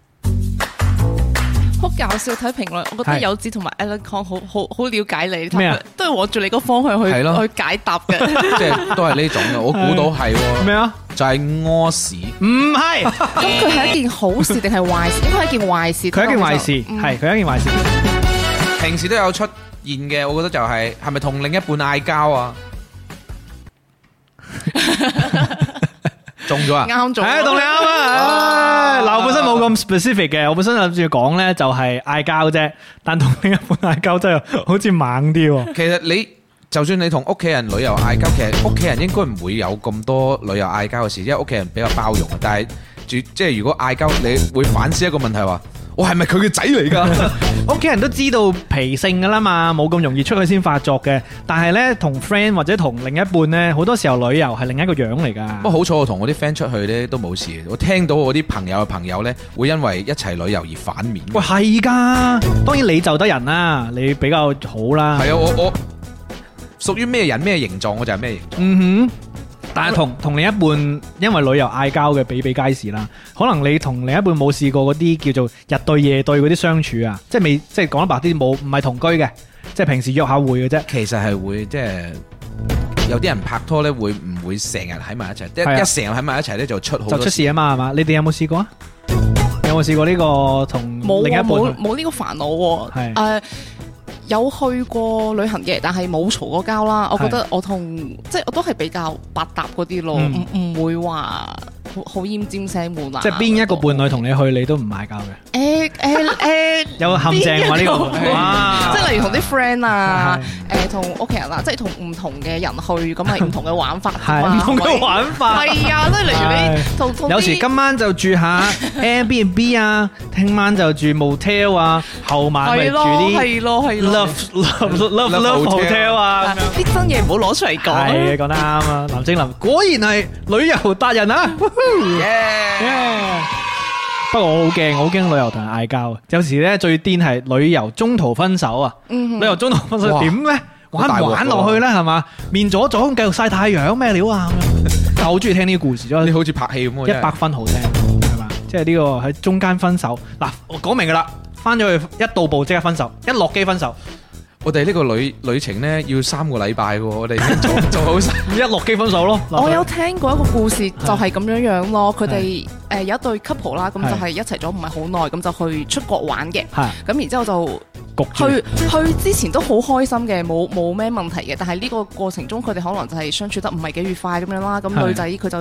Speaker 4: 好搞笑睇評論，我覺得
Speaker 2: 係
Speaker 4: 有志同埋 Alan Kong 好好好了解你，
Speaker 2: 咩啊
Speaker 4: 都係往住你個方向去
Speaker 3: 係咯
Speaker 4: 去解答 嘅。
Speaker 3: 即係都係呢種嘅。我估到係喎，
Speaker 1: 咩啊？
Speaker 3: 就係屙屎。
Speaker 1: 唔 係，
Speaker 4: 咁佢係一件好事定係壞事？應該係一件壞事。
Speaker 1: 佢一件壞事，
Speaker 4: 嗯
Speaker 1: 係佢一件壞事。
Speaker 3: 平時都有出現嘅，我覺得就係係咪同另一半嗌交啊？ 中咗啊！
Speaker 4: 啱咗。
Speaker 1: 誒，同你啱啊！唉嗱，我本身冇咁 specific 嘅，我本身諗住講咧就係嗌交啫，但同另一半嗌交真係好似猛啲喎。
Speaker 3: 其實你就算你同屋企人旅遊嗌交，其實屋企人應該唔會有咁多旅遊嗌交嘅事，因為屋企人比較包容。啊但係住即係如果嗌交，你會反思一個問題話：我係咪佢嘅仔嚟㗎？
Speaker 1: 屋企人都知道脾性噶啦嘛，冇咁容易出去先發作嘅。但係咧，同 friend 或者同另一半咧，好多時候旅遊係另一個樣嚟
Speaker 3: 不過
Speaker 1: 㗎。
Speaker 3: 好彩我同我啲 friend 出去呢都冇事，我聽到我啲朋友嘅朋友呢，會因為一齊旅遊而反面。
Speaker 1: 喂，係㗎，當然你就得人啦，你比較好啦。
Speaker 3: 係啊，我我屬於咩人咩形狀，我就係咩形狀。
Speaker 1: 嗯哼，但係同同另一半因為旅遊嗌交嘅比比皆是啦。可能你同另一半冇試過嗰啲叫做日對夜對嗰啲相處啊，即係未即係講得白啲冇唔係同居嘅，即係平時約下會嘅啫。
Speaker 3: 其實係會即係有啲人拍拖咧，會唔會成日喺埋一齊？一
Speaker 1: 係啊
Speaker 3: 一成日喺埋一齊咧，就出好
Speaker 1: 就
Speaker 3: 多
Speaker 1: 出事啊嘛，係嘛？你哋有冇試過啊？有冇試過呢個同
Speaker 4: 冇
Speaker 1: 另一
Speaker 4: 喎
Speaker 1: 半
Speaker 4: 冇冇呢個煩惱
Speaker 1: 係
Speaker 4: 喎。誒有去過旅行嘅，但係冇嘈過交啦。我覺得我同即係我都係比較百搭嗰啲咯，
Speaker 1: 嗯
Speaker 4: 唔唔會話好好奄尖聲悶啊。
Speaker 1: 即係邊一個伴侶同你去，你都唔嗌交嘅？
Speaker 4: 誒誒誒，
Speaker 1: 有陷阱喎呢個
Speaker 4: 邊一個
Speaker 1: 哇
Speaker 4: 即係例如同啲 friend 啊
Speaker 1: 係，
Speaker 4: 誒同屋企人啊，即係同唔同嘅人去，咁係唔同嘅玩法㗎
Speaker 1: 係
Speaker 4: 嘛
Speaker 1: 唔同嘅。玩法。
Speaker 4: 係咪係啊，即係例如你同同啲
Speaker 1: 有時今晚就住下 Airbnb à? 啊，聽晚就住 motel à? 啊，後晚咪
Speaker 4: 係
Speaker 1: 住
Speaker 4: 咯
Speaker 1: 啲
Speaker 4: 係咯係咯
Speaker 1: love love love
Speaker 3: Love
Speaker 1: love
Speaker 3: hotel
Speaker 1: hotel à? 啊，
Speaker 4: 啲真嘢唔好攞出嚟
Speaker 1: 係啊
Speaker 4: 講。
Speaker 1: 講得啱啊！林精林果然係旅遊達人啊！Yeah 不過我好驚，我好驚旅遊同人嗌交啊！有時咧最癲係旅遊中途分手啊！
Speaker 4: 嗯
Speaker 1: 旅遊中途分手
Speaker 3: 哇
Speaker 1: 點咧？玩
Speaker 3: 好大鑊
Speaker 1: 唔
Speaker 3: 喎
Speaker 1: 玩落去咧？係嘛？面左左咁繼續曬太陽咩料 啊？咁樣但我好中意聽呢啲故事，因為
Speaker 3: 你好似拍戲咁喎，真
Speaker 1: 一
Speaker 3: 係
Speaker 1: 百分好聽，係嘛？即係呢個喺中間分手嗱，我講明噶啦，翻咗去一到步即刻分手，一落機分手，
Speaker 3: 我哋呢個旅旅程咧要三個禮拜喎，我哋 已經做做好晒。
Speaker 1: 一落機分手咯。
Speaker 4: 我有聽過一個故事，就係咁樣樣咯。佢哋誒有一對 couple 啦，咁
Speaker 1: 係
Speaker 4: 就係一齊咗唔係好耐，咁就去出國玩嘅。
Speaker 1: 係
Speaker 4: 咁然之後就
Speaker 1: 焗住。
Speaker 4: 去去之前都好開心嘅，冇冇咩問題嘅。但係呢個過程中，佢哋可能就係相處得唔係幾愉快咁樣啦。
Speaker 1: 係
Speaker 4: 咁女仔佢就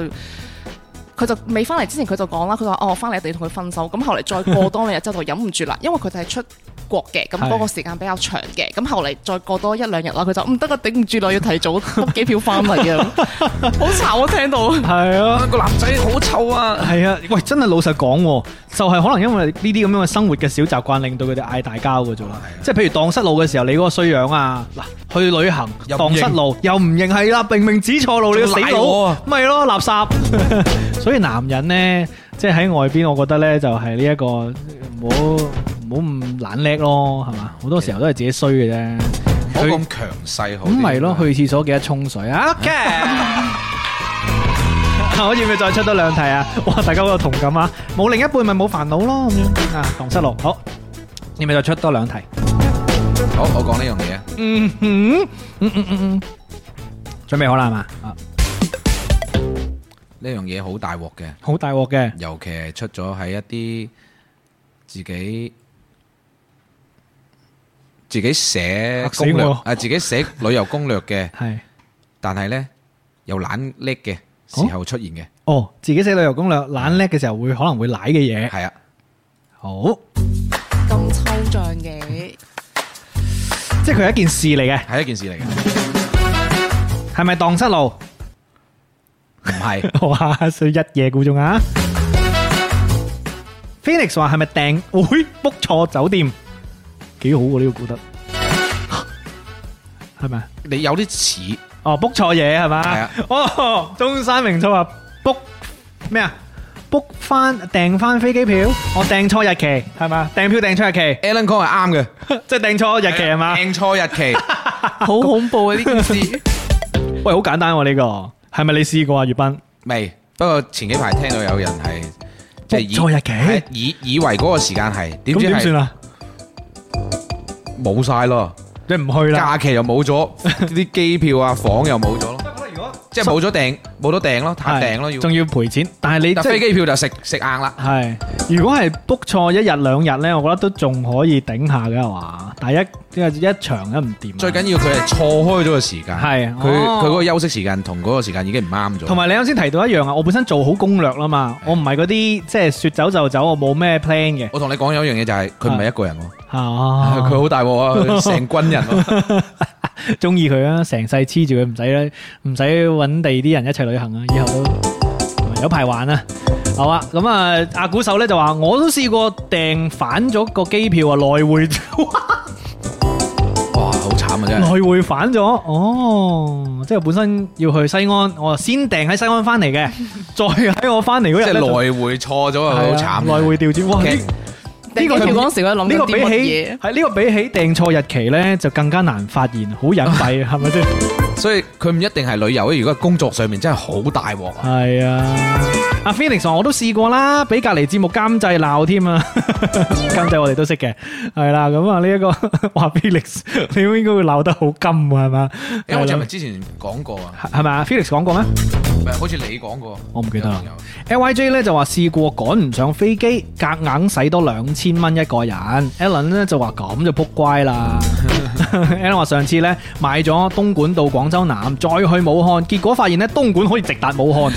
Speaker 4: 佢就未翻嚟之前，佢就講啦，佢話：哦，我翻嚟一定要同佢分手。咁後嚟再過多兩日之後，就忍唔住啦， 因為佢哋係出國嘅，咁
Speaker 1: 係
Speaker 4: 嗰個時間比較長嘅。咁後嚟再過多一兩日啦，佢就唔嗯得啦，頂唔住啦，要提早 book 機票翻嚟嘅。 好慘我聽到。
Speaker 1: 係啊，
Speaker 3: 個男仔好臭啊！
Speaker 1: 係啊，喂，真係老實講喎，就係、可能因為呢啲咁樣嘅生活嘅小習慣，令到佢哋嗌大交嘅啫喎。即係譬如蕩失路嘅時候，你嗰個衰樣啊，嗱，去旅行
Speaker 3: 又唔
Speaker 1: 蕩
Speaker 3: 認
Speaker 1: 失路又唔認係啦，明明指錯路，你個死
Speaker 3: 仲賴我
Speaker 1: 佬
Speaker 3: 啊，
Speaker 1: 咪咯垃圾。 所以男人呢，即係喺外邊，我覺得呢，就係呢一個唔好唔好咁懶叻咯，係嘛？好多時候都係自己衰嘅啫。
Speaker 3: 唔好咁強勢好啲。
Speaker 1: 咁咪咯，去廁所記得沖水啊！OK，我要唔要再出多兩題啊？ 哇，大家好有同感啊！冇另一半咪冇煩惱咯，咁樣啊，蕩失路好，要唔要再出多兩題？
Speaker 3: 好，我講呢樣嘢。啊
Speaker 1: 嗯哼，嗯嗯嗯嗯，準備好啦係嘛？啊，
Speaker 3: 呢樣嘢好大鑊嘅，
Speaker 1: 好大鑊嘅，
Speaker 3: 尤其係出咗喺一啲自己自己寫
Speaker 1: 嚇死
Speaker 3: 攻略
Speaker 1: 我
Speaker 3: 啊，自己寫旅遊攻略嘅。
Speaker 1: 係
Speaker 3: 但係咧又懶叻嘅時候出現嘅，
Speaker 1: 哦，自己寫旅遊攻略懶叻嘅時候會可能會舐嘅嘢，
Speaker 3: 係啊，
Speaker 1: 好，
Speaker 4: 咁抽象嘅，
Speaker 1: 即係佢係一件事嚟嘅，
Speaker 3: 係 一件事嚟嘅，
Speaker 1: 係咪蕩失路？
Speaker 3: 唔係
Speaker 1: 哇！所以一夜估中啊！Phoenix 話係咪訂會 book 錯酒店？幾好喎呢個估得，係咪？
Speaker 3: 你有啲似
Speaker 1: 哦，book Ờ, 錯嘢係
Speaker 3: 係
Speaker 1: 嘛
Speaker 3: 啊？
Speaker 1: 哦，中山明初話 book 咩啊？book 翻訂翻飛機票，我訂錯日期係嘛？訂票訂錯日期，
Speaker 3: Alan Kong 係啱
Speaker 1: 即係訂錯日
Speaker 3: 嘅，
Speaker 1: 期係嘛？
Speaker 3: 訂錯 日期，
Speaker 4: 好恐怖 啊！呢件事
Speaker 1: 喂，好簡單喎呢個，係咪你試過啊？月斌
Speaker 3: 未？不過前幾排聽到有人係即係以
Speaker 1: 錯日期
Speaker 3: 係以以為嗰個時間係，點
Speaker 1: 咁
Speaker 3: 知
Speaker 1: 點算
Speaker 3: 係
Speaker 1: 啊？
Speaker 3: 冇晒咯，
Speaker 1: 你唔去啦。
Speaker 3: 假期 又冇咗，啲機票啊房又冇咗咯，即係冇咗訂冇咗訂咯，
Speaker 1: 係
Speaker 3: 攤訂咯要。
Speaker 1: 仲要賠錢，但係你即
Speaker 3: 但
Speaker 1: 係
Speaker 3: 飛機票就食食硬啦。
Speaker 1: 係，如果係 book 錯一日兩日咧，我覺得都仲可以頂下嘅話，但係一因為一場都唔掂啊。
Speaker 3: 最緊要佢係錯開咗個時間，
Speaker 1: 係
Speaker 3: 佢
Speaker 1: 哦
Speaker 3: 佢嗰個休息時間同嗰個時間已經唔啱咗。
Speaker 1: 同埋你啱先提到一樣啊，我本身做好攻略啦嘛，我唔係嗰啲即係説走就走，我冇咩 plan 嘅
Speaker 3: 我同你講有一樣嘢就係佢唔係一個人喎， 佢
Speaker 1: 嚇。
Speaker 3: 好大鑊啊，佢成軍人 喎。
Speaker 1: 中意佢啊，成世黐住佢，唔使啦，唔使揾地啲人一齊旅行啊，以後都有排玩啊。好啊，咁啊，阿古手咧就話我都試過訂反咗個機票啊，來回
Speaker 3: 哇，好 慘啊真
Speaker 1: 來
Speaker 3: 係！
Speaker 1: 回反咗，哦，即係本身要去西安，我先訂喺西安翻嚟 嘅，再喺我翻嚟嗰日
Speaker 3: 即係
Speaker 1: 呢就
Speaker 3: 來回錯咗
Speaker 1: 係
Speaker 3: 啊，
Speaker 1: 啊
Speaker 3: 好慘。
Speaker 1: 來回調轉，哇！呢
Speaker 3: 其
Speaker 1: 呢個
Speaker 4: 呢條嗰時佢諗
Speaker 1: 呢
Speaker 4: 緊
Speaker 1: 個
Speaker 4: 啲
Speaker 1: 比
Speaker 4: 乜
Speaker 1: 起
Speaker 4: 嘢？
Speaker 1: 係呢個比起訂錯日期咧，就更加難發現，好隱蔽，係咪 先？
Speaker 3: 所以佢唔一定係旅遊，啊如果係工作上面真係好大鑊啊！
Speaker 1: 係啊，阿 Phoenix 話我都試過啦，俾隔離節目監製鬧添啊， 監製我哋都識嘅，係啦，咁啊呢一個 話 Phoenix，你應該會鬧得好金啊，係嘛？
Speaker 3: 因為好似係咪
Speaker 1: 係
Speaker 3: 之前講過啊？
Speaker 1: 係咪啊？Phoenix 講過咩？
Speaker 3: 唔係好似你講過，
Speaker 1: 我唔記得啦
Speaker 3: 有朋友
Speaker 1: LYJ 咧就話試過趕唔上飛機，夾硬使多兩千蚊一個人。Alan 咧就話咁就撲乖啦。Alan 話上次咧買咗東莞到廣州南，再去武漢，結果發現咧東莞可以直達武 漢。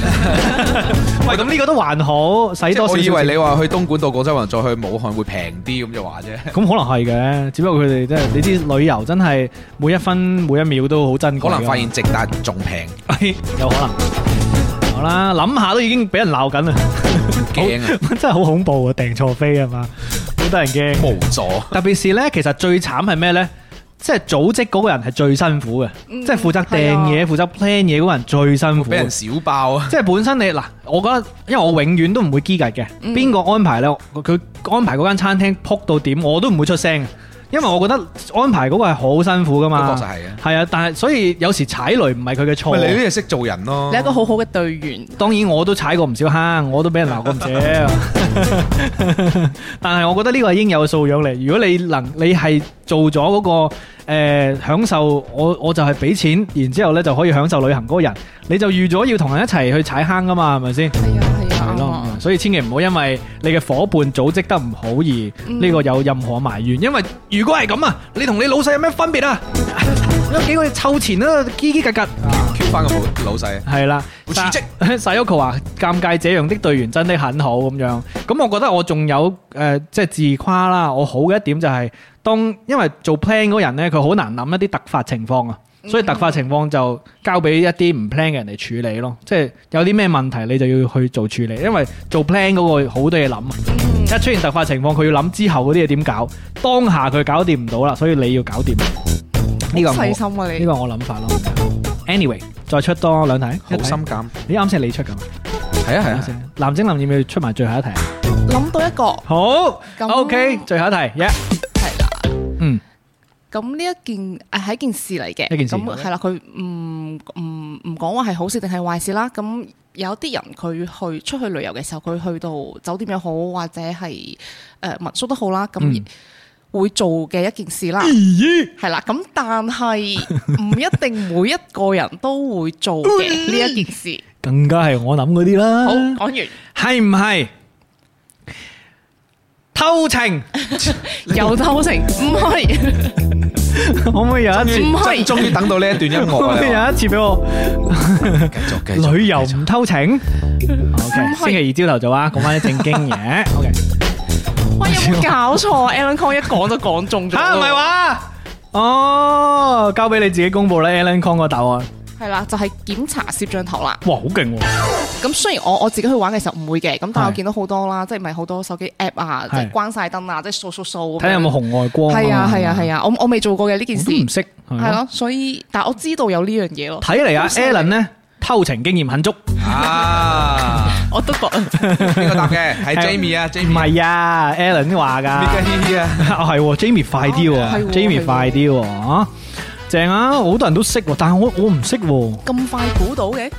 Speaker 1: 喂，咁呢個都還好，使
Speaker 3: 即係
Speaker 1: 多少
Speaker 3: 我以
Speaker 1: 少
Speaker 3: 為
Speaker 1: 錢。
Speaker 3: 你話去東莞到廣州，可能再去武漢會平啲咁就話啫。
Speaker 1: 咁可能係嘅，只不過佢哋真係你知旅遊真係每一分每一秒都好珍貴㗎
Speaker 3: 可
Speaker 1: 嘛。
Speaker 3: 能發現直達仲平，
Speaker 1: 有可能。好啦，諗下都已經俾人鬧緊啦，
Speaker 3: 驚啊，
Speaker 1: 真係好 恐怖啊！訂錯飛係嘛，好得人驚。
Speaker 3: 無助。
Speaker 1: 特別是咧，其實最慘係咩咧？即係組織嗰個人係最辛苦嘅，
Speaker 4: 嗯
Speaker 1: 即係負責訂
Speaker 4: 係啊
Speaker 1: 嘢、負責 plan 嘢嗰個人最辛苦
Speaker 3: 俾人
Speaker 1: 嘅。
Speaker 3: 小爆啊！
Speaker 1: 即係本身你嗱，我覺得因為我永遠都唔會激格嘅，
Speaker 4: 嗯
Speaker 1: 邊個、安排咧？佢佢安排嗰間餐廳撲到點，我都唔會出聲嘅，因為我覺得安排嗰個係好辛苦噶嘛。
Speaker 3: 確實係嘅
Speaker 1: 係啊，但係所以有時踩雷唔係佢嘅錯。
Speaker 3: 喂，你呢啲係識做人咯。
Speaker 4: 你一個好好嘅隊員，
Speaker 1: 當然我都踩過唔少坑，我都俾人鬧過唔少。 但係我覺得呢個係應有嘅素養嚟。如果你能你係做咗嗰、個、呃、享受，我我就係俾錢，然之後呢就可以享受旅行嗰個人，你就預咗要同人一齊去踩坑噶嘛，係咪先？
Speaker 4: 係啊係啊
Speaker 1: 係
Speaker 4: 啱
Speaker 1: 咯
Speaker 4: 啊，，
Speaker 1: 所以千祈唔好因為你嘅伙伴組織得唔好而
Speaker 4: 嗯
Speaker 1: 呢個有任何埋怨，因為如果係咁啊，你同你老細有咩分別啊？ 有幾個湊錢啊，叽叽格格啊！
Speaker 3: Q 翻個老老細，
Speaker 1: 係啦，
Speaker 3: 會辭職
Speaker 1: Sayoko 話：尷尬，這樣的隊員真的很好咁樣。咁我覺得我仲有誒、呃即係自誇啦。我好嘅一點就係、當因為做 plan 嗰人咧，佢好難諗一啲突發情況啊。
Speaker 3: 嗯
Speaker 1: 所以突發情況就交俾一啲唔 plan 嘅人嚟處理咯，即係有啲咩問題你就要去做處理，因為做 plan 嗰個好多嘢諗啊，一出現突發情況佢要諗之後嗰啲嘢點搞，當下佢搞掂唔到啦，所以你要搞掂。呢個我
Speaker 4: 細心啊
Speaker 1: 呢
Speaker 4: 你，
Speaker 1: 個我諗法咯。Anyway，再出多兩題，一
Speaker 3: 好
Speaker 1: 題
Speaker 3: 心監。
Speaker 1: 你啱先係你出噶嘛？
Speaker 3: 係啊係
Speaker 1: 啱
Speaker 3: 啊，
Speaker 1: 先藍精林要唔要出埋最後一題啊？
Speaker 4: 諗到一個。
Speaker 1: 好
Speaker 4: 咁
Speaker 1: ，OK，最後一題，一
Speaker 4: 係啦。
Speaker 1: 嗯。
Speaker 4: 咁呢一件誒係一件事嚟嘅，
Speaker 1: 一件事
Speaker 4: 咁係啦，佢唔唔唔講話係好事定係壞事啦。咁有啲人佢去出去旅遊嘅時候，佢去到酒店又好，或者係誒民宿都好啦，咁
Speaker 1: 嗯
Speaker 4: 會做嘅一件事啦，係啦。咁但係唔一定每一個人都會做嘅呢一件事。
Speaker 1: 更加係我諗嗰啲
Speaker 4: 好，
Speaker 1: 啦，
Speaker 4: 講完
Speaker 1: 係唔係偷 情？
Speaker 4: 有偷情，唔係
Speaker 1: 可唔可以有一次？
Speaker 4: 唔係
Speaker 3: 終於等到呢一段音
Speaker 1: 可唔可以
Speaker 3: 樂啊啦！
Speaker 1: 有一次俾我
Speaker 3: 繼續繼續，
Speaker 1: 旅遊唔偷情？OK，
Speaker 4: 可
Speaker 1: 星期二朝頭早啊，講翻啲正經 嘢。OK，
Speaker 4: 喂，有冇搞錯？Alan Kong 一講就講中咗，
Speaker 1: 吓唔係？話哦，交俾你自己公布啦，Alan Kong 個答案。
Speaker 4: 係啦，就係檢查攝像頭啦。
Speaker 1: 哇，好勁喎！
Speaker 4: 咁雖然我我自己去玩嘅時候唔會嘅，咁但係我
Speaker 1: 係
Speaker 4: 見到好多啦，即係咪好多手機 app 啊，即
Speaker 1: 係
Speaker 4: 係關晒燈啊，即係掃掃掃咁樣。
Speaker 1: 睇下有冇紅外光。
Speaker 4: 係啊係啊係啊，我我未做過嘅呢件
Speaker 1: 我
Speaker 4: 事
Speaker 1: 都，唔識。啊係
Speaker 4: 係咯，所以但係我知道有呢樣嘢咯。
Speaker 1: 睇嚟啊
Speaker 4: 咁犀利
Speaker 1: ，Alan 咧偷情經驗很足，唔
Speaker 3: 啊，
Speaker 4: 我都 覺
Speaker 3: 邊個答嘅？係 Jamie 啊，Jamie
Speaker 1: 係啊，Alan 話 噶，
Speaker 3: 邊個嘻嘻啊？
Speaker 1: 啊係喎，Jamie 快啲
Speaker 4: 啊係
Speaker 1: 喎
Speaker 4: 喎係
Speaker 1: ，Jamie
Speaker 4: 喎
Speaker 1: 快啲喎，啊正啊，好多人都識喎，但係我我唔識喎，
Speaker 4: 咁快估到嘅，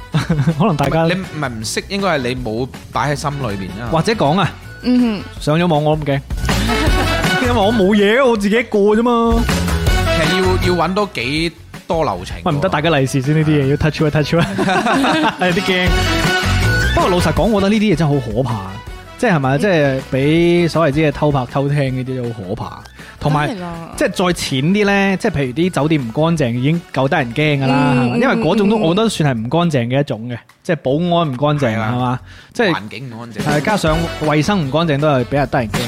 Speaker 1: 可能大家
Speaker 3: 你唔係唔識，應該係你冇擺喺心裏面啊。
Speaker 1: 或者講啊，
Speaker 4: 嗯
Speaker 1: 上咗網我都唔驚， 因為我冇嘢，我自己一個啫嘛。
Speaker 3: 其實要要揾多幾多流程喎。
Speaker 1: 喂，唔得，大家利是先呢啲嘢，要 touch 啊 touch 啊，有啲驚。不過老實講，我覺得呢啲嘢真係好可怕，即係係咪？即係俾所謂之嘅偷拍偷聽呢啲都好可怕，同埋。
Speaker 4: 梗係啦
Speaker 1: 即係再淺啲呢，即係譬如啲酒店唔乾淨已經夠得人驚㗎啦，
Speaker 4: 嗯
Speaker 1: 係嘛
Speaker 4: 嗯
Speaker 1: 因為嗰種都
Speaker 4: 嗯嗯
Speaker 1: 我覺得算係唔乾淨嘅一種嘅，即係保安唔乾淨
Speaker 3: 係啊
Speaker 1: 係嘛，即係
Speaker 3: 環境唔安
Speaker 1: 誒
Speaker 3: 靜。
Speaker 1: 加上衞生唔乾淨都係比較得人驚。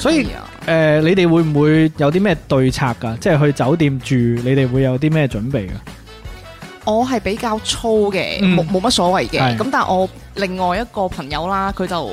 Speaker 1: 所以誒
Speaker 4: 係啊、
Speaker 1: 你哋會唔會有啲咩對策㗎？即係去酒店住，你哋會有啲咩準備㗎？
Speaker 4: 我係比較粗嘅，
Speaker 1: 嗯
Speaker 4: 冇冇乜所謂
Speaker 1: 係
Speaker 4: 嘅。咁但係我另外一個朋友啦，佢就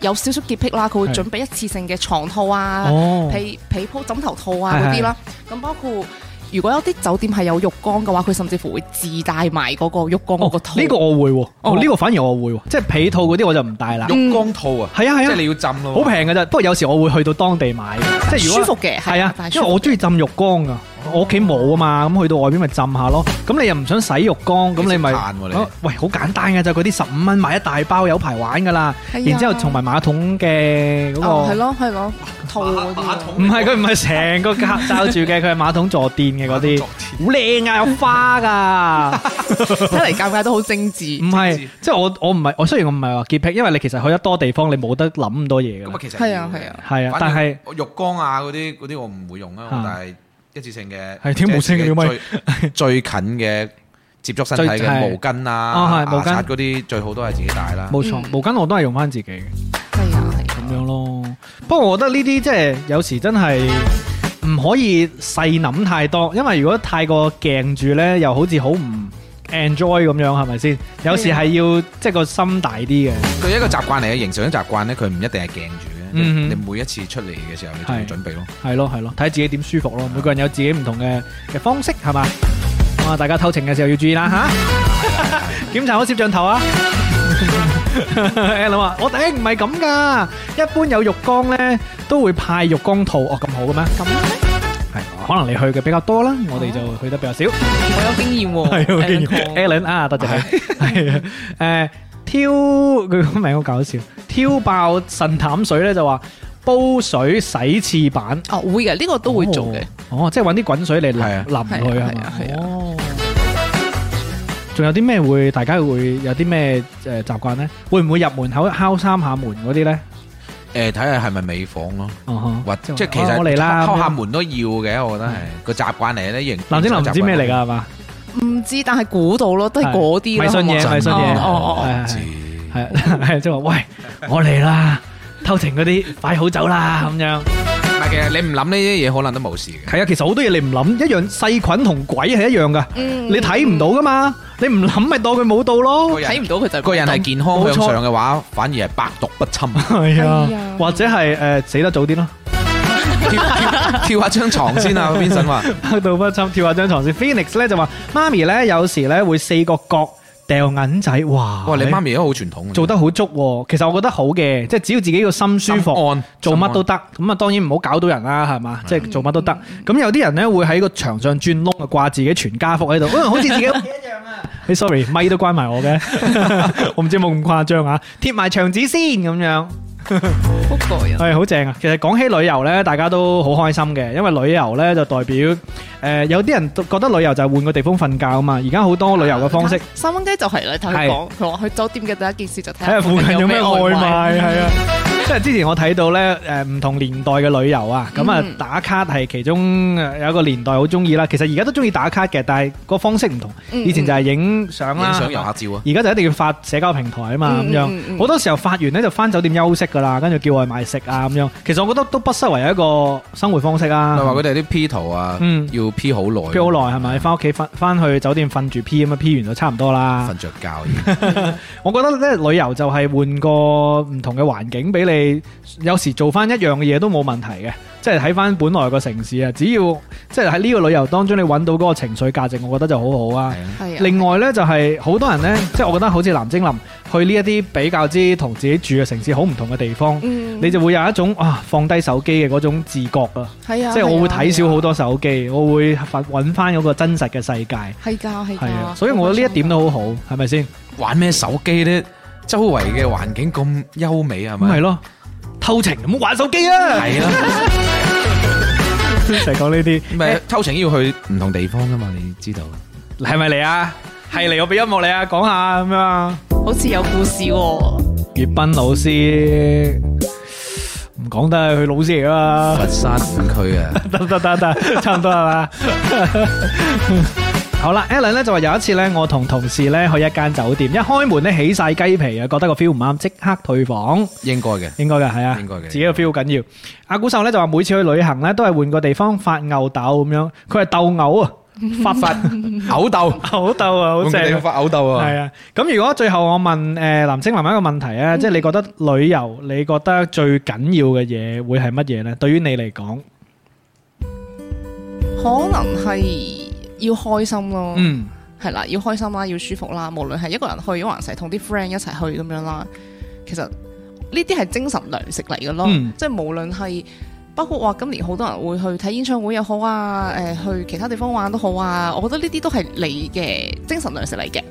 Speaker 4: 有少少潔癖啦，佢會
Speaker 1: 係
Speaker 4: 準備一次性嘅床套啊、
Speaker 1: 哦，
Speaker 4: 被被鋪、枕頭套啊
Speaker 1: 係
Speaker 4: 嗰啲啦。咁包括如果有啲酒店係有浴缸嘅話，佢甚至乎會自帶埋嗰個浴缸嗰個
Speaker 1: 哦
Speaker 4: 套。
Speaker 1: 呢個我會喎，哦
Speaker 4: 哦
Speaker 1: 呢個反而我會喎，即係被套嗰啲我就唔帶啦。
Speaker 3: 浴缸套啊，
Speaker 1: 係啊係
Speaker 3: 即係
Speaker 1: 啊，
Speaker 3: 你要浸咯。
Speaker 1: 好平㗎咋，不過有時我會去到當地買嘅，即係如果
Speaker 4: 舒。服嘅，
Speaker 1: 系啊
Speaker 4: 但，係
Speaker 1: 因
Speaker 4: 舒
Speaker 1: 為
Speaker 4: 服
Speaker 1: 我中意浸浴缸噶，我屋企冇啊嘛，咁去到外邊咪浸下咯。咁你又唔想洗浴缸，咁你咪
Speaker 3: 你食飯喎你
Speaker 1: 啊喂好簡單嘅咋，嗰啲十五蚊買一大包有排玩噶啦。
Speaker 4: 係啊
Speaker 1: 然之後同埋馬桶嘅嗰
Speaker 4: 哦，係
Speaker 1: 個，
Speaker 4: 咯係咯，套嗰
Speaker 3: 馬
Speaker 4: 啲啊
Speaker 3: 桶
Speaker 1: 唔係佢唔係成個格罩住嘅，佢係馬桶坐墊嘅嗰啲，
Speaker 3: 馬桶坐
Speaker 1: 好靚啊，有花噶。
Speaker 4: 睇嚟尷尬都好精 緻
Speaker 1: 唔。係，即係我我唔係我雖然我唔係話潔癖，因為你其實去得多地方，你冇得諗咁多嘢
Speaker 3: 咁
Speaker 1: 噶
Speaker 3: 啊，。其實
Speaker 4: 係啊係啊
Speaker 1: 係啊，但係
Speaker 3: 我浴缸啊嗰啲嗰啲我唔會用啊，
Speaker 1: 啊
Speaker 3: 我但係一次性嘅
Speaker 1: 係點冇聲嘅
Speaker 3: 即係
Speaker 1: 點
Speaker 3: 最 最近嘅接觸身體
Speaker 1: 最
Speaker 3: 嘅
Speaker 1: 係
Speaker 3: 毛巾啊、
Speaker 1: 啊係
Speaker 3: 牙
Speaker 1: 毛巾
Speaker 3: 刷嗰啲最好都係自己帶啦。
Speaker 1: 冇錯，
Speaker 4: 嗯
Speaker 1: 毛巾我都係用翻自己嘅。
Speaker 4: 係啊係啊。
Speaker 1: 咁樣咯。不過我覺得呢啲即係有時真係唔可以細諗太多，因為如果太過鏡住呢，又好似好唔 enjoy 咁樣，係咪先？有時係要即係個心大啲嘅。
Speaker 3: 佢一個習慣嚟嘅，形成一個習慣咧，佢唔一定係鏡住嘅。
Speaker 1: 嗯哼
Speaker 3: 你每一次出嚟嘅時候，你就要
Speaker 1: 係
Speaker 3: 準備咯。
Speaker 1: 係咯係咯，睇自己點舒服咯。每個人有自己唔同嘅嘅方式，係嘛？咁啊，大家偷情嘅時候要注意啦吓， 檢查好攝像頭啊。Alan 話：我頂唔係咁噶，一般有浴缸呢都會派浴缸套。哦，咁好嘅咩？
Speaker 4: 咁咧，
Speaker 1: 係，可能你去嘅比較多啦，我哋就去得比較少。 係
Speaker 4: 我有經驗喎，
Speaker 1: 好經驗
Speaker 4: Alan Kong
Speaker 1: Alan 啊，多謝你。係啊，誒挑佢個名好搞笑，挑爆神淡水咧就話煲水洗廁板
Speaker 4: 哦，會嘅，呢個都會做嘅。
Speaker 1: 哦。哦，即係揾啲滾水嚟淋
Speaker 3: 係啊
Speaker 1: 淋佢係
Speaker 4: 係
Speaker 1: 嘛
Speaker 4: 啊係啊係？啊
Speaker 1: 哦。仲有啲咩會大家會有啲咩誒習慣咧？會唔會入門口敲三下門嗰啲咧？
Speaker 3: 誒，睇下係咪美房咯，
Speaker 1: 哦呵
Speaker 3: 或
Speaker 1: 即
Speaker 3: 即
Speaker 1: 係
Speaker 3: 係其
Speaker 1: 我我嚟
Speaker 3: 實
Speaker 1: 啦
Speaker 3: 敲
Speaker 1: 咁
Speaker 3: 下
Speaker 1: 樣
Speaker 3: 門都要嘅，我覺得係個習慣嚟咧，形
Speaker 1: 藍精林唔知咩嚟㗎係 嘛？
Speaker 4: 唔知，但係估到咯，都係嗰啲咯
Speaker 1: 迷信嘢
Speaker 4: 係嘛
Speaker 1: 迷信嘢
Speaker 4: 哦哦哦，
Speaker 1: 係係
Speaker 3: 唔知
Speaker 1: 系系即系话喂，我嚟啦，偷情嗰啲快好走啦咁样。
Speaker 3: 唔係其實你唔諗呢啲嘢，可能都冇事嘅。
Speaker 1: 系啊，其实好多嘢你唔谂，一样细菌同鬼系一样噶，
Speaker 4: 嗯
Speaker 1: 你睇唔到噶嘛，你唔谂咪當佢冇到咯。
Speaker 4: 睇唔到佢就
Speaker 3: 個人係健康
Speaker 1: 冇錯
Speaker 3: 向上嘅話，反而係百毒 不侵。
Speaker 1: 系
Speaker 4: 啊係啊
Speaker 1: 或者系诶死得早啲咯，
Speaker 3: 跳下張床先 啊！Vincent 話：
Speaker 1: 黑到不侵，跳下張床先。Phoenix 咧就話：媽咪咧有時咧會四個角掉銀仔，哇！哎
Speaker 3: 哇，你媽咪都好傳統，
Speaker 1: 做得好足喎，其實我覺得好嘅，即係只要自己個心舒服。
Speaker 3: 心安
Speaker 1: 做乜都得，咁啊當然唔好搞到人啦，係
Speaker 3: 嗯
Speaker 1: 嘛？即係做乜都得。咁有啲人咧會喺個牆上轉窿啊，掛自己全家福喺 度，嗯好似自己屋企一樣啊。你 sorry，咪都關埋我嘅， 我唔知有冇咁誇張啊，貼埋牆紙先咁樣。
Speaker 4: 好個人。
Speaker 1: 係好正啊！其實講起旅遊呢，大家都好開心嘅，因為旅遊呢就代表誒、呃有啲人都覺得旅遊就係換個地方瞓覺啊嘛。而家好多旅遊嘅方式，
Speaker 4: 啊三蚊雞就係啦，睇佢講，佢話去酒店嘅第一件事就睇
Speaker 1: 睇下附近有咩外
Speaker 4: 賣。
Speaker 1: 賣，係啊。即係之前我睇到咧，誒唔同年代嘅旅遊啊，咁啊
Speaker 4: 嗯
Speaker 1: 打卡係其中呃有一個年代好中意啦。其實而家都中意打卡嘅，但係個方式唔同。
Speaker 4: 嗯
Speaker 1: 以前就係影相啦
Speaker 3: 影，相遊客照啊！
Speaker 1: 而家就一定要發社交平台啊嘛，咁
Speaker 4: 嗯嗯
Speaker 1: 樣
Speaker 4: 嗯
Speaker 1: 好多時候發完咧就翻酒店休息噶啦，跟住叫外賣食啊咁樣。其實我覺得都不失為一個生活方式啊
Speaker 3: 咪。話佢哋啲 P 圖啊
Speaker 1: 嗯，
Speaker 3: 要 P 好耐
Speaker 1: 飄好耐係咪？翻屋企翻翻去酒店瞓住 P 咁啊，P 完就差唔多啦。
Speaker 3: 瞓着覺。
Speaker 1: 我覺得咧旅遊就係換個唔同嘅環境俾你哋有時做翻一樣嘅嘢都冇問題嘅，即係睇翻本來個城市啊，只要即係喺呢個旅遊當中你揾到嗰個情緒價值，我覺得就好好啊。
Speaker 3: 係啊，
Speaker 4: 係啊，
Speaker 1: 另外呢，就係、好多人呢，即係我覺得好似藍精林去呢一啲比較之同自己住嘅城市好唔同嘅地方，
Speaker 4: 嗯，
Speaker 1: 你就會有一種啊放低手機嘅嗰種自覺啊，
Speaker 4: 係啊，
Speaker 1: 即係我會睇少好
Speaker 4: 多，
Speaker 1: 多手機，我會揾翻嗰個真實嘅世界，
Speaker 4: 係㗎，係
Speaker 1: 係啊，
Speaker 4: 㗎，
Speaker 1: 所以我覺得呢一點都好好，係咪先？
Speaker 3: 玩咩手機呢？周圍嘅環境咁優美係
Speaker 1: 咁係
Speaker 3: 咪？
Speaker 1: 咯，偷情唔好玩手機啊！
Speaker 3: 係啦，
Speaker 1: 成日講呢啲，
Speaker 3: 咪偷情要去唔同地方噶嘛？你知道？
Speaker 1: 係咪嚟啊？係嚟，我俾音樂你啊，講下咁樣啊。
Speaker 4: 好似有故事喎。
Speaker 1: 粵斌老師唔講得，佢老師嚟㗎嘛
Speaker 3: 佛山五區啊，
Speaker 1: 得得得 得，差唔多係嘛？ 好啦，Alan 咧就話有一次咧，我同同事咧去一間酒店，一開門咧起晒雞皮啊，覺得個 feel 唔啱，即刻退房。
Speaker 3: 應該 嘅。
Speaker 1: 應該嘅，係啊，
Speaker 3: 應該嘅
Speaker 1: 自己嘅 feel 好緊要。阿古獸咧就話每次去旅行咧都係換個地方發吽豆 咁樣，佢係鬥牛啊，發發
Speaker 3: 嘔豆，
Speaker 1: 好鬥啊，好
Speaker 3: 換個地
Speaker 1: 正
Speaker 3: 方。發嘔豆啊！
Speaker 1: 係啊，咁如果最後我問誒藍精林一個問題啊，即係你覺得旅遊你覺得最緊要嘅嘢會係乜嘢呢？對於你嚟講，
Speaker 4: 可能係要開心咯，
Speaker 1: 嗯，
Speaker 4: 係啦，要開心啦，要舒服啦，無論係一個人去，還是同啲 friend 一齊去咁樣啦。其實呢啲係精神糧食嚟嘅咯，
Speaker 1: 嗯
Speaker 4: 即係無論係包括話今年好多人會去睇演唱會又好啊，誒、去其他地方玩都好啊，我覺得呢啲都係你嘅精神糧食嚟嘅，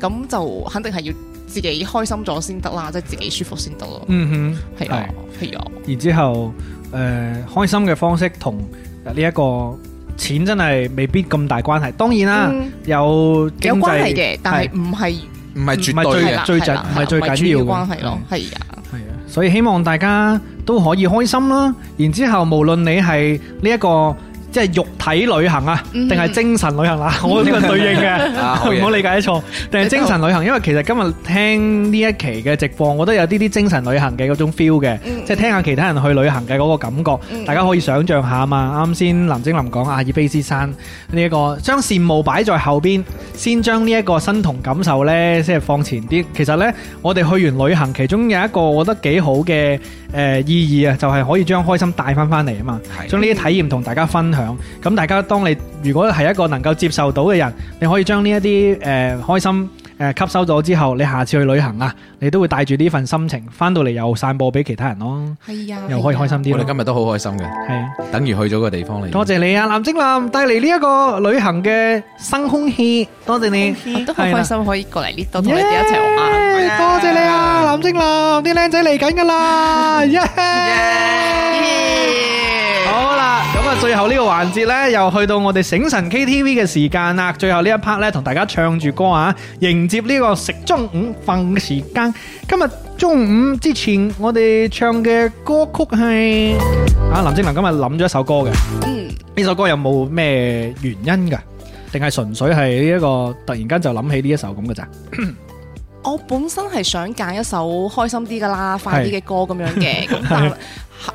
Speaker 4: 咁就肯定係要自己開心咗先得啦，即係自己舒服先得咯，
Speaker 1: 嗯
Speaker 4: 係啊，係啊。
Speaker 1: 哼，然之後誒、呃、開心嘅方式同呢一個錢真係未必咁大關係。當然啦，
Speaker 4: 嗯
Speaker 1: 有經
Speaker 4: 有關係
Speaker 1: 濟
Speaker 4: 嘅，但係唔係
Speaker 3: 唔係絕
Speaker 1: 唔係
Speaker 3: 對
Speaker 1: 最
Speaker 4: 係
Speaker 3: 嘅
Speaker 4: 啦，
Speaker 1: 最
Speaker 4: 係
Speaker 1: 緊
Speaker 4: 啦係啦
Speaker 1: 唔係最緊要嘅
Speaker 4: 主關係咯，係啊。
Speaker 1: 係啊，所以希望大家都可以開心啦。然之後，無論你係呢一個即係肉體旅行啊，
Speaker 4: 嗯
Speaker 1: 定係精神旅行 啦，我呢個對應
Speaker 3: 啊好
Speaker 1: 嘅，
Speaker 3: 嘢
Speaker 1: 唔好理解錯。定係精神旅行，因為其實今日聽呢一期嘅直播，我都有啲啲精神旅行嘅嗰種 feel 嘅，
Speaker 4: 嗯
Speaker 1: 即係聽下其他人去旅行嘅嗰個感覺，
Speaker 4: 嗯
Speaker 1: 大家可以想像下嘛。啱先林精林講阿爾卑斯山呢、一個，將羨慕擺在後邊，先將呢一個身同感受呢，先係放前啲。其實呢，我哋去完旅行，其中有一個我覺得幾好嘅誒、呃意義啊，就係、可以將開心帶翻翻嚟啊嘛。
Speaker 3: 係
Speaker 1: 將呢啲體驗同大家分享。咁大家當你如果係一個能夠接受到嘅人，你可以將呢一啲誒開心誒、呃吸收咗之後，你下次去旅行啊，你都會帶住呢份心情翻到嚟又散播俾其他人咯，
Speaker 4: 係啊，
Speaker 1: 又可以開心啲
Speaker 3: 我哋
Speaker 1: 咯。
Speaker 3: 今日都好開心嘅，
Speaker 1: 係啊，
Speaker 3: 等於去咗個地方嚟。
Speaker 1: 多謝你啊，藍精林帶嚟呢一個旅行嘅新空氣，多謝你。
Speaker 4: 我都好開心可以過嚟呢度同你哋一齊
Speaker 1: 耶
Speaker 4: 玩。
Speaker 1: 多謝你啊，藍精林，啲靚仔嚟緊噶啦，耶！好啦，咁啊，最後呢個環節呢，又去到我哋醒神 KTV 嘅時間啦。最後呢一 part 呢，同大家唱住歌啊，迎接呢個食中午飯嘅時間。今日中午之前，我哋唱嘅歌曲係啊，林精林今日諗咗一首歌嘅，
Speaker 4: 嗯，
Speaker 1: 呢首歌有冇咩原因噶？定係純粹係呢一個突然間就諗起呢一首咁嘅咋？
Speaker 4: 我本身係想揀一首開心啲噶啦，快啲嘅歌咁樣 嘅，咁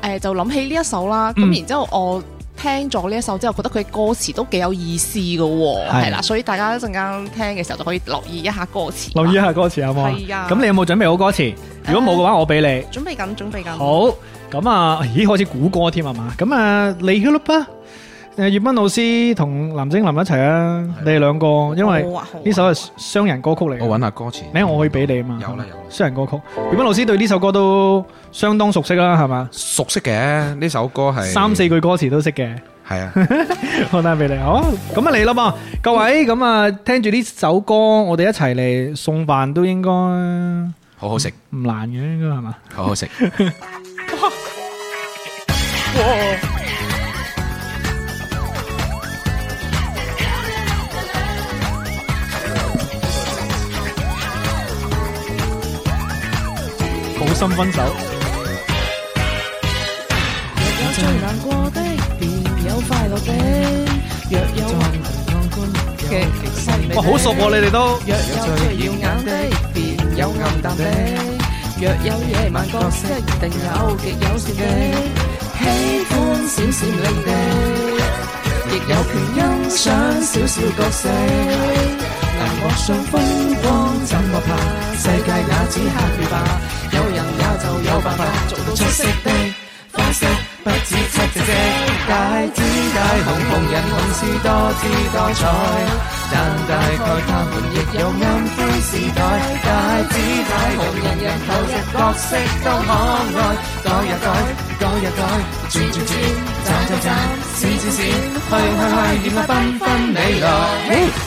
Speaker 4: 但誒就諗起呢一首啦，
Speaker 1: 嗯
Speaker 4: 咁然之後我。聽咗呢一首之後，覺得佢嘅歌詞都幾有意思嘅喎，
Speaker 1: 係
Speaker 4: 係啦，所以大家一陣間聽嘅時候就可以留意一下歌詞。
Speaker 1: 留意一，下歌詞好冇啊？
Speaker 4: 係啊
Speaker 1: 咁你有冇準備好歌詞？如果冇嘅話，我俾你。
Speaker 4: 準備緊，準備緊。
Speaker 1: 好，咁啊，咦，開始估歌添係嘛？咁啊，你 h u l 啊，誒，葉斌老師同藍精林一齊啊，你哋兩個，因為
Speaker 4: 好啊好啊
Speaker 1: 呢首係雙人歌曲嚟嘅，
Speaker 3: 我揾下歌詞。
Speaker 1: 你我可以俾你啊嘛，
Speaker 3: 有啦有啦
Speaker 1: 雙人歌曲，葉斌老師對呢首歌都相當熟悉啦，係嘛？
Speaker 3: 熟悉嘅呢首歌係
Speaker 1: 三四句歌詞都識嘅，
Speaker 3: 係啊，
Speaker 1: 我帶俾你，好，咁啊嚟啦噃，各位，咁啊聽住呢首歌，我哋一齊嚟送飯都應該唔
Speaker 3: 好好食，
Speaker 1: 難嘅，應該係嘛？
Speaker 3: 好好食。
Speaker 1: 好心分手，
Speaker 4: 有最難過的，便有快樂的。若有嘅心
Speaker 1: 哇，好熟喎，你哋都。
Speaker 4: 若有最耀眼的，便有暗淡的。若有夜晚角色，定有極友善的。喜歡閃閃亮的，亦有權欣賞小小角色。大漠上風光怎麼怕？世界也只黑與白，有人也就有辦法做到出色的花式，不止七隻隻帶子帶紅紅人們是多姿多彩，但大概他們亦有暗灰時代，帶子帶紅人人頭隻角色都可愛，改呀改，改呀改，轉轉轉，斬斬斬，閃閃閃，去去去，熱愛繽紛你來。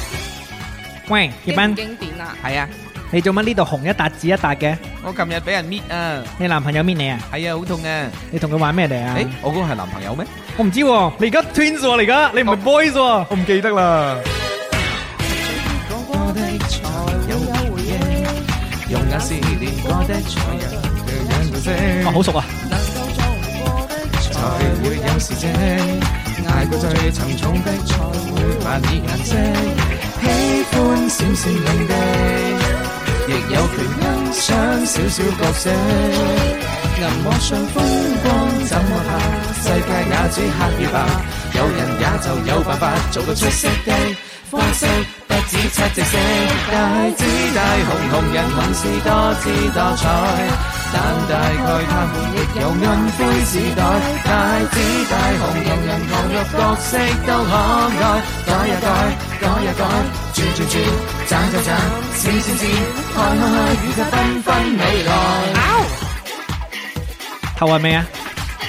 Speaker 1: 喂，葉斌，
Speaker 4: 經典啊！
Speaker 5: 系啊，
Speaker 1: 你做乜呢度紅一笪紫一笪嘅？
Speaker 5: 我琴日俾人搣啊，
Speaker 1: 你男朋友搣你啊？
Speaker 5: 系啊，好痛啊！
Speaker 1: 你同佢玩咩嚟啊？
Speaker 5: 诶，我嗰个系男朋友咩？
Speaker 1: 我唔知喎，你而家 twins 喎，你而家你唔係 boys 喎。
Speaker 5: 我唔记得啦。
Speaker 4: 講過的才會有回應，
Speaker 5: 用眼試練過的才有嘅眼睛
Speaker 1: 哇，好熟啊！
Speaker 4: 能夠做過的
Speaker 5: 才會有時正，捱過最沉重的才會扮以顏色，喜歡閃閃亮的，亦有權欣賞少少角色。銀幕上風光怎麼怕？世界也只黑與白，有人也就有辦法做到出色的花式。不止七隻色，大紫大紅紅人民是多姿多彩。但大概他們亦有暗灰時代，大紫大紅人人投入角色都可愛，改呀改，改呀改，轉轉轉，斬斬斬，閃閃閃，開開開，與他繽紛未來。
Speaker 1: 頭暈未啊？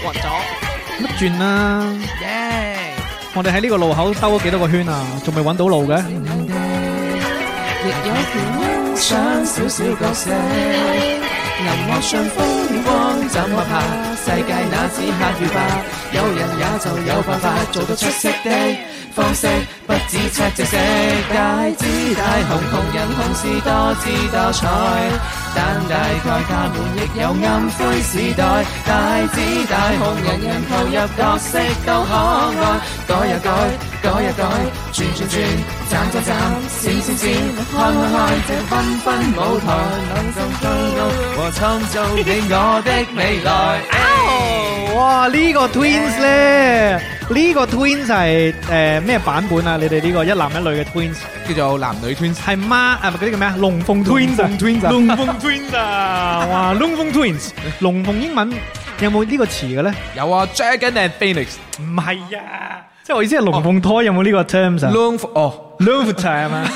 Speaker 4: 暈咗。
Speaker 1: 乜轉啦？
Speaker 5: 耶！
Speaker 1: 我哋喺呢個路口兜咗幾多個圈啊？仲未揾到路嘅？
Speaker 4: 亦有權欣賞少少角色。銀幕上風光怎麼怕？世界那只黑與白，有人也就有辦法做到出色的方式，不止七隻色，大紫大紅紅人紅是多姿多彩，但大概他們亦有暗灰時代，大紫大紅人人投入角色都可愛，改呀改。改呀改，轉轉轉，斬斬斬，閃閃閃，開開開，這繽紛舞台能夠進路和創造你我的未來。
Speaker 1: 哇！呢、個 twins 咧，呢、個 twins 係誒咩版本啊？你哋呢個一男一女嘅 twins
Speaker 5: 叫做男女 twins，
Speaker 1: 係孖啊？唔係嗰啲叫咩啊？龍鳳 twins 啊！
Speaker 5: twins
Speaker 1: 龍鳳 twins 啊！哇！龍鳳 twins，龍鳳英文有冇呢個詞嘅咧？
Speaker 5: 有啊，Dragon and Phoenix，
Speaker 1: 唔係啊！即係我意思係龍鳳胎有冇呢個 terms 啊
Speaker 5: Long 哦，
Speaker 1: l o v e time 啊！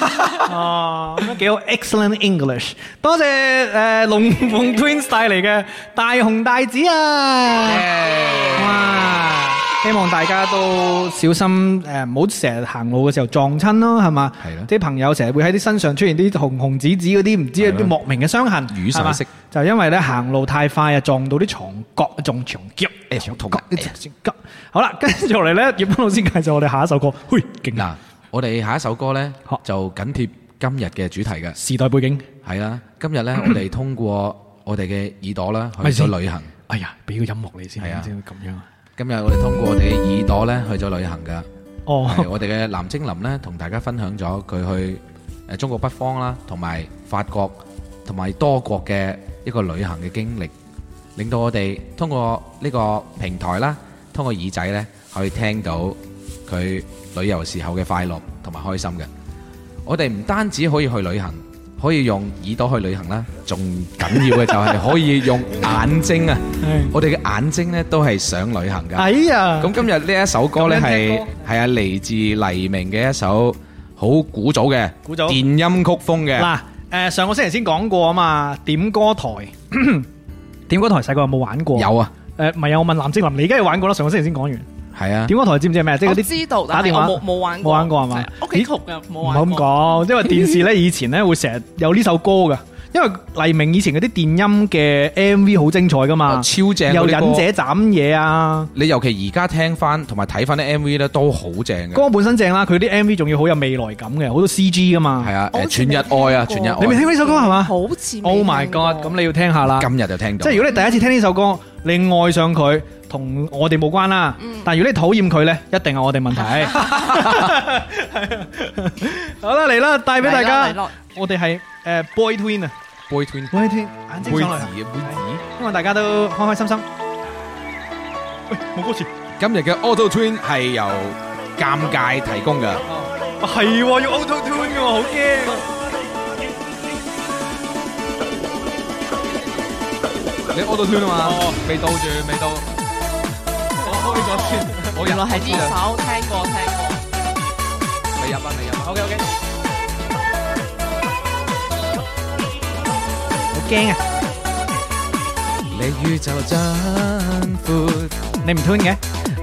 Speaker 1: 哦，咁幾好，excellent English！多謝誒龍鳳 twins 帶嚟嘅大紅大紫啊！哇！希望大家都小心誒，唔好成日行路嘅時候撞親咯，係嘛？
Speaker 3: 係咯
Speaker 1: 啲朋友成日會喺啲身上出現啲紅紅紫紫嗰啲唔知
Speaker 3: 係
Speaker 1: 啲
Speaker 3: 咯
Speaker 1: 莫名嘅傷痕，
Speaker 3: 瘀晒
Speaker 1: 係嘛
Speaker 3: 色
Speaker 1: 就因為咧行路太快啊，撞到啲床角，撞牆腳，
Speaker 3: 誒好痛啊
Speaker 1: 牆角。好啦，跟住落嚟咧，葉斌老師介紹我哋下一首歌，嘿，勁啊！
Speaker 3: 嗱，我哋下一首歌呢
Speaker 1: 好，
Speaker 3: 就緊貼今日嘅主題嘅，
Speaker 1: 時代背景，
Speaker 3: 係啦。今日呢，我哋通過我哋嘅耳朵啦去
Speaker 1: 咪先
Speaker 3: 咗旅行。
Speaker 1: 哎呀，俾個音樂你先，
Speaker 3: 係啊
Speaker 1: 先咁樣啊。
Speaker 3: 今日我哋通過我哋嘅耳朵呢去咗旅行㗎。係
Speaker 1: 哦，
Speaker 3: 我哋嘅藍精林呢，同大家分享咗佢去誒中國北方啦，同埋法國同埋多國嘅一個旅行嘅經歷，令到我哋通過呢個平台啦，通過耳仔呢，可以聽到佢旅遊時候嘅快樂同埋開心嘅。我哋唔單止可以去旅行，可以用耳朵去旅行啦，仲緊要嘅就係可以用眼 睛啊！我哋嘅眼睛呢，都係想旅行㗎。
Speaker 1: 哎呀，
Speaker 3: 咁今日呢一首歌呢，
Speaker 1: 咁樣
Speaker 3: 係
Speaker 1: 聽歌
Speaker 3: 係啊嚟自黎明嘅一首好古早嘅
Speaker 1: 古早
Speaker 3: 電音曲風嘅，
Speaker 1: 嗱，誒上個星期先講過啊嘛，點歌台， 點歌台細個有冇玩過？
Speaker 3: 有啊，
Speaker 1: 誒，唔係啊，我問藍精林，你而家有玩過啦，上個星期先講完。
Speaker 3: 係啊，
Speaker 1: 點歌台知唔知係咩？即係嗰啲
Speaker 4: 道
Speaker 1: 打電話
Speaker 4: 冇玩
Speaker 1: 冇玩過係嘛
Speaker 4: 係屋企窮嘅，冇
Speaker 1: 唔好咁講，因為電視咧以前咧會成日有呢首歌噶，因為黎明以前嗰啲電音嘅 MV 好精彩噶嘛，
Speaker 3: 超正
Speaker 1: 啊又
Speaker 3: 嗰
Speaker 1: 忍
Speaker 3: 啲歌，
Speaker 1: 者斬嘢啊，
Speaker 3: 你尤其而家聽翻同埋睇翻啲 MV 呢，都好正嘅，
Speaker 1: 歌本身正啦，佢啲 MV 仲要好有未來感嘅，好多 CG 噶嘛
Speaker 3: 係。啊，
Speaker 4: 我好似
Speaker 3: 誒全日
Speaker 4: 未聽
Speaker 3: 愛啊，
Speaker 4: 過
Speaker 3: 全日
Speaker 1: 你未聽
Speaker 3: 愛，
Speaker 1: 過呢首歌係嘛
Speaker 4: 好似未
Speaker 1: ？Oh my
Speaker 4: 聽過
Speaker 1: god！咁你要聽下啦。
Speaker 3: 今日就聽到
Speaker 1: 即係，如果你第一次聽呢首歌，你愛上佢，同我哋冇關啦。但如果你討厭佢呢，一定係我哋 問題。 好啦，嚟啦，帶俾大
Speaker 4: 嚟
Speaker 1: 家，
Speaker 4: 咯
Speaker 1: 我哋係誒 boy twin 啊
Speaker 3: Boy Twin
Speaker 1: ，boy twin 眼睛
Speaker 3: 妹
Speaker 1: 上嚟
Speaker 3: 子。妹子，
Speaker 1: 希望大家都開開心心。喂，冇歌詞。
Speaker 3: 今日嘅 Auto Twin 係由尷尬提供嘅，
Speaker 1: Hãy subscribe cho kênh Ghiền Mì Gõ Để không bỏ lỡ 係喎，要 auto tune 嘅喎，好驚啊。
Speaker 3: 你 auto tune 啊嘛？未到住，未到。我開咗先，我入
Speaker 4: 原來係呢
Speaker 3: 啊，
Speaker 4: 首，聽過聽過。
Speaker 3: 未入啊，未入啊。OK OK。
Speaker 1: 好驚啊！
Speaker 3: 你宇宙真闊，
Speaker 1: 你唔 tune 嘅？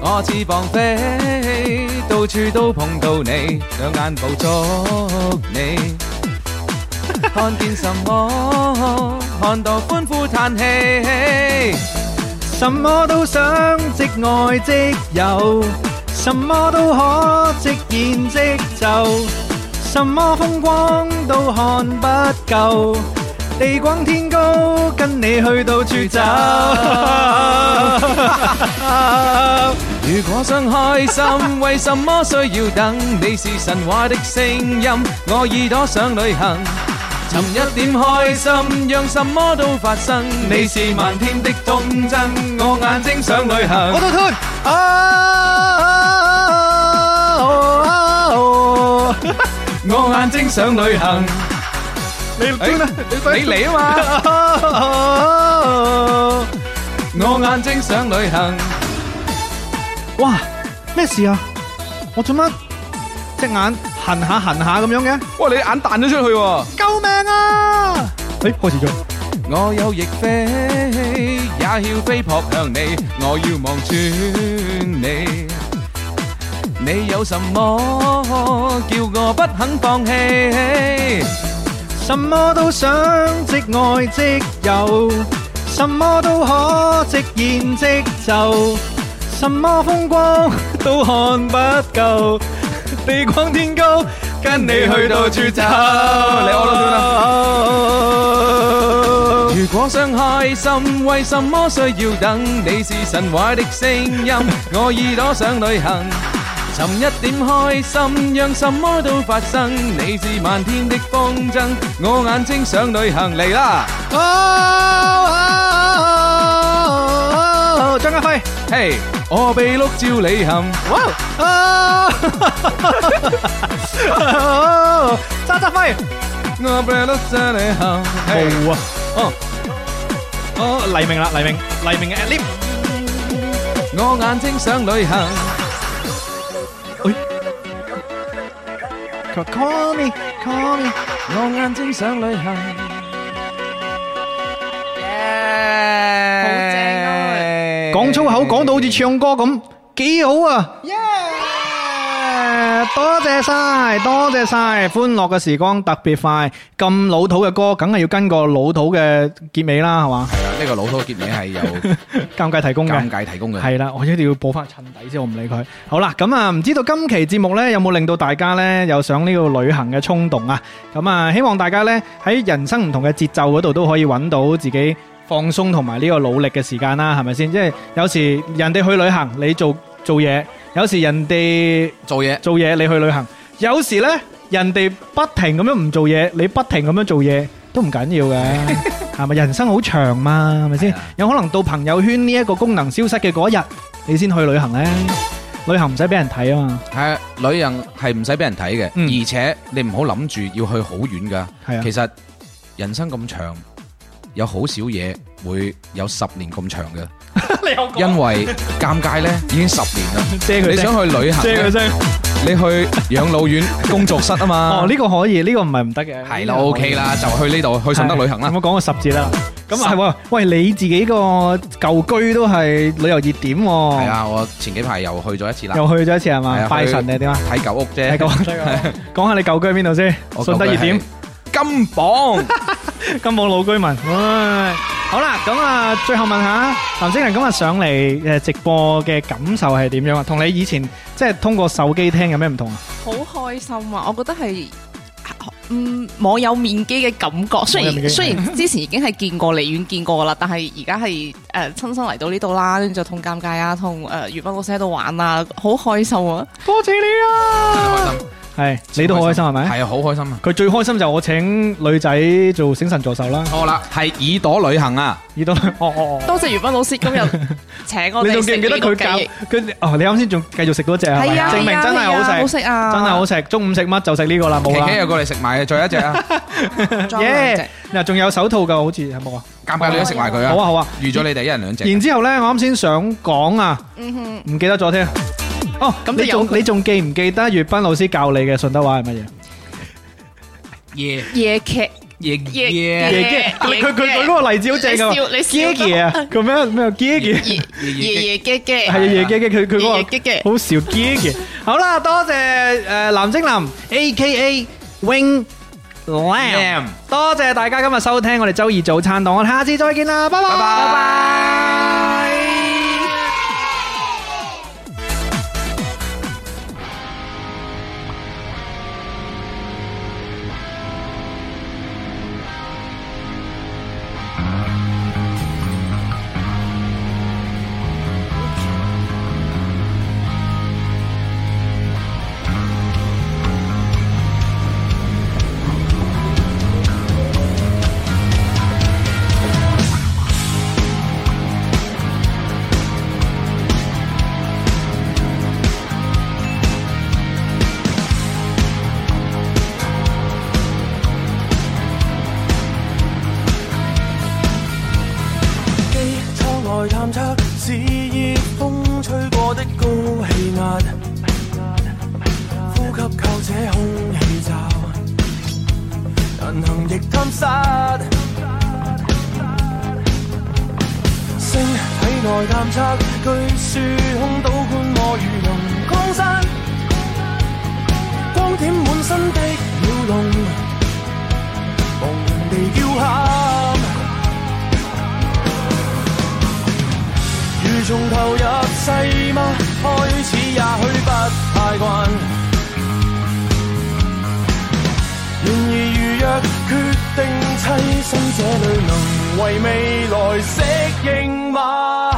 Speaker 3: 我翅膀飛，到處都碰到你，兩眼捕捉你。 看見什麼？看到歡呼嘆氣。
Speaker 1: 什麼都想，即愛即有，什麼都可即現即就，什麼風光都看不夠，地廣天高，跟你去到處 走。
Speaker 3: 如果想開心，為什麼需要等？你是神話的聲音，我耳朵想旅行，尋一點開心，讓什麼都發生。你是漫天的風箏，我眼睛想旅行。
Speaker 1: 都吞啊！
Speaker 3: 我眼睛想旅行。
Speaker 1: 你吞啦，
Speaker 3: 你嚟啊嘛！
Speaker 2: à.
Speaker 3: 我眼睛想旅行。
Speaker 1: 哇，咩事啊？我做乜隻眼痕下痕下咁樣嘅？
Speaker 3: 哇！你眼彈咗出去喎！
Speaker 1: 救命啊！诶、開始咗。
Speaker 3: 我有翼飛，也要飛撲向你，我要望穿你。你有什麼叫我不肯放棄？
Speaker 1: 什麼都想，即愛即有，什麼都可即現即就，什麼風光都看不夠，地廣天高，跟你去到處走。
Speaker 3: 你我都
Speaker 1: 啦。
Speaker 3: 如果想開心，為什麼需要等？你是神話的聲音，我耳朵想旅行。尋一點開心，讓什麼都發生。你是漫天的風箏，我眼睛想旅行嚟啦！
Speaker 1: 哦哦哦！張家輝，
Speaker 3: 嘿、我被碌照你行。
Speaker 1: 哇！哦，哦渣渣輝，
Speaker 3: 我被碌照你行。嘿、
Speaker 1: 冇啊！哦哦，黎明啦，黎明，黎明嘅 a l i p
Speaker 3: 我眼睛想旅行。
Speaker 1: 佢話 call me call me，
Speaker 3: 我眼睛想旅行。
Speaker 4: 好正啊！
Speaker 1: 講粗口講到好似唱歌咁，幾好啊！多謝晒，多謝晒，歡樂嘅時光特別快，咁老土嘅歌，梗係要跟個老土嘅結尾啦，係嘛？
Speaker 3: 係啦，呢個老土結尾係由
Speaker 1: 尷尬提供嘅
Speaker 3: 尷。尬提供嘅。
Speaker 1: 系啦，我一定要播翻襯底先，我唔理佢。好啦，咁啊，唔知道今期節目呢有冇令到大家呢有想呢個旅行嘅衝動啊？咁啊，希望大家呢喺人生唔同嘅節奏嗰度都可以揾到自己放鬆同埋呢個努力嘅時間啦，係咪先？即係有時人哋去旅行，你做做嘢；有時人哋
Speaker 3: 做嘢
Speaker 1: 做嘢，你去旅行；有時呢人哋不停咁樣唔做嘢，你不停咁樣做嘢都唔緊要嘅，係咪？人生好長嘛，係咪先
Speaker 3: 係啊？
Speaker 1: 有可能到朋友圈呢一個功能消失嘅嗰日，你先去旅行呢？旅行唔使俾人睇啊嘛，
Speaker 3: 係旅行係唔使俾人睇嘅，
Speaker 1: 嗯
Speaker 3: 而且你唔好諗住要去好遠㗎。
Speaker 1: 係啊
Speaker 3: 其，實人生咁長，有好少嘢會有十年咁長 嘅，因為尷尬呢已經十 年啦。
Speaker 1: 遮佢
Speaker 3: 你
Speaker 1: 聲，
Speaker 3: 想去旅行
Speaker 1: 遮佢
Speaker 3: 呢，
Speaker 1: 聲。
Speaker 3: 你去養老院工作室啊嘛
Speaker 1: 哦，。呢個可以，呢個唔係唔得嘅。
Speaker 3: 係啦，OK 啦，就去呢度去順德旅行啦
Speaker 1: 係。咁我講過十節啦。咁啊，係
Speaker 3: 十
Speaker 1: 喎，喂，你自己個舊居都係旅遊熱點喎。
Speaker 3: 係，啊，我前幾排又去咗一次啦，
Speaker 1: 又去咗一次係
Speaker 3: 係啊
Speaker 1: 嘛？
Speaker 3: 去
Speaker 1: 拜神定係點啊？
Speaker 3: 睇舊屋
Speaker 1: 係
Speaker 3: 啫。
Speaker 1: 咁，講下你舊居邊度先？
Speaker 3: 我
Speaker 1: 順德熱點。
Speaker 3: 舊居係金榜。
Speaker 1: 金網老居民，唉，好啦，咁啊，最後問下藍精靈今日上嚟诶直播嘅感受係點樣啊？同你以前即係通過手機聽有咩唔同啊？
Speaker 4: 好開心啊！我覺得係。嗯，網友面基嘅感覺，雖
Speaker 1: 網友面
Speaker 4: 然
Speaker 1: 基
Speaker 4: 雖然之前已經係見過離遠見過噶啦，但係而家係誒親身嚟到呢度啦，跟住就同尷尬啊，同誒粵斌老師喺度玩啊，好開心啊！
Speaker 1: 多謝你啊！系你都好开心系咪？
Speaker 3: 係啊，好開心啊！
Speaker 1: 佢最開心就我請女仔做醒神助手啦，
Speaker 3: 錯啦，係耳朵旅行啊！
Speaker 1: 耳朵哦哦哦，
Speaker 4: 多謝余斌老師今日請我哋
Speaker 1: 你仲記唔記得佢
Speaker 4: 食呢個
Speaker 1: 教
Speaker 4: 記憶
Speaker 1: 佢？哦，你啱先仲繼續食嗰只
Speaker 4: 係啊，
Speaker 1: 證明
Speaker 4: 係啊
Speaker 1: 真係
Speaker 4: 係啊
Speaker 1: 好
Speaker 4: 好
Speaker 1: 食，
Speaker 4: 食啊，
Speaker 1: 真係好食。中午食乜就食呢個啦，冇
Speaker 3: 琪琪
Speaker 1: 啦。
Speaker 3: 又過嚟食埋，再一隻啊！
Speaker 4: 裝兩隻
Speaker 1: 耶！嗱，仲有手套㗎，好似係冇啊？
Speaker 3: 尷尬你都食埋佢
Speaker 1: 好啊
Speaker 3: 啊！
Speaker 1: 好啊。
Speaker 3: 預咗你哋一人兩隻。
Speaker 1: 然之後咧，我啱先想講啊，
Speaker 4: 嗯哼，
Speaker 1: 唔記得咗添。哦，
Speaker 4: 咁
Speaker 1: 你
Speaker 4: 就有
Speaker 1: 仲你仲記唔記得粵斌老師教你嘅順德話係乜嘢？
Speaker 3: 耶
Speaker 4: 夜劇
Speaker 3: 耶
Speaker 4: 夜
Speaker 3: 耶
Speaker 1: 爺佢佢佢佢嗰個例子好正㗎喎，
Speaker 4: 你笑
Speaker 1: 爺
Speaker 4: 你笑
Speaker 1: 爺啊，咁樣咩爺爺。
Speaker 4: 夜夜夜嘅嘅
Speaker 1: 系啊，夜嘅嘅佢佢嗰
Speaker 4: 夜嘅嘅
Speaker 1: 個好少嘅嘅。好啦，多謝诶藍精林 A K A Wing Lam，
Speaker 3: Lam
Speaker 1: 多謝大家今日收聽我哋周二早餐檔，我哋下次再見啦，拜拜拜拜。
Speaker 6: 機艙外探測，是熱風吹過的高氣壓，呼吸靠這空氣罩，人行亦探測。星體內探測，據說空島觀我如陽光山，光點滿身的鳥籠，無人地叫喊。如從投入世嗎？開始也許不太慣。然而如若決定棲身這裏，能為未來適應嗎？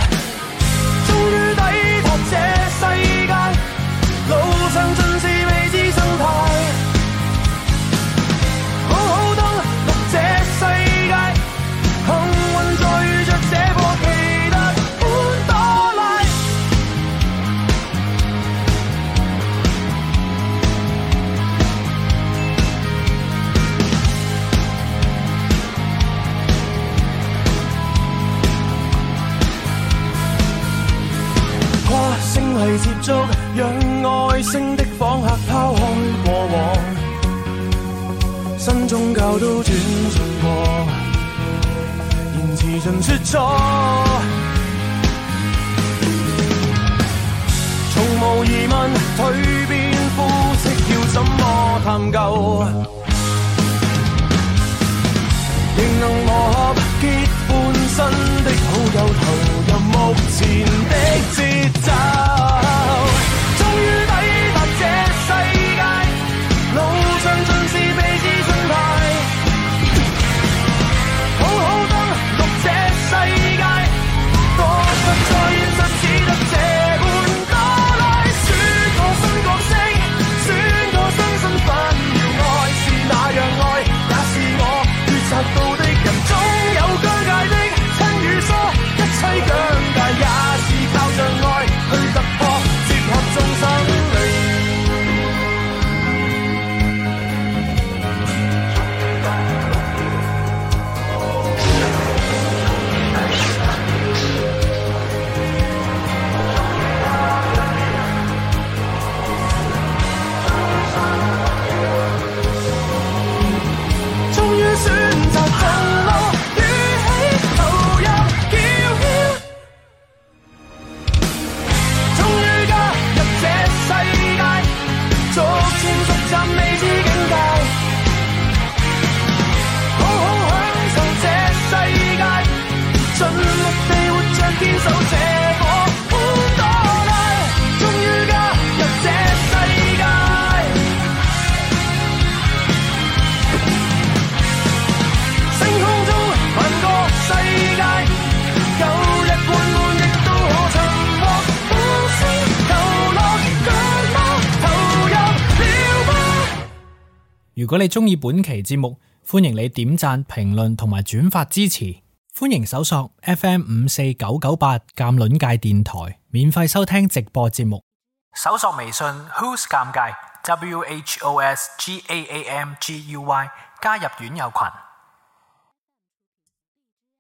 Speaker 6: 終於抵達這世界，路上盡是未知生態。好好當落這世界。幸運在遇着這個奇特潘多拉，跨星系接觸，讓外星的訪客拋開過往，新宗教都轉進過。言辭盡説咗，從無疑問蛻變膚色要怎麼探究？仍能磨合結伴新的好友，投入目前的節奏。終於抵達這世界，路上盡是未知生態。好好登錄這世界，多實在現實只得這般多拉。選個新角色，選個新身份，要愛是那樣愛，也是我抉擇到的人，總有疆界的親與疏，一切疆界也是靠着愛。
Speaker 2: 如果你中意本期節目，歡迎你點讚、評論同埋轉發支持。歡迎搜索 FM 五四九九八鑑論界電台，免費收聽直播節目。搜索微信 Who's 尷尬 W H O S G A A M G U Y 加入院友群。